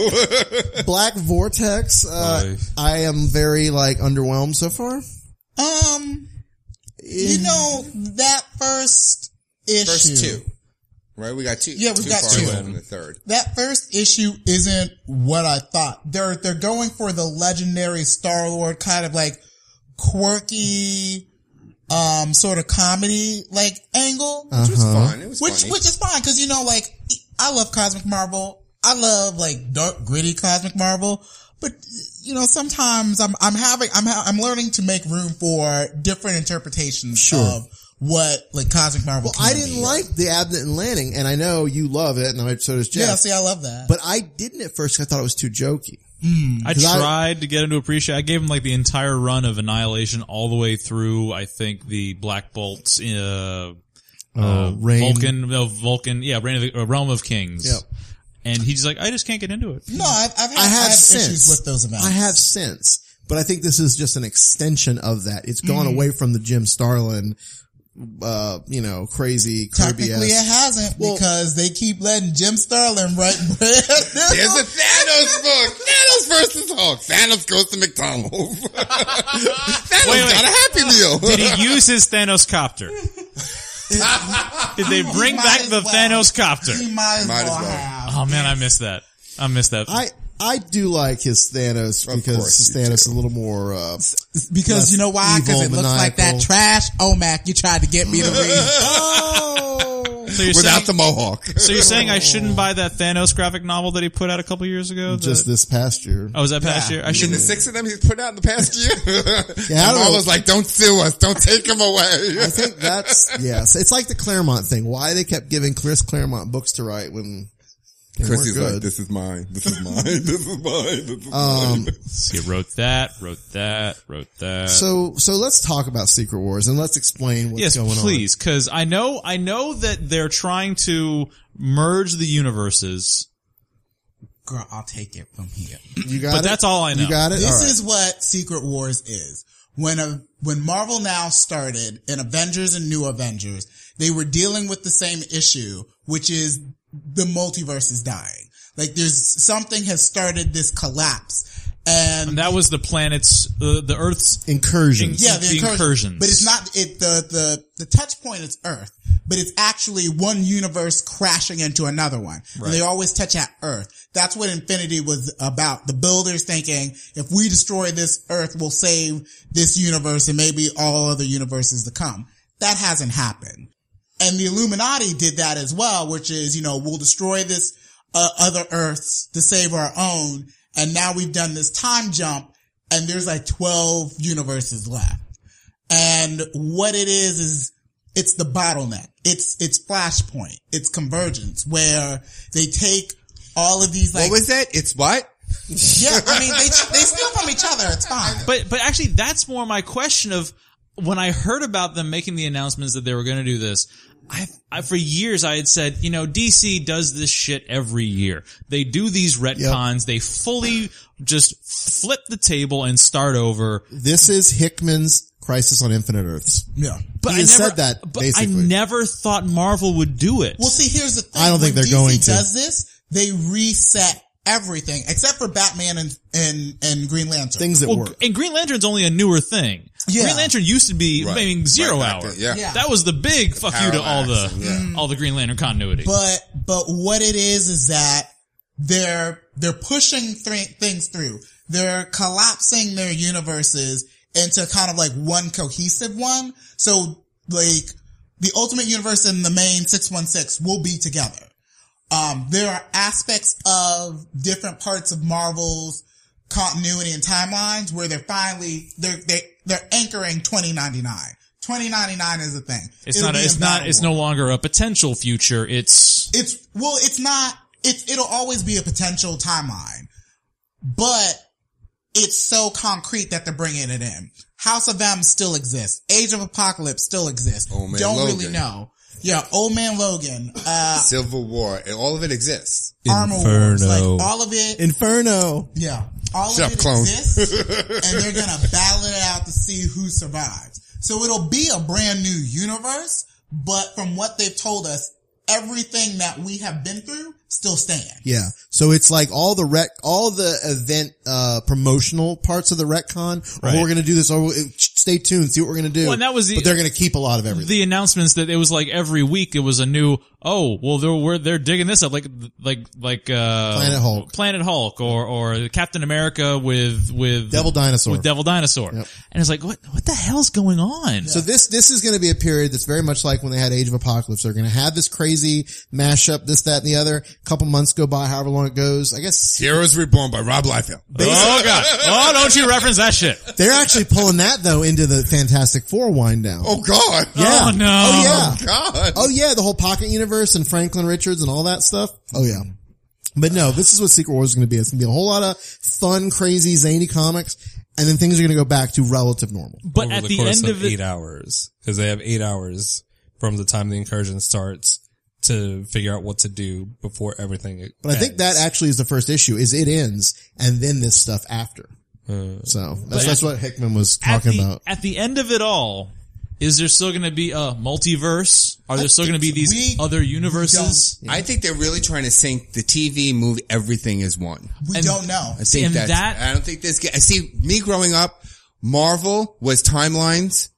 S1: Black Vortex. Uh, I am very like underwhelmed so far.
S3: Um, you know that first issue.
S4: First two, right? We got two.
S3: Yeah, we've
S4: two
S3: got
S4: far
S3: two.
S4: away from the third.
S3: That first issue isn't what I thought. They're they're going for the legendary Star Lord kind of like quirky, um, sort of comedy like angle,
S4: Which was Uh-huh. fun. It was
S3: which
S4: funny.
S3: which is fine because you know like I love cosmic Marvel. I love like dark gritty cosmic Marvel, but you know sometimes I'm I'm having I'm ha- I'm learning to make room for different interpretations of what like cosmic Marvel.
S1: Well, I
S3: can
S1: didn't
S3: be.
S1: like the Abnett and Landing, and I know you love it, and I so does Jeff.
S3: Yeah, see, I love that.
S1: But I didn't at first. 'cause I thought it was too jokey.
S2: i
S1: 'Cause I-
S2: tried to get him to appreciate i gave him like the entire run of annihilation all the way through i think the black bolts uh uh,
S1: Reign.
S2: Vulcan, no, Vulcan, yeah, Reign of the, uh, Realm of Kings.
S1: Yep.
S2: And he's like, I just can't get into it.
S3: No, I've, I've had,
S1: I have
S3: I've
S1: since.
S3: issues with those amounts.
S1: I have
S3: Hmm.
S1: since, but I think this is just an extension of that. It's gone away from the Jim Starlin uh, you know, crazy Kirby
S3: Technically, it hasn't because they keep letting Jim Sterling write brand new-
S4: There's a Thanos book. Thanos versus Hulk. Thanos goes to McDonald's. Thanos got a Happy Meal.
S2: Did he use his Thanos copter? Did they bring
S3: might
S2: back
S3: as
S2: the
S3: well.
S2: Thanos copter?
S3: He might as well have.
S2: Oh man, I missed that. I missed that.
S1: I I do like his Thanos because his Thanos is a little more uh,
S3: Because you know why? Because it looks like that trash OMAC you tried to get me to read.
S2: So you're
S4: Without
S2: saying-
S4: the mohawk.
S2: So you're saying I shouldn't buy that Thanos graphic novel that he put out a couple years ago?
S1: just
S2: The-
S1: this past year.
S2: Oh, was that past year? I
S4: And the
S2: shouldn't.
S4: six of them he's put out in the past year.
S1: Yeah, I
S4: and
S1: don't
S4: I
S1: know.
S4: was like, don't sue us. Don't take him away.
S1: I think that's yes. It's like the Claremont thing. Why they kept giving Chris Claremont books to write when they
S4: Chris
S1: weren't
S4: is
S1: good.
S4: like, this is mine. This is mine. This is mine. This is
S1: Um,
S4: mine.
S2: So you wrote that, wrote that, wrote that.
S1: so so let's talk about Secret Wars and let's explain what's
S2: yes,
S1: going
S2: please, because I know I know that they're trying to merge the universes.
S3: Girl, I'll take it from here.
S1: on. You got
S2: But
S1: it?
S2: that's all I know.
S1: You got it.
S3: This
S1: All right.
S3: is what Secret Wars is. When a, when Marvel Now started in Avengers and New Avengers, they were dealing with the same issue, which is the multiverse is dying. Like there's something has started this collapse. And
S2: And that was the planets, uh, the Earth's
S1: incursions.
S3: yeah, the, incursions.
S2: incursions.
S3: But it's not it the the the touch point is Earth, but it's actually one universe crashing into another one. And
S2: Right.
S3: they always touch at Earth. That's what Infinity was about. The builders thinking if we destroy this Earth, we'll save this universe and maybe all other universes to come. That hasn't happened. And the Illuminati did that as well, which is, you know, we'll destroy this uh, other Earths to save our own. And now we've done this time jump and there's like 12 universes left. And what it is, is it's the bottleneck. It's, it's flashpoint. It's convergence where they take all of these like,
S4: what was that? It's what?
S3: yeah, I mean, they, they steal from each other. It's fine.
S2: But but actually, that's more my question of when I heard about them making the announcements that they were going to do this. I, I for years I had said, you know, DC does this shit every year. They do these retcons. They fully just flip the table and start over.
S1: This is Hickman's Crisis on Infinite Earths.
S3: Yeah,
S2: But
S1: he
S2: I
S1: has
S2: never-
S1: said that
S2: But
S1: basically.
S2: I never thought Marvel would do it.
S3: Well, see, here's the thing.
S1: I don't think
S3: When
S1: they're going
S3: DC
S1: to.
S3: Does this? They reset everything except for Batman and and and Green Lantern.
S2: Well, And Green Lantern's only a newer thing.
S3: Yeah.
S2: Green Lantern used to be,
S3: Right.
S2: I mean, zero
S3: Right back
S2: hour.
S3: then, yeah. Yeah.
S2: That was the big fuck you to all the, all the Green Lantern continuity.
S3: But but what it is is that they're they're pushing th- things through. They're collapsing their universes into kind of like one cohesive one. So like the ultimate universe and the main 616 will be together. Um, there are aspects of different parts of Marvel's continuity and timelines where they're finally they're they they're anchoring 2099. 2099 is a thing.
S2: it's
S3: It'll
S2: not,
S3: be
S2: it's
S3: in
S2: not,
S3: Battle
S2: it's no longer a potential future. It's,
S3: it's well, it's not. It's it'll always be a potential timeline, but it's so concrete that they're bringing it in. House of M still exists. Age of Apocalypse still exists.
S4: Old Oh, Man
S3: Don't really
S4: Logan.
S3: know. Yeah, Old Man Logan, uh,
S4: Civil War. And All of it exists.
S3: Armor Wars, like all of it.
S1: Inferno.
S3: Yeah, all
S4: Shut up,
S3: of it
S4: clone.
S3: exists, and they're gonna battle it out to see who survives. So it'll be a brand new universe, but from what they've told us, everything that we have been through still stands.
S1: Yeah. So it's like all the rec, all the event, uh, promotional parts of the retcon.
S2: Right.
S1: Oh, we're going to do this. Oh, stay tuned. See what we're going to do.
S2: Well, and that was the-
S1: but they're going to keep a lot of everything.
S2: the announcements that it was like every week it was a new oh well they're we're, they're digging this up like like like uh
S1: Planet Hulk.
S2: Planet Hulk or or Captain America uh, with with
S1: Devil Dinosaur.
S2: with Devil Dinosaur and it's like what what the hell's going on
S1: So this, this is going to be a period that's very much like when they had Age of Apocalypse. They're going to have this crazy mashup, this, that, and the other. A couple months go by, however long it goes. I guess
S4: Heroes Reborn by Rob Liefeld.
S2: oh god oh don't you reference that shit
S1: they're actually pulling that though into the Fantastic Four wind down.
S4: Oh God.
S1: Yeah.
S2: Oh, no.
S1: Oh yeah.
S4: God.
S1: Oh yeah, the whole Pocket Universe and Franklin Richards and all that stuff. Oh yeah. But no, this is what Secret Wars is going to be. It's going to be a whole lot of fun, crazy, zany comics, and then things are going to go back to relative normal.
S2: but
S6: over
S2: at
S6: the,
S2: the
S6: course
S2: end
S6: of,
S2: of it
S6: eight hours because they have eight hours from the time the incursion starts to figure out what to do before everything.
S1: But I think that actually is the first issue: is it ends and then this stuff after. So that's, that's what Hickman was
S2: Hmm. at
S1: talking
S2: the-
S1: about.
S2: at the end of it all Is there still going to be a multiverse? Are there still going to be these other universes?
S4: I think they're really trying to sync the TV, movie, everything is one.
S3: We don't know.
S4: I think
S3: And
S4: that's,
S3: that-
S4: I don't think this. I see. Me growing up, Marvel was timelines,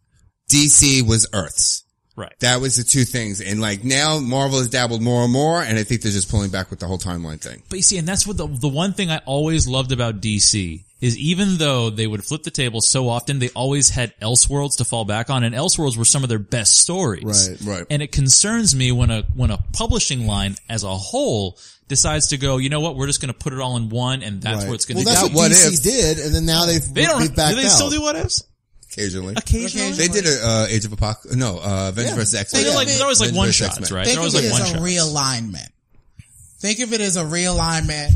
S4: DC was Earths.
S2: Right.
S4: That was the two things, and like now, Marvel has dabbled more and more, and I think they're just pulling back with the whole timeline thing.
S2: But you see, and that's what the, the one thing I always loved about DC is even though they would flip the table so often, they always had Elseworlds to fall back on, and Elseworlds were some of their best stories.
S4: Right, right.
S2: And it concerns me when a when a publishing line as a whole decides to go, you know what, we're just going to put it all in one, and that's where it's going
S1: well,
S2: to
S1: that's
S2: be.
S1: what, DC did, and then now they've
S2: They don't-
S1: they've backed
S2: do they still
S1: out.
S2: do what ifs?
S4: Occasionally.
S2: Occasionally.
S4: They did a uh, Age of Apocalypse. No, uh, Avengers vs. X.
S2: They're like- they're always like one-shots, right?
S3: Think
S2: They're always
S3: of it
S2: like
S3: as a
S2: one-shots.
S3: realignment. Think of it as a realignment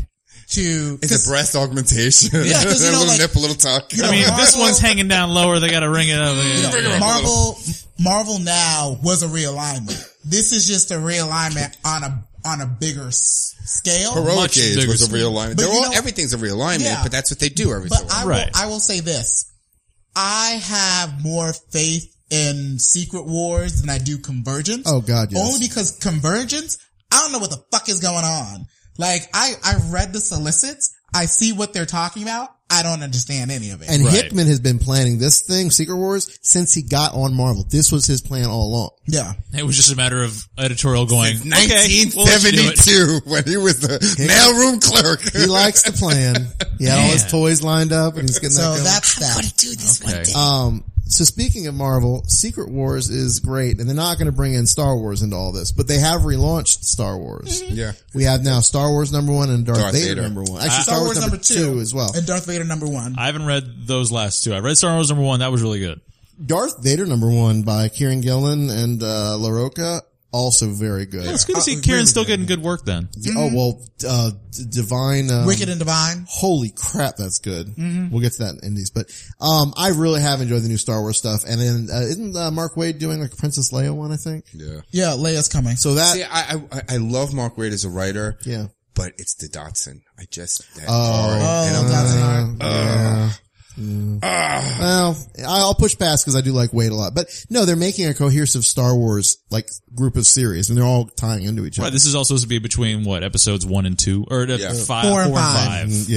S3: to.
S4: It's a breast augmentation.
S3: Yeah, 'cause, you know,
S4: little
S3: like-
S4: nip, a little tuck.
S2: I mean, if this one's hanging down lower, they got to ring it up.
S3: Marvel, Marvel now was a realignment. This is just a realignment on a on a bigger s- scale.
S4: Heroic Age was a realignment.
S3: But
S4: They're
S3: you
S4: all,
S3: know-
S4: everything's a realignment,
S3: Yeah.
S4: but that's what they do every so
S3: But I
S4: often.
S3: will, I will say this: I have more faith in Secret Wars than I do Convergence.
S1: Oh, God, yes.
S3: Only because Convergence, I don't know what the fuck is going on. Like I, I read the solicits. I see what they're talking about. I don't understand any of it.
S1: And Hickman has been planning this thing, Secret Wars, since he got on Marvel. This was his plan all along.
S3: Yeah.
S2: It was just a matter of editorial going. okay, we'll let you do it.
S4: 1972, when he was the mailroom clerk.
S1: He likes the plan. He had all his
S4: Man.
S1: toys lined up and he's getting
S3: So
S1: that going.
S3: that's that.
S1: Um, so speaking of Marvel, Secret Wars is great, and they're not going to bring in Star Wars into all this, but they have relaunched Star Wars.
S4: Yeah.
S1: We have now Star Wars number one and Darth,
S4: Darth
S1: Vader,
S4: Vader.
S1: number one. Actually,
S2: Uh,
S1: Star, Wars, number two. as well.
S3: And Darth Vader number one.
S2: I haven't read those last two. I read Star Wars number one. That was really good.
S1: Darth Vader number one by Kieran Gillen and uh, LaRocca, also very good.
S2: Well, it's good to see Kieran's still getting good work then.
S1: Oh well, uh, D- divine, um,
S3: Wicked and Divine.
S1: Holy crap, that's good. We'll get to that in Indies, but um, I really have enjoyed the new Star Wars stuff. And then uh, isn't uh, Mark Wade doing like a Princess Leia one? I think.
S4: Yeah.
S3: Yeah, Leia's coming.
S1: So that
S4: See, I, I- I, I love Mark Wade as a writer.
S1: Yeah.
S4: But it's the Dotson. I just, that
S1: Oh,
S4: card, and I'm
S1: Dotson
S4: like,
S1: art.
S4: uh,
S1: Well, I'll push past because I do like Wade a lot, but no, they're making a cohesive Star Wars like group of series, and they're all tying into each other.
S2: Right, this is also supposed to be between what episodes one and two, or uh,
S1: Yeah.
S2: five,
S1: Four
S2: four
S1: and
S2: and
S1: five.
S2: five.
S1: Mm,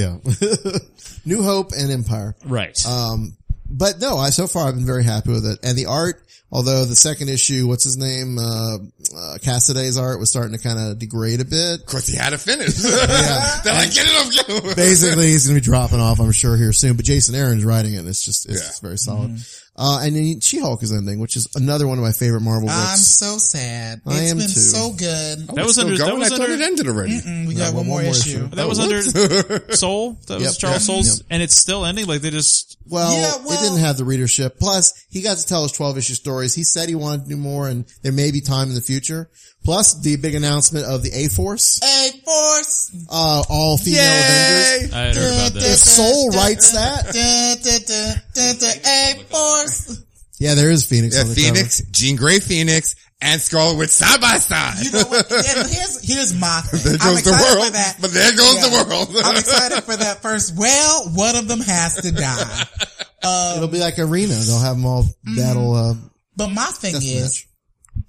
S1: yeah. New Hope and Empire.
S2: Right.
S1: Um, but no, I so far I've been very happy with it, and the art. Although the second issue, what's his name, uh, uh Cassiday's art was starting to kind of degrade a bit. Of
S4: course, he had to finish. They're like, get it up, get it
S1: Basically, he's going to be dropping off, I'm sure, here soon. But Jason Aaron's writing it. And it's just, it's just very solid. Uh, and then She-Hulk is ending, which is another one of my favorite Marvel books.
S3: I'm so sad. It's
S1: I am
S3: been
S1: too.
S3: so good.
S1: That was under- that was under-
S3: Mm-mm, we
S1: No,
S3: got
S1: one
S3: one more
S1: more
S3: issue.
S1: issue.
S2: That was under Soul. That was
S1: Oh, Yep.
S2: Charles
S1: Yep.
S2: Soul's,
S1: Yep.
S2: and it's still ending. Like they just
S1: Well,
S3: Yeah, well-
S1: it didn't have the readership. Plus, he got to tell his 12 issue stories. He said he wanted to do more and there may be time in the future. Plus the big announcement of the A-Force,
S3: A Force.
S1: uh, all female Avengers.
S2: I heard about
S1: If
S2: that.
S1: Soul writes that.
S3: A Force.
S1: Yeah, there is Phoenix
S4: Yeah,
S1: on the
S4: Phoenix, Jean Grey Phoenix, and Scarlet with side by side.
S3: You know what? Yeah, Here's here's my thing.
S4: There
S3: I'm
S4: goes the
S3: excited
S4: world,
S3: for that.
S4: but there goes the world.
S3: I'm excited for that first. Well, one of them has to die.
S1: cover. It'll be like Arena. They'll have them all battle, uh,
S3: Mm-hmm. But my thing
S1: That's
S3: is,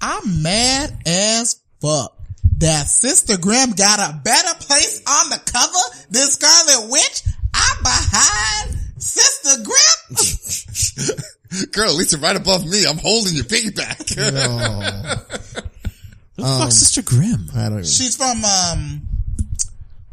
S3: I'm mad as fuck that Sister Grimm got a better place on the cover than Scarlet Witch. I'm behind Sister Grimm.
S4: Girl, at least you're right above me. I'm holding your piggyback.
S2: Who the fuck's Sister Grimm?
S1: Um, I don't even.
S3: She's from um,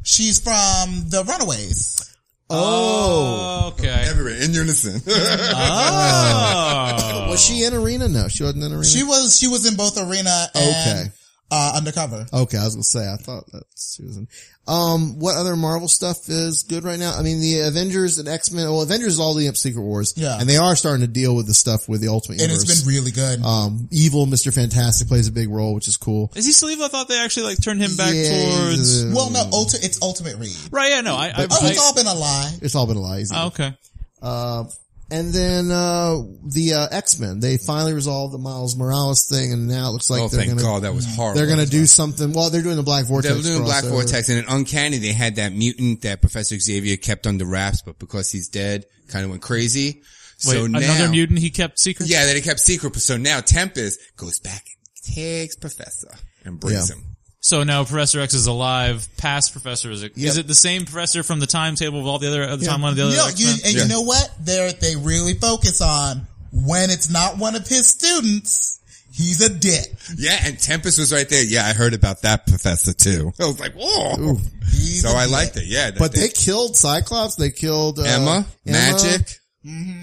S3: she's from The Runaways.
S1: Oh.
S2: okay.
S4: Everywhere in unison.
S2: Oh.
S1: was she in Arena? No, she wasn't in Arena.
S3: She was she was in both Arena and
S1: Okay.
S3: uh, Undercover.
S1: Okay, I was gonna say I thought that Susan. Um, what other Marvel stuff is good right now? I mean, the Avengers and X Men. Well, Avengers is all the Secret Wars,
S3: Yeah.
S1: and they are starting to deal with the stuff with the Ultimate
S3: And
S1: Universe.
S3: it's been really good.
S1: Um, evil Mister Fantastic plays a big role, which is cool.
S2: Is he still evil? I thought they actually like turned him back
S1: Yeah,
S2: towards.
S1: he's, uh,
S3: Well, no, ulti- it's Ultimate Reed.
S2: Right? Yeah. No. I. I,
S3: Oh, it's
S2: I-
S3: all been a lie.
S1: It's all been a lie. he's evil.
S2: oh, okay.
S1: Uh, and then uh, the uh, X Men. They finally resolved the Miles Morales thing, and now it looks like
S4: Oh,
S1: they're
S4: thank
S1: gonna.
S4: God, that was horrible.
S1: They're gonna do something. Well, they're doing the Black Vortex.
S4: They were doing Black
S1: crossover.
S4: Vortex and in Uncanny they had that mutant that Professor Xavier kept under wraps, but because he's dead, kind of went crazy.
S2: Wait,
S4: so now,
S2: another mutant he kept secret?
S4: Yeah, that he kept secret. So now Tempest goes back and takes Professor and brings
S2: Yeah.
S4: him.
S2: So now Professor X is alive. Past Professor is it? Is
S4: Yep.
S2: it the same Professor from the timetable of all the other, uh, the
S3: Yeah.
S2: timeline of the other?
S3: You know- you-
S2: X-Men?
S3: and you know what? They they really focus on when it's not one of his students. He's a dick.
S4: Yeah, and Tempest was right there. Yeah, I heard about that Professor too. I was like, whoa. So I liked it. Yeah, that
S1: But they killed Cyclops. They killed uh,
S4: Emma? Magic?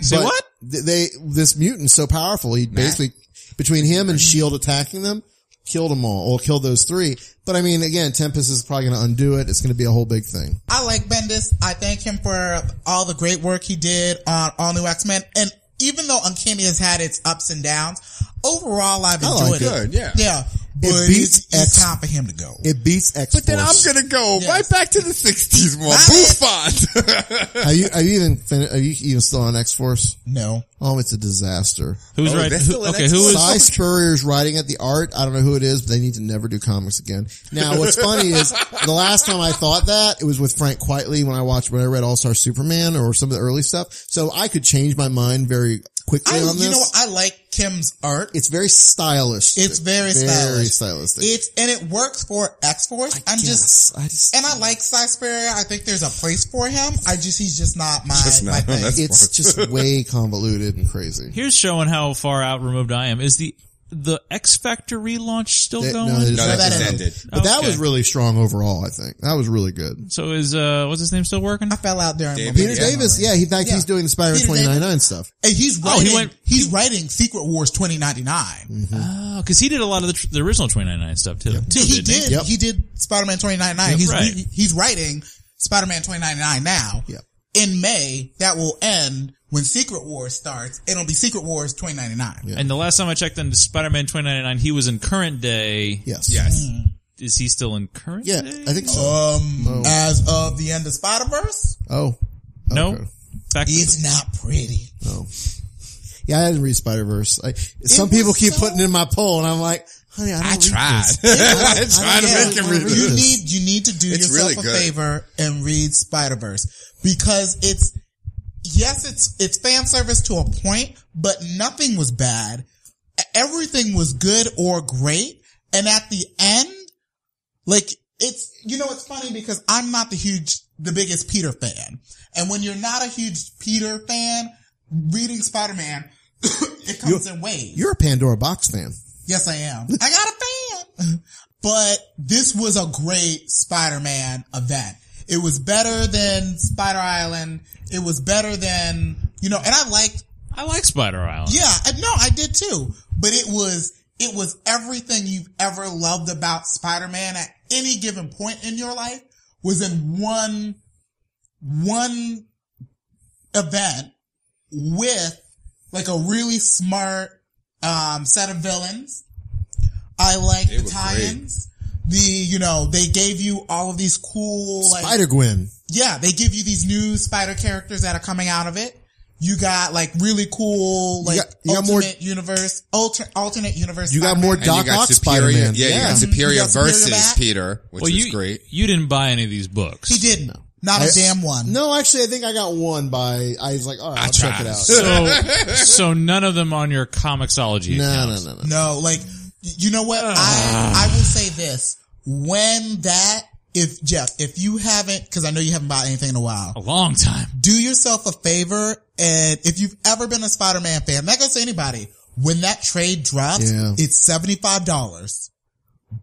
S1: Say
S4: what?
S1: They this mutant's so powerful. He basically between him and Shield E attacking them, killed them all or killed those three. But I mean, again, Tempest is probably going to undo it. It's going to be a whole big thing.
S3: I like Bendis. I thank him for all the great work he did on All New X Men. And even though Uncanny has had its ups and downs, overall I've
S1: I
S3: enjoyed
S1: like
S3: it.
S1: it. Good, yeah.
S3: yeah. But
S1: It
S3: it's,
S1: beats
S3: it's
S1: X-
S3: time for him to go.
S1: It beats X.
S4: But then I'm gonna go right back to the '60s more. Buffon.
S1: Are you are you even fin- are you even still on X Force?
S3: No.
S1: Oh, it's a disaster.
S2: Who's Oh, writing- that's who- still an okay, who X-Force? is-
S1: Cy Spurrier's writing at the art? I don't know who it is, but they need to never do comics again. Now, what's funny is the last time I thought that it was with Frank Quitely when I watched when I read All Star Superman or some of the early stuff. So I could change my mind very quickly
S3: I,
S1: on this.
S3: you know, what? I like Kim's art.
S1: It's very stylish.
S3: It's very,
S1: Very
S3: stylish.
S1: stylistic.
S3: It's and it works for X Force. I'm just, and I like Saxperia. I think there's a place for him. I just he's just not my my thing.
S1: it's just way convoluted and crazy.
S2: Here's showing how far out removed I am. Is the the X Factor relaunch still
S1: They-
S2: going?
S1: they decided to- But that
S2: Okay.
S1: was really strong overall. I think that was really good.
S2: So is uh what's his name still working? I
S3: fell out during
S1: Peter Davis, yeah, he in fact he's doing the Spider-Man
S3: Peter Davis.
S1: 2099 stuff.
S3: And he's
S2: Oh,
S3: writing.
S2: he went-
S3: he's writing Secret Wars 2099.
S1: Mm-hmm.
S2: Oh, because he did a lot of the, tr- the original 2099 stuff too. too
S3: he
S2: didn't he?
S3: did. He did Spider Man 2099.
S2: Yeah,
S3: He's
S2: right.
S3: he, he's writing Spider Man 2099 now. In May, that will end when Secret Wars starts. It'll be Secret Wars 2099.
S2: And the last time I checked on Spider-Man 2099, he was in current day.
S1: Yes.
S3: mm,
S4: Yes.
S2: Is he still in current?
S1: Yeah, I think so.
S3: Um,
S1: Oh.
S3: as of the end of Spider Verse,
S1: Oh,
S2: No.
S1: Okay.
S2: Back
S3: it's not pretty.
S1: Oh. Yeah, I didn't read Spider Verse. Some people keep putting it in my poll, and I'm like, honey, I, don't read
S4: tried.
S1: this.
S4: I tried to
S1: I
S4: make him
S1: don't wanna
S4: read
S1: read
S3: You
S1: this.
S3: need you need to do
S4: It's
S3: yourself
S4: really
S3: a
S4: good.
S3: favor and read Spider Verse because it's yes, it's it's fan service to a point, but nothing was bad. Everything was good or great, and at the end, like it's you know it's funny because I'm not the huge the biggest Peter fan, and when you're not a huge Peter fan, reading Spider Man. it comes in waves.
S1: You're a Pandora box fan.
S3: Yes, I am. I got a fan. But this was a great Spider-Man event. It was better than Spider Island. It was better than, you know, and I liked,
S2: I like Spider Island.
S3: yeah, I, no, I did too. But it was, it was everything you've ever loved about Spider-Man at any given point in your life was in one, one event with like a really smart, um, set of villains. I like
S1: They
S3: the
S1: were
S3: tie-ins. The, you know, they gave you all of these cool, like,
S1: Spider Gwen.
S3: yeah, they give you these new spider characters that are coming out of it. You got like really cool, like
S1: got- you got more-
S3: alternate universe, alter, alternate universe.
S1: You got
S3: Spider-Man.
S1: more
S4: And you
S1: Doc
S4: got
S1: Ock
S4: superior,
S1: Spider-Man.
S4: Yeah, you
S1: Yeah.
S3: Mm-hmm.
S4: got superior
S1: You got Superior
S4: versus
S1: back.
S4: Peter, which
S2: well,
S4: was
S2: you,
S4: great.
S2: You didn't buy any of these books.
S3: He didn't. Mm-hmm. Not a
S1: a
S3: damn one.
S1: No, actually, I think I got one by, I was like, all right, I'll check it out.
S2: So, so none of them on your comicsology.
S1: No,
S2: accounts.
S1: no, no,
S3: No, like you know what?
S2: Ah,
S3: I I will say this: when that, if Jeff, if you haven't, because I know you haven't bought anything in a while, a
S2: long time.
S3: Do yourself a favor, and if you've ever been a Spider-Man fan, that goes to anybody. When that trade drops,
S2: Yeah.
S3: it's seventy five dollars,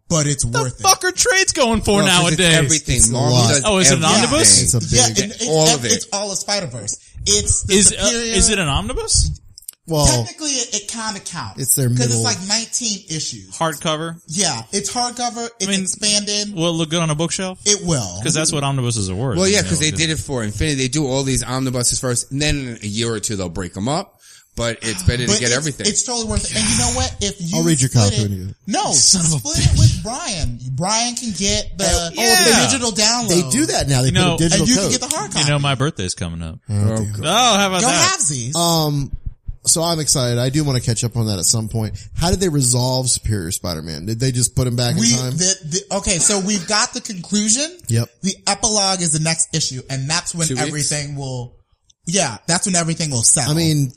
S3: but it's worth it.
S2: Fucker trades going for
S3: No, 'cause it's
S2: nowadays.
S3: everything. It's a Marvel lot. does
S2: oh, is it an
S3: everything.
S2: omnibus?
S3: It's a big- Yeah, and it's- All of it. it's all a Spider Verse. It's the
S2: is uh,
S3: superior-
S2: is it an omnibus?
S1: Well,
S3: Technically, it, it kind of counts.
S1: It's their
S3: because
S1: middle-
S3: it's like nineteen issues.
S2: hardcover.
S3: Yeah, it's hardcover. It's expanded.
S2: Will it look good on a bookshelf?
S3: It will.
S2: because that's what omnibuses are worth.
S4: Well, yeah,
S2: you know,
S4: because they did it for Infinity. They do all these omnibuses first, and then in a year or two they'll break them up. But it's better to
S3: But
S4: get
S3: it's-
S4: everything.
S3: It's totally worth it. And you know what? If you
S1: I'll read your
S3: split
S1: copy
S3: it-
S1: when you-
S3: No, split it with Brian. Brian can get the, oh, the digital download.
S1: They do that now. They
S2: You
S1: put
S2: know-
S1: a digital
S2: And you can
S1: code.
S2: get the hard You know, my birthday's coming up.
S1: Oh,
S2: Oh, how about
S3: Go
S2: that?
S3: halvesies.
S1: Um, so I'm excited. I do want to catch up on that at some point. How did they resolve Superior Spider-Man? Did they just put him back
S3: We,
S1: in time?
S3: the, the, okay, so we've got the conclusion.
S1: Yep.
S3: The epilogue is the next issue, and that's when
S1: Two weeks?
S3: everything will Yeah, that's when everything will settle.
S1: I mean,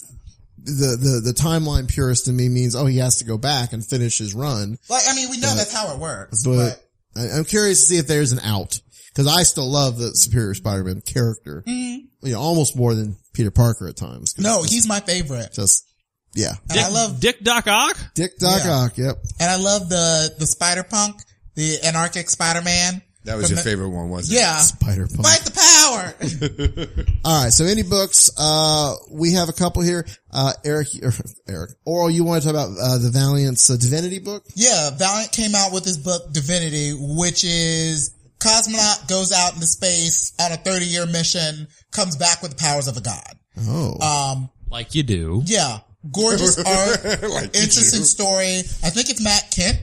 S1: the, the, the timeline purist in me means, oh, he has to go back and finish his run.
S3: like I mean, we know that's how it works.
S1: But, I, I'm curious to see if there's an out. Cause I still love the Superior Spider-Man character.
S3: Mhm.
S1: You know, almost more than Peter Parker at times. 'Cause
S3: No, he's my favorite.
S1: Just, yeah.
S3: And I love
S2: Dick Doc Ock.
S1: Dick Doc
S3: Yeah.
S1: Ock, yep.
S3: and I love the the Spider Punk, the anarchic Spider Man.
S4: That was your favorite one, wasn't
S3: Yeah,
S1: Spider Punk.
S3: fight the power.
S1: All right. So any books? Uh, we have a couple here. Uh, Eric, er, Eric, Oral, you want to talk about, uh, the Valiant's uh, Divinity book?
S3: Yeah, Valiant came out with his book Divinity, which is cosmonaut goes out into space on a 30 year mission, comes back with the powers of a god.
S1: Oh.
S3: Um,
S11: Like you do.
S3: yeah, gorgeous art,
S11: Like you
S3: interesting
S11: do.
S3: story. I think it's Matt Kent.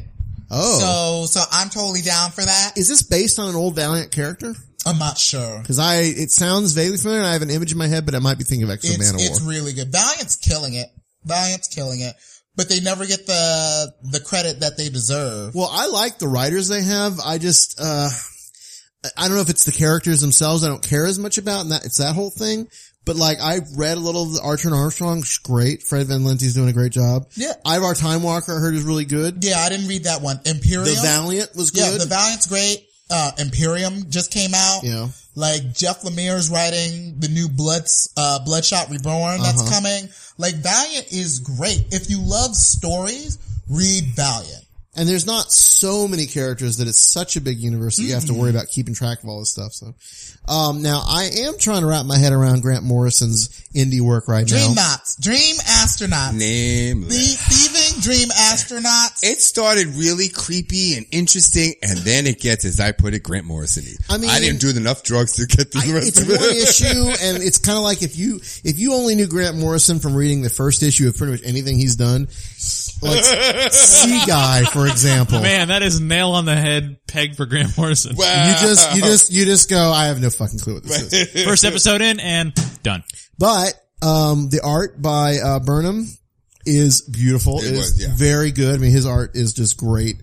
S1: Oh.
S3: So, so I'm totally down for that.
S1: Is this based on an old Valiant character?
S3: I'm not sure.
S1: Cause I, it sounds vaguely familiar and I have an image in my head, but I might be thinking of Exo
S3: It's,
S1: Man
S3: it's
S1: War.
S3: really good. Valiant's killing it. Valiant's killing it, but they never get the, the credit that they deserve.
S1: Well, I like the writers they have. I just, uh, I- I don't know if it's the characters themselves I don't care as much about and that it's that whole thing. But like I read a little of the Archer and Armstrong. It's great. Fred Van Lente's doing a great job.
S3: Yeah.
S1: Ivar Time Walker I heard is really good.
S3: Yeah, I didn't read that one. Imperium.
S1: The Valiant was good.
S3: Yeah, the Valiant's great. Uh, Imperium just came out.
S1: Yeah.
S3: Like Jeff Lemire's writing the new Blood, uh, Bloodshot Reborn that's
S1: Uh-huh.
S3: coming. Like Valiant is great. If you love stories, read Valiant.
S1: And there's not so many characters that it's such a big universe that you have to
S3: Mhm.
S1: worry about keeping track of all this stuff. So, um, now I am trying to wrap my head around Grant Morrison's indie work right
S3: Dream
S1: now.
S3: Knots, Dream Astronauts,
S4: Name.
S3: The Thieving Dream Astronauts.
S4: It started really creepy and interesting, and then it gets, as I put it, Grant Morrison.
S1: I mean-
S4: I didn't do enough drugs to get through the rest
S1: It's
S4: of it.
S1: one issue, and it's kind of like if you if you only knew Grant Morrison from reading the first issue of pretty much anything he's done, like Sea Guy, for example.
S2: Man, that is nail on the head peg for Graham Morrison.
S1: You just you just you just go. I have no fucking clue what this is.
S2: First episode in and done.
S1: But um, the art by uh, Burnham is beautiful.
S2: It
S1: It is
S2: was, yeah.
S1: very good. I mean, his art is just great.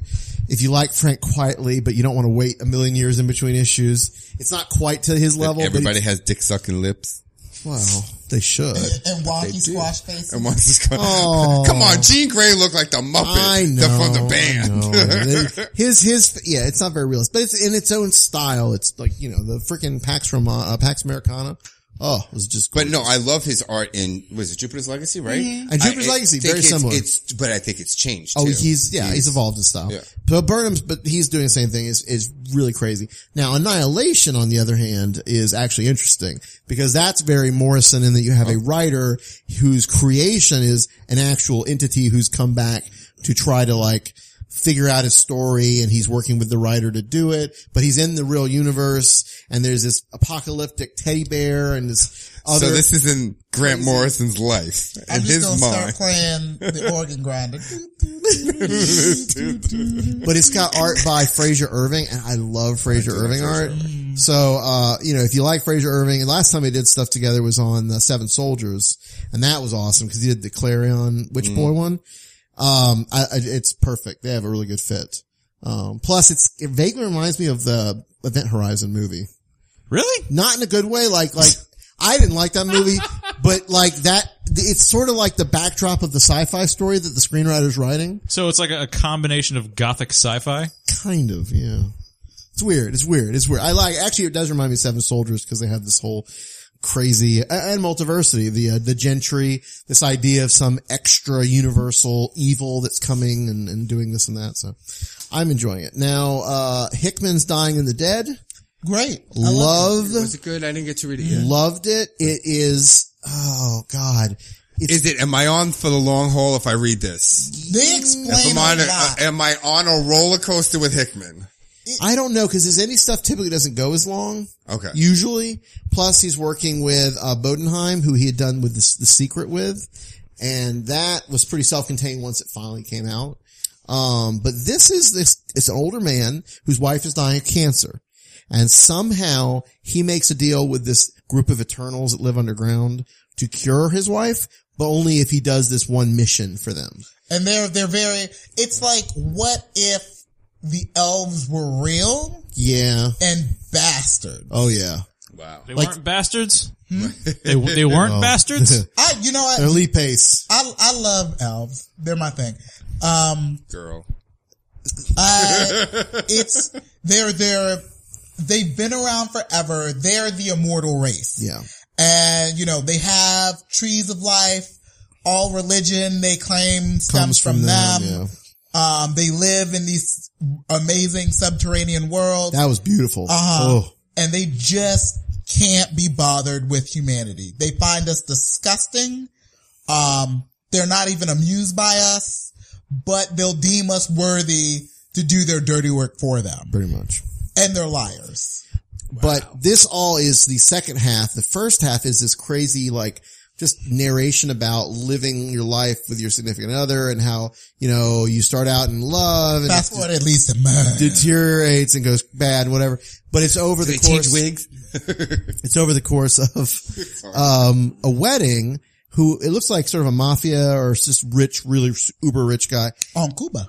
S1: If you like Frank quietly, but you don't want to wait a million years in between issues, it's not quite to his level.
S4: Everybody has dick sucking lips.
S1: But wow, they should.
S3: And wonky squash faces.
S4: And once it's gone-
S1: Oh.
S4: Come on, Gene Gray looked like the Muppet
S1: I know.
S4: the- from the
S1: I know, I
S4: band.
S1: know. his his yeah, it's not very realist, but it's in its own style. It's like you know the freaking Pax from uh, Pax Americana. Oh, it was just.
S4: But no, I love his art in was it Jupiter's Legacy, right?
S1: Mhm. And Jupiter's
S4: I- I
S1: Legacy,
S4: think
S1: very
S4: it's-
S1: similar.
S4: It's but I think it's changed.
S1: Oh,
S4: too.
S1: he's yeah, he's, evolved his style.
S4: Yeah.
S1: But Burnham's, but he's doing the same thing. is is really crazy. Now, Annihilation, on the other hand, is actually interesting because that's very Morrison in that you have
S4: Oh.
S1: a writer whose creation is an actual entity who's come back to try to like figure out his story, and he's working with the writer to do it. But he's in the real universe, and there's this apocalyptic teddy bear and this. Other
S4: so this is in Grant Morrison's life
S3: I'm
S4: and
S3: just
S4: his
S3: gonna
S4: mind.
S3: start playing the organ grinder.
S1: but it's got art by Fraser Irving, and I love Fraser Irving art. So, uh, you know, if you like Fraser Irving, and last time we did stuff together was on uh, Seven Soldiers, and that was awesome because he did the Clarion Witch
S12: Mm.
S1: Boy one. Um, I, I, it's perfect. They have a really good fit. Um, plus it's, it vaguely reminds me of the Event Horizon movie.
S2: Really?
S1: Not in a good way. Like, like, I didn't like that movie, but like that, it's sort of like the backdrop of the sci-fi story that the screenwriter's writing.
S2: So it's like a, a combination of gothic sci-fi.
S1: Kind of, yeah. It's weird. It's weird. It's weird. I like, actually, it does remind me of Seven Soldiers because they have this whole crazy, a- and multiversity, the, uh, the gentry, this idea of some extra universal evil that's coming and, and doing this and that. So I'm enjoying it. Now, uh, Hickman's Dying in the Dead.
S3: Great.
S1: Love.
S4: Was it good? I didn't get to read it yet.
S1: Loved it. It is, oh God.
S4: Is it? Am I on for the long haul if I read this?
S3: They
S4: Am
S3: explain a
S4: I, on a-
S3: lot.
S4: am I on a roller coaster with Hickman?
S1: I don't know because his indie stuff typically doesn't go as long.
S4: Okay.
S1: Usually, plus he's working with uh, Bodenheim, who he had done with the, the Secret with, and that was pretty self-contained once it finally came out. Um, but this is this it's an older man whose wife is dying of cancer, and somehow he makes a deal with this group of Eternals that live underground to cure his wife, but only if he does this one mission for them.
S3: And they're they're very. It's like what if the elves were real
S1: Yeah.
S3: and bastards?
S1: Oh yeah.
S4: Wow.
S2: They
S4: Like-
S2: weren't bastards.
S1: Hmm?
S2: they, they weren't bastards.
S3: I, you know, I,
S1: Oh. They're Lee Pace.
S3: I, I love elves. They're my thing. Um,
S4: Girl.
S3: uh, it's they're they're they've been around forever. They're the immortal race.
S1: Yeah.
S3: and you know they have trees of life. All religion they claim
S1: Comes
S3: stems from,
S1: from
S3: them.
S1: them, yeah.
S3: Um, they live in these amazing subterranean worlds.
S1: That was beautiful.
S3: Uh huh.
S1: Oh.
S3: And they just can't be bothered with humanity. They find us disgusting. Um, they're not even amused by us, but they'll deem us worthy to do their dirty work for them.
S1: Pretty much.
S3: And they're liars.
S1: But this all is the second half. The first half is this crazy, like, just narration about living your life with your significant other and how, you know, you start out in love and
S3: Fast
S1: it
S3: forward at least a month.
S1: deteriorates and goes bad, whatever. But it's over
S4: Do
S1: the
S4: they change
S1: course.
S4: wigs?
S1: it's over the course of, um, a wedding who it looks like sort of a mafia or just rich, really uber rich guy.
S3: On Cuba.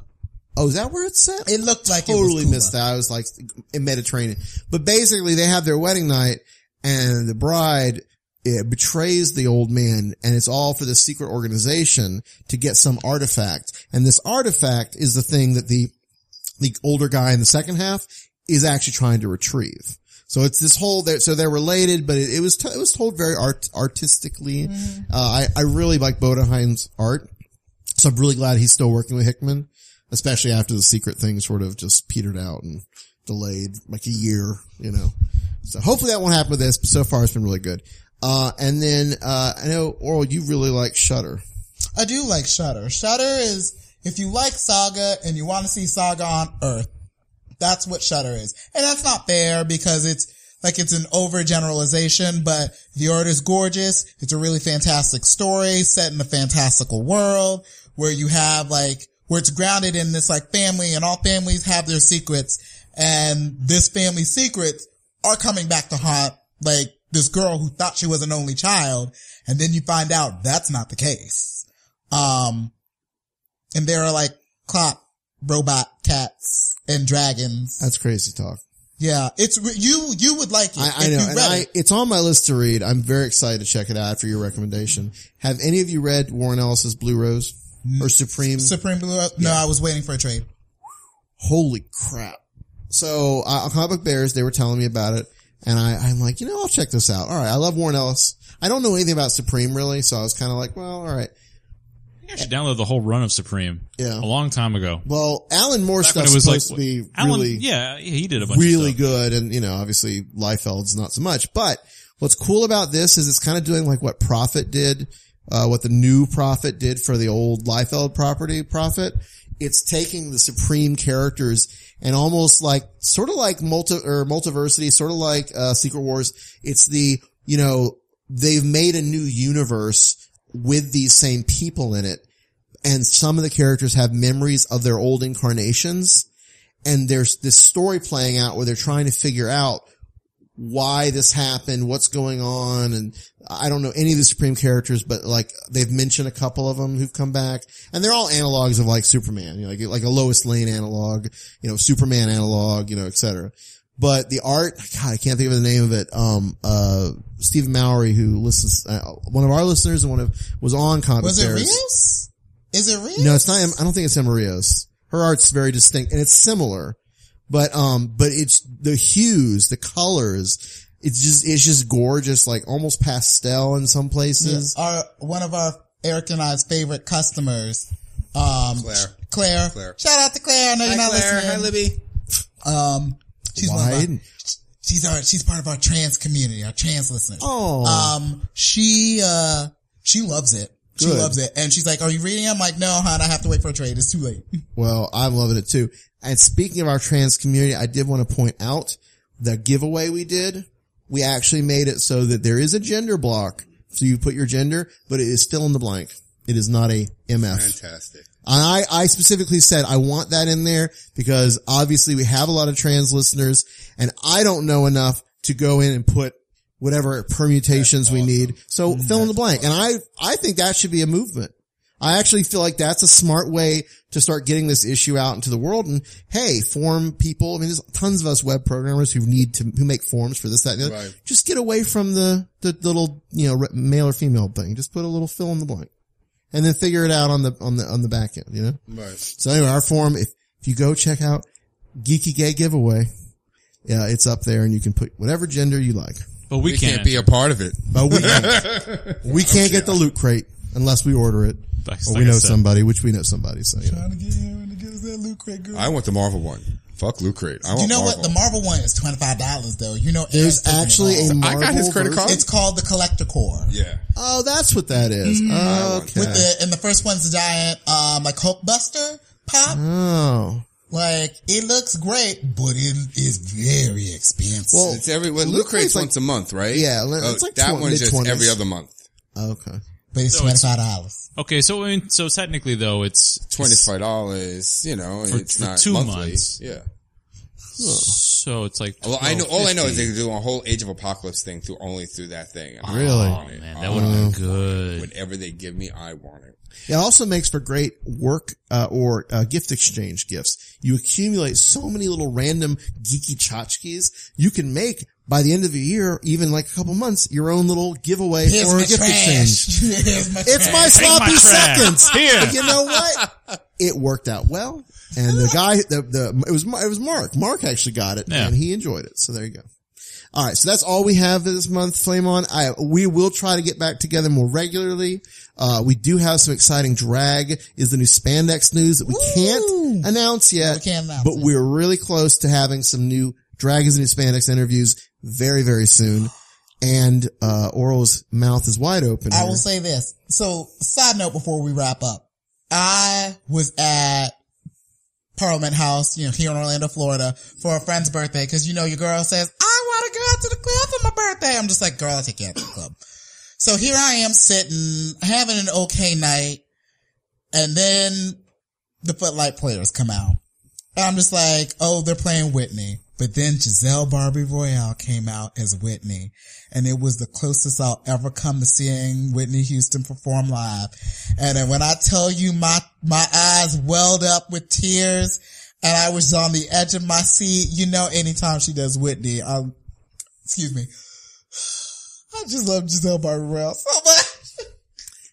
S1: Oh, is that where it's set?
S3: It looked like it was
S1: totally
S3: Cuba.
S1: missed that. I was like in Mediterranean, but basically they have their wedding night and the bride eh, betrays the old man and it's all for this secret organization to get some artifact. And this artifact is the thing that the, the older guy in the second half is actually trying to retrieve. So it's this whole, they're, so they're related, but it, it was, t- it was told very art, artistically. Uh, I, I really like Bodenheim's art. So I'm really glad he's still working with Hickman, especially after the secret thing sort of just petered out and delayed like a year, you know. So hopefully that won't happen with this, but so far it's been really good. Uh, and then, uh, I know, Oral, you really like Shutter.
S3: I do like Shudder. Shudder is if you like Saga and you want to see Saga on Earth, that's what Shudder is, and that's not fair because it's like it's an overgeneralization. But the art is gorgeous. It's a really fantastic story set in a fantastical world where you have like where it's grounded in this like family, and all families have their secrets, and this family secrets are coming back to haunt like this girl who thought she was an only child, and then you find out that's not the case. Um, and there are like clock, robot cats, and dragons.
S1: That's crazy talk.
S3: Yeah, it's re- you. You would like it.
S1: I, I
S3: if
S1: know.
S3: you
S1: And
S3: read
S1: I,
S3: it.
S1: it's on my list to read. I'm very excited to check it out for your recommendation. Have any of you read Warren Ellis's Blue Rose or Supreme?
S3: Supreme Blue. uh, No, I was waiting for a trade.
S1: Holy crap. So uh, comic book bears, they were telling me about it, and I, I'm like, you know, I'll check this out. All right, I love Warren Ellis. I don't know anything about Supreme really, so I was kind of like, well, all right.
S2: I should download the whole run of Supreme.
S1: Yeah.
S2: a long time ago.
S1: Well, Alan Moore
S2: Back when
S1: stuff's
S2: it was
S1: supposed
S2: like-
S1: to be
S2: Alan-
S1: really,
S2: yeah, he did a bunch of
S1: really good, and you know, obviously Liefeld's not so much. But what's cool about this is it's kind of doing like what Prophet did, uh, what the new Prophet did for the old Liefeld property. Prophet, it's taking the supreme characters and almost like sort of like multi or multiversity, sort of like uh, Secret Wars. It's the you know they've made a new universe with these same people in it and some of the characters have memories of their old incarnations and there's this story playing out where they're trying to figure out why this happened, what's going on, and I don't know any of the Supreme characters, but like they've mentioned a couple of them who've come back, and they're all analogs of like Superman, you know, like, like a Lois Lane analog, you know, Superman analog, you know, et cetera. But the art, God, I can't think of the name of it. Um, uh, Stephen Mowry, who listens, uh, one of our listeners and one of, was on Comic
S3: Was it
S1: Bears.
S3: Rios? Is it Rios?
S1: No, it's not. I don't think it's Emma Her art's very distinct and it's similar, but um, but it's the hues, the colors. It's just it's just gorgeous, like almost pastel in some places.
S3: Our one of our Eric and I's favorite customers, um,
S4: Claire.
S3: Claire.
S4: Claire.
S3: Shout out to Claire. I know
S4: Hi,
S3: you're not
S4: Claire.
S3: listening.
S4: Hi, Libby.
S3: Um, she's one of our,
S1: Wide.
S3: she's our she's part of our trans community, our trans listeners.
S1: Oh.
S3: um, she uh, she loves it. She
S1: Good.
S3: loves it, and she's like, "Are you reading?" it?" I'm like, "No, hon, I have to wait for a trade. It's too late."
S1: Well, I'm loving it too. And speaking of our trans community, I did want to point out the giveaway we did. We actually made it so that there is a gender block, so you put your gender, but it is still in the blank. It is not a MF.
S4: Fantastic.
S1: And I, I specifically said I want that in there because obviously we have a lot of trans listeners and I don't know enough to go in and put whatever permutations we need. So fill in the blank. And I, I think that should be a movement. I actually feel like that's a smart way to start getting this issue out into the world and hey, form people. I mean, there's tons of us web programmers who need to, who make forms for this, that, and the other.
S4: Right.
S1: Just get away from the, the little, you know, re- male or female thing. Just put a little fill in the blank and then figure it out on the, on the, on the back end, you know?
S4: Right.
S1: So anyway, our form, if, if you go check out Geeky Gay Giveaway, yeah, it's up there and you can put whatever gender you like.
S2: But we We can't can.
S4: be a part of it.
S1: But we can't. we can't get the loot crate unless we order it.
S4: Like-
S1: or
S4: like
S1: we
S4: I
S1: know
S4: said.
S1: somebody, which we know somebody. So, you know.
S4: I want the Marvel one. Fuck Loot Crate. I want
S3: you know
S4: Marvel.
S3: what? The Marvel one is twenty five dollars though. You know, Eric's
S1: There's
S3: taking
S1: actually
S3: it
S1: a
S3: off.
S1: I got his Marvel credit version. card.
S3: It's called the Collector Core.
S4: Yeah.
S1: Oh, that's what that is. Okay.
S3: With the and the first one's a giant, um, like Hulk Buster pop.
S1: oh.
S3: Like it looks great, but it is very expensive.
S4: Well, it's every well, Loot Crate's once a month, right?
S3: Yeah,
S4: oh,
S3: it's like
S4: that
S3: tw-
S4: one's just
S3: mid-twenties.
S4: every other month.
S1: Okay.
S3: But it's
S2: So it's-
S3: twenty-five dollars.
S2: Okay, so I mean, so technically though, it's
S4: Twenty five dollars. You know,
S2: For-
S4: it's
S2: for
S4: not
S2: two
S4: monthly.
S2: months.
S4: Yeah.
S2: So it's like
S4: Well, I know all I know is they
S2: 12.50.
S4: could do a whole Age of Apocalypse thing through only through that thing. And I
S1: Really? Oh.
S4: want it.
S2: Oh, man,
S4: I
S2: that would've been
S4: want it.
S2: good.
S4: Whatever they give me, I want it.
S1: It also makes for great work uh, or uh, gift exchange gifts. You accumulate so many little random geeky tchotchkes you can make by the end of the year, even like a couple months, your own little giveaway
S3: Here's
S1: or a
S3: my
S1: gift
S3: trash.
S1: exchange.
S3: Here's my
S1: it's my
S3: trash.
S1: sloppy
S3: Take my trash.
S1: seconds.
S3: Here.
S1: But you know what? It worked out well, and the guy, the, the it was it was Mark. Mark actually got it,
S2: Yeah.
S1: and he enjoyed it. So there you go. All right, so that's all we have this month, Flame On. I we will try to get back together more regularly. Uh, we do have some exciting drag is the new spandex news that we can't announce yet, but we're really close to having some new drag is the new spandex interviews very very soon. And uh, Oral's mouth is wide open.
S3: I
S1: here.
S3: will say this. So, side note before we wrap up, I was at Parliament House, you know, here in Orlando, Florida, for a friend's birthday because you know your girl says, "I want to go out to the club for my birthday." I'm just like, "Girl, I take you out to the club." So here I am sitting, having an okay night, and then the Footlight Players come out. And I'm just like, oh, they're playing Whitney. But then Giselle Barbie Royale came out as Whitney. And it was the closest I'll ever come to seeing Whitney Houston perform live. And then when I tell you my, my eyes welled up with tears and I was on the edge of my seat, you know, anytime she does Whitney, I, excuse me. I just love Giselle Oh Barbie Royale so much.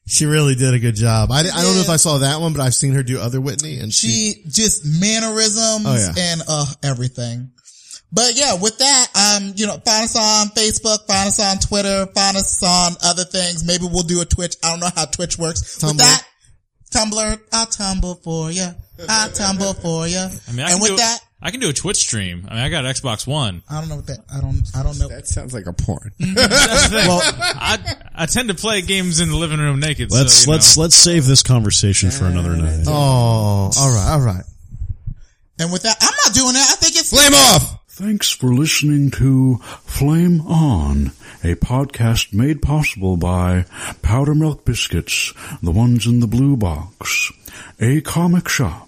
S1: She really did a good job. I, di- I don't know if
S3: Yeah.
S1: I saw that one, but I've seen her do other Whitney, and she,
S3: She just mannerisms
S1: Oh, yeah.
S3: and uh everything. But yeah, with that, um, you know, find us on Facebook, find us on Twitter, find us on other things. Maybe we'll do a Twitch. I don't know how Twitch works.
S1: Tumblr.
S3: With that, Tumblr, I'll tumble for you. I'll tumble for you.
S2: I mean, I
S3: and
S2: can
S3: with
S2: do,
S3: that,
S2: I can do a Twitch stream. I mean, I got Xbox One.
S3: I don't know what that, I don't, I don't know. That
S4: sounds like a porn.
S2: well, I I tend to play games in the living room naked.
S5: Let's
S2: so, you
S5: let's let's save this conversation for another night.
S1: Oh, all right, all right.
S3: And with that, I'm not doing that. I think it's
S4: flame off.
S11: Thanks for listening to Flame On, a podcast made possible by Powder Milk Biscuits, the ones in the blue box, a comic shop,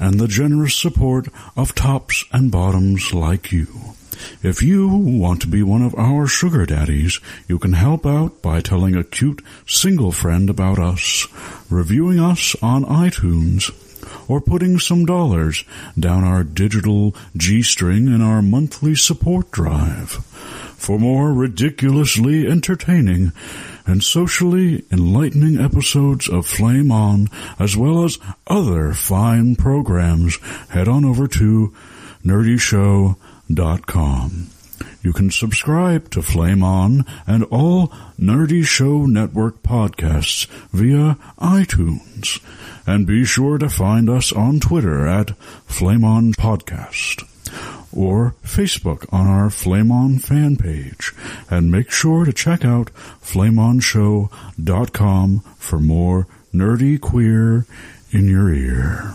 S11: and the generous support of tops and bottoms like you. If you want to be one of our sugar daddies, you can help out by telling a cute single friend about us, reviewing us on iTunes, or putting some dollars down our digital G string in our monthly support drive. For more ridiculously entertaining and socially enlightening episodes of Flame On, as well as other fine programs, head on over to nerdyshow.com. You can subscribe to Flame On and all Nerdy Show Network podcasts via iTunes. And be sure to find us on Twitter at Flame On Podcast or Facebook on our Flame On fan page. And make sure to check out flameonshow.com for more nerdy queer in your ear.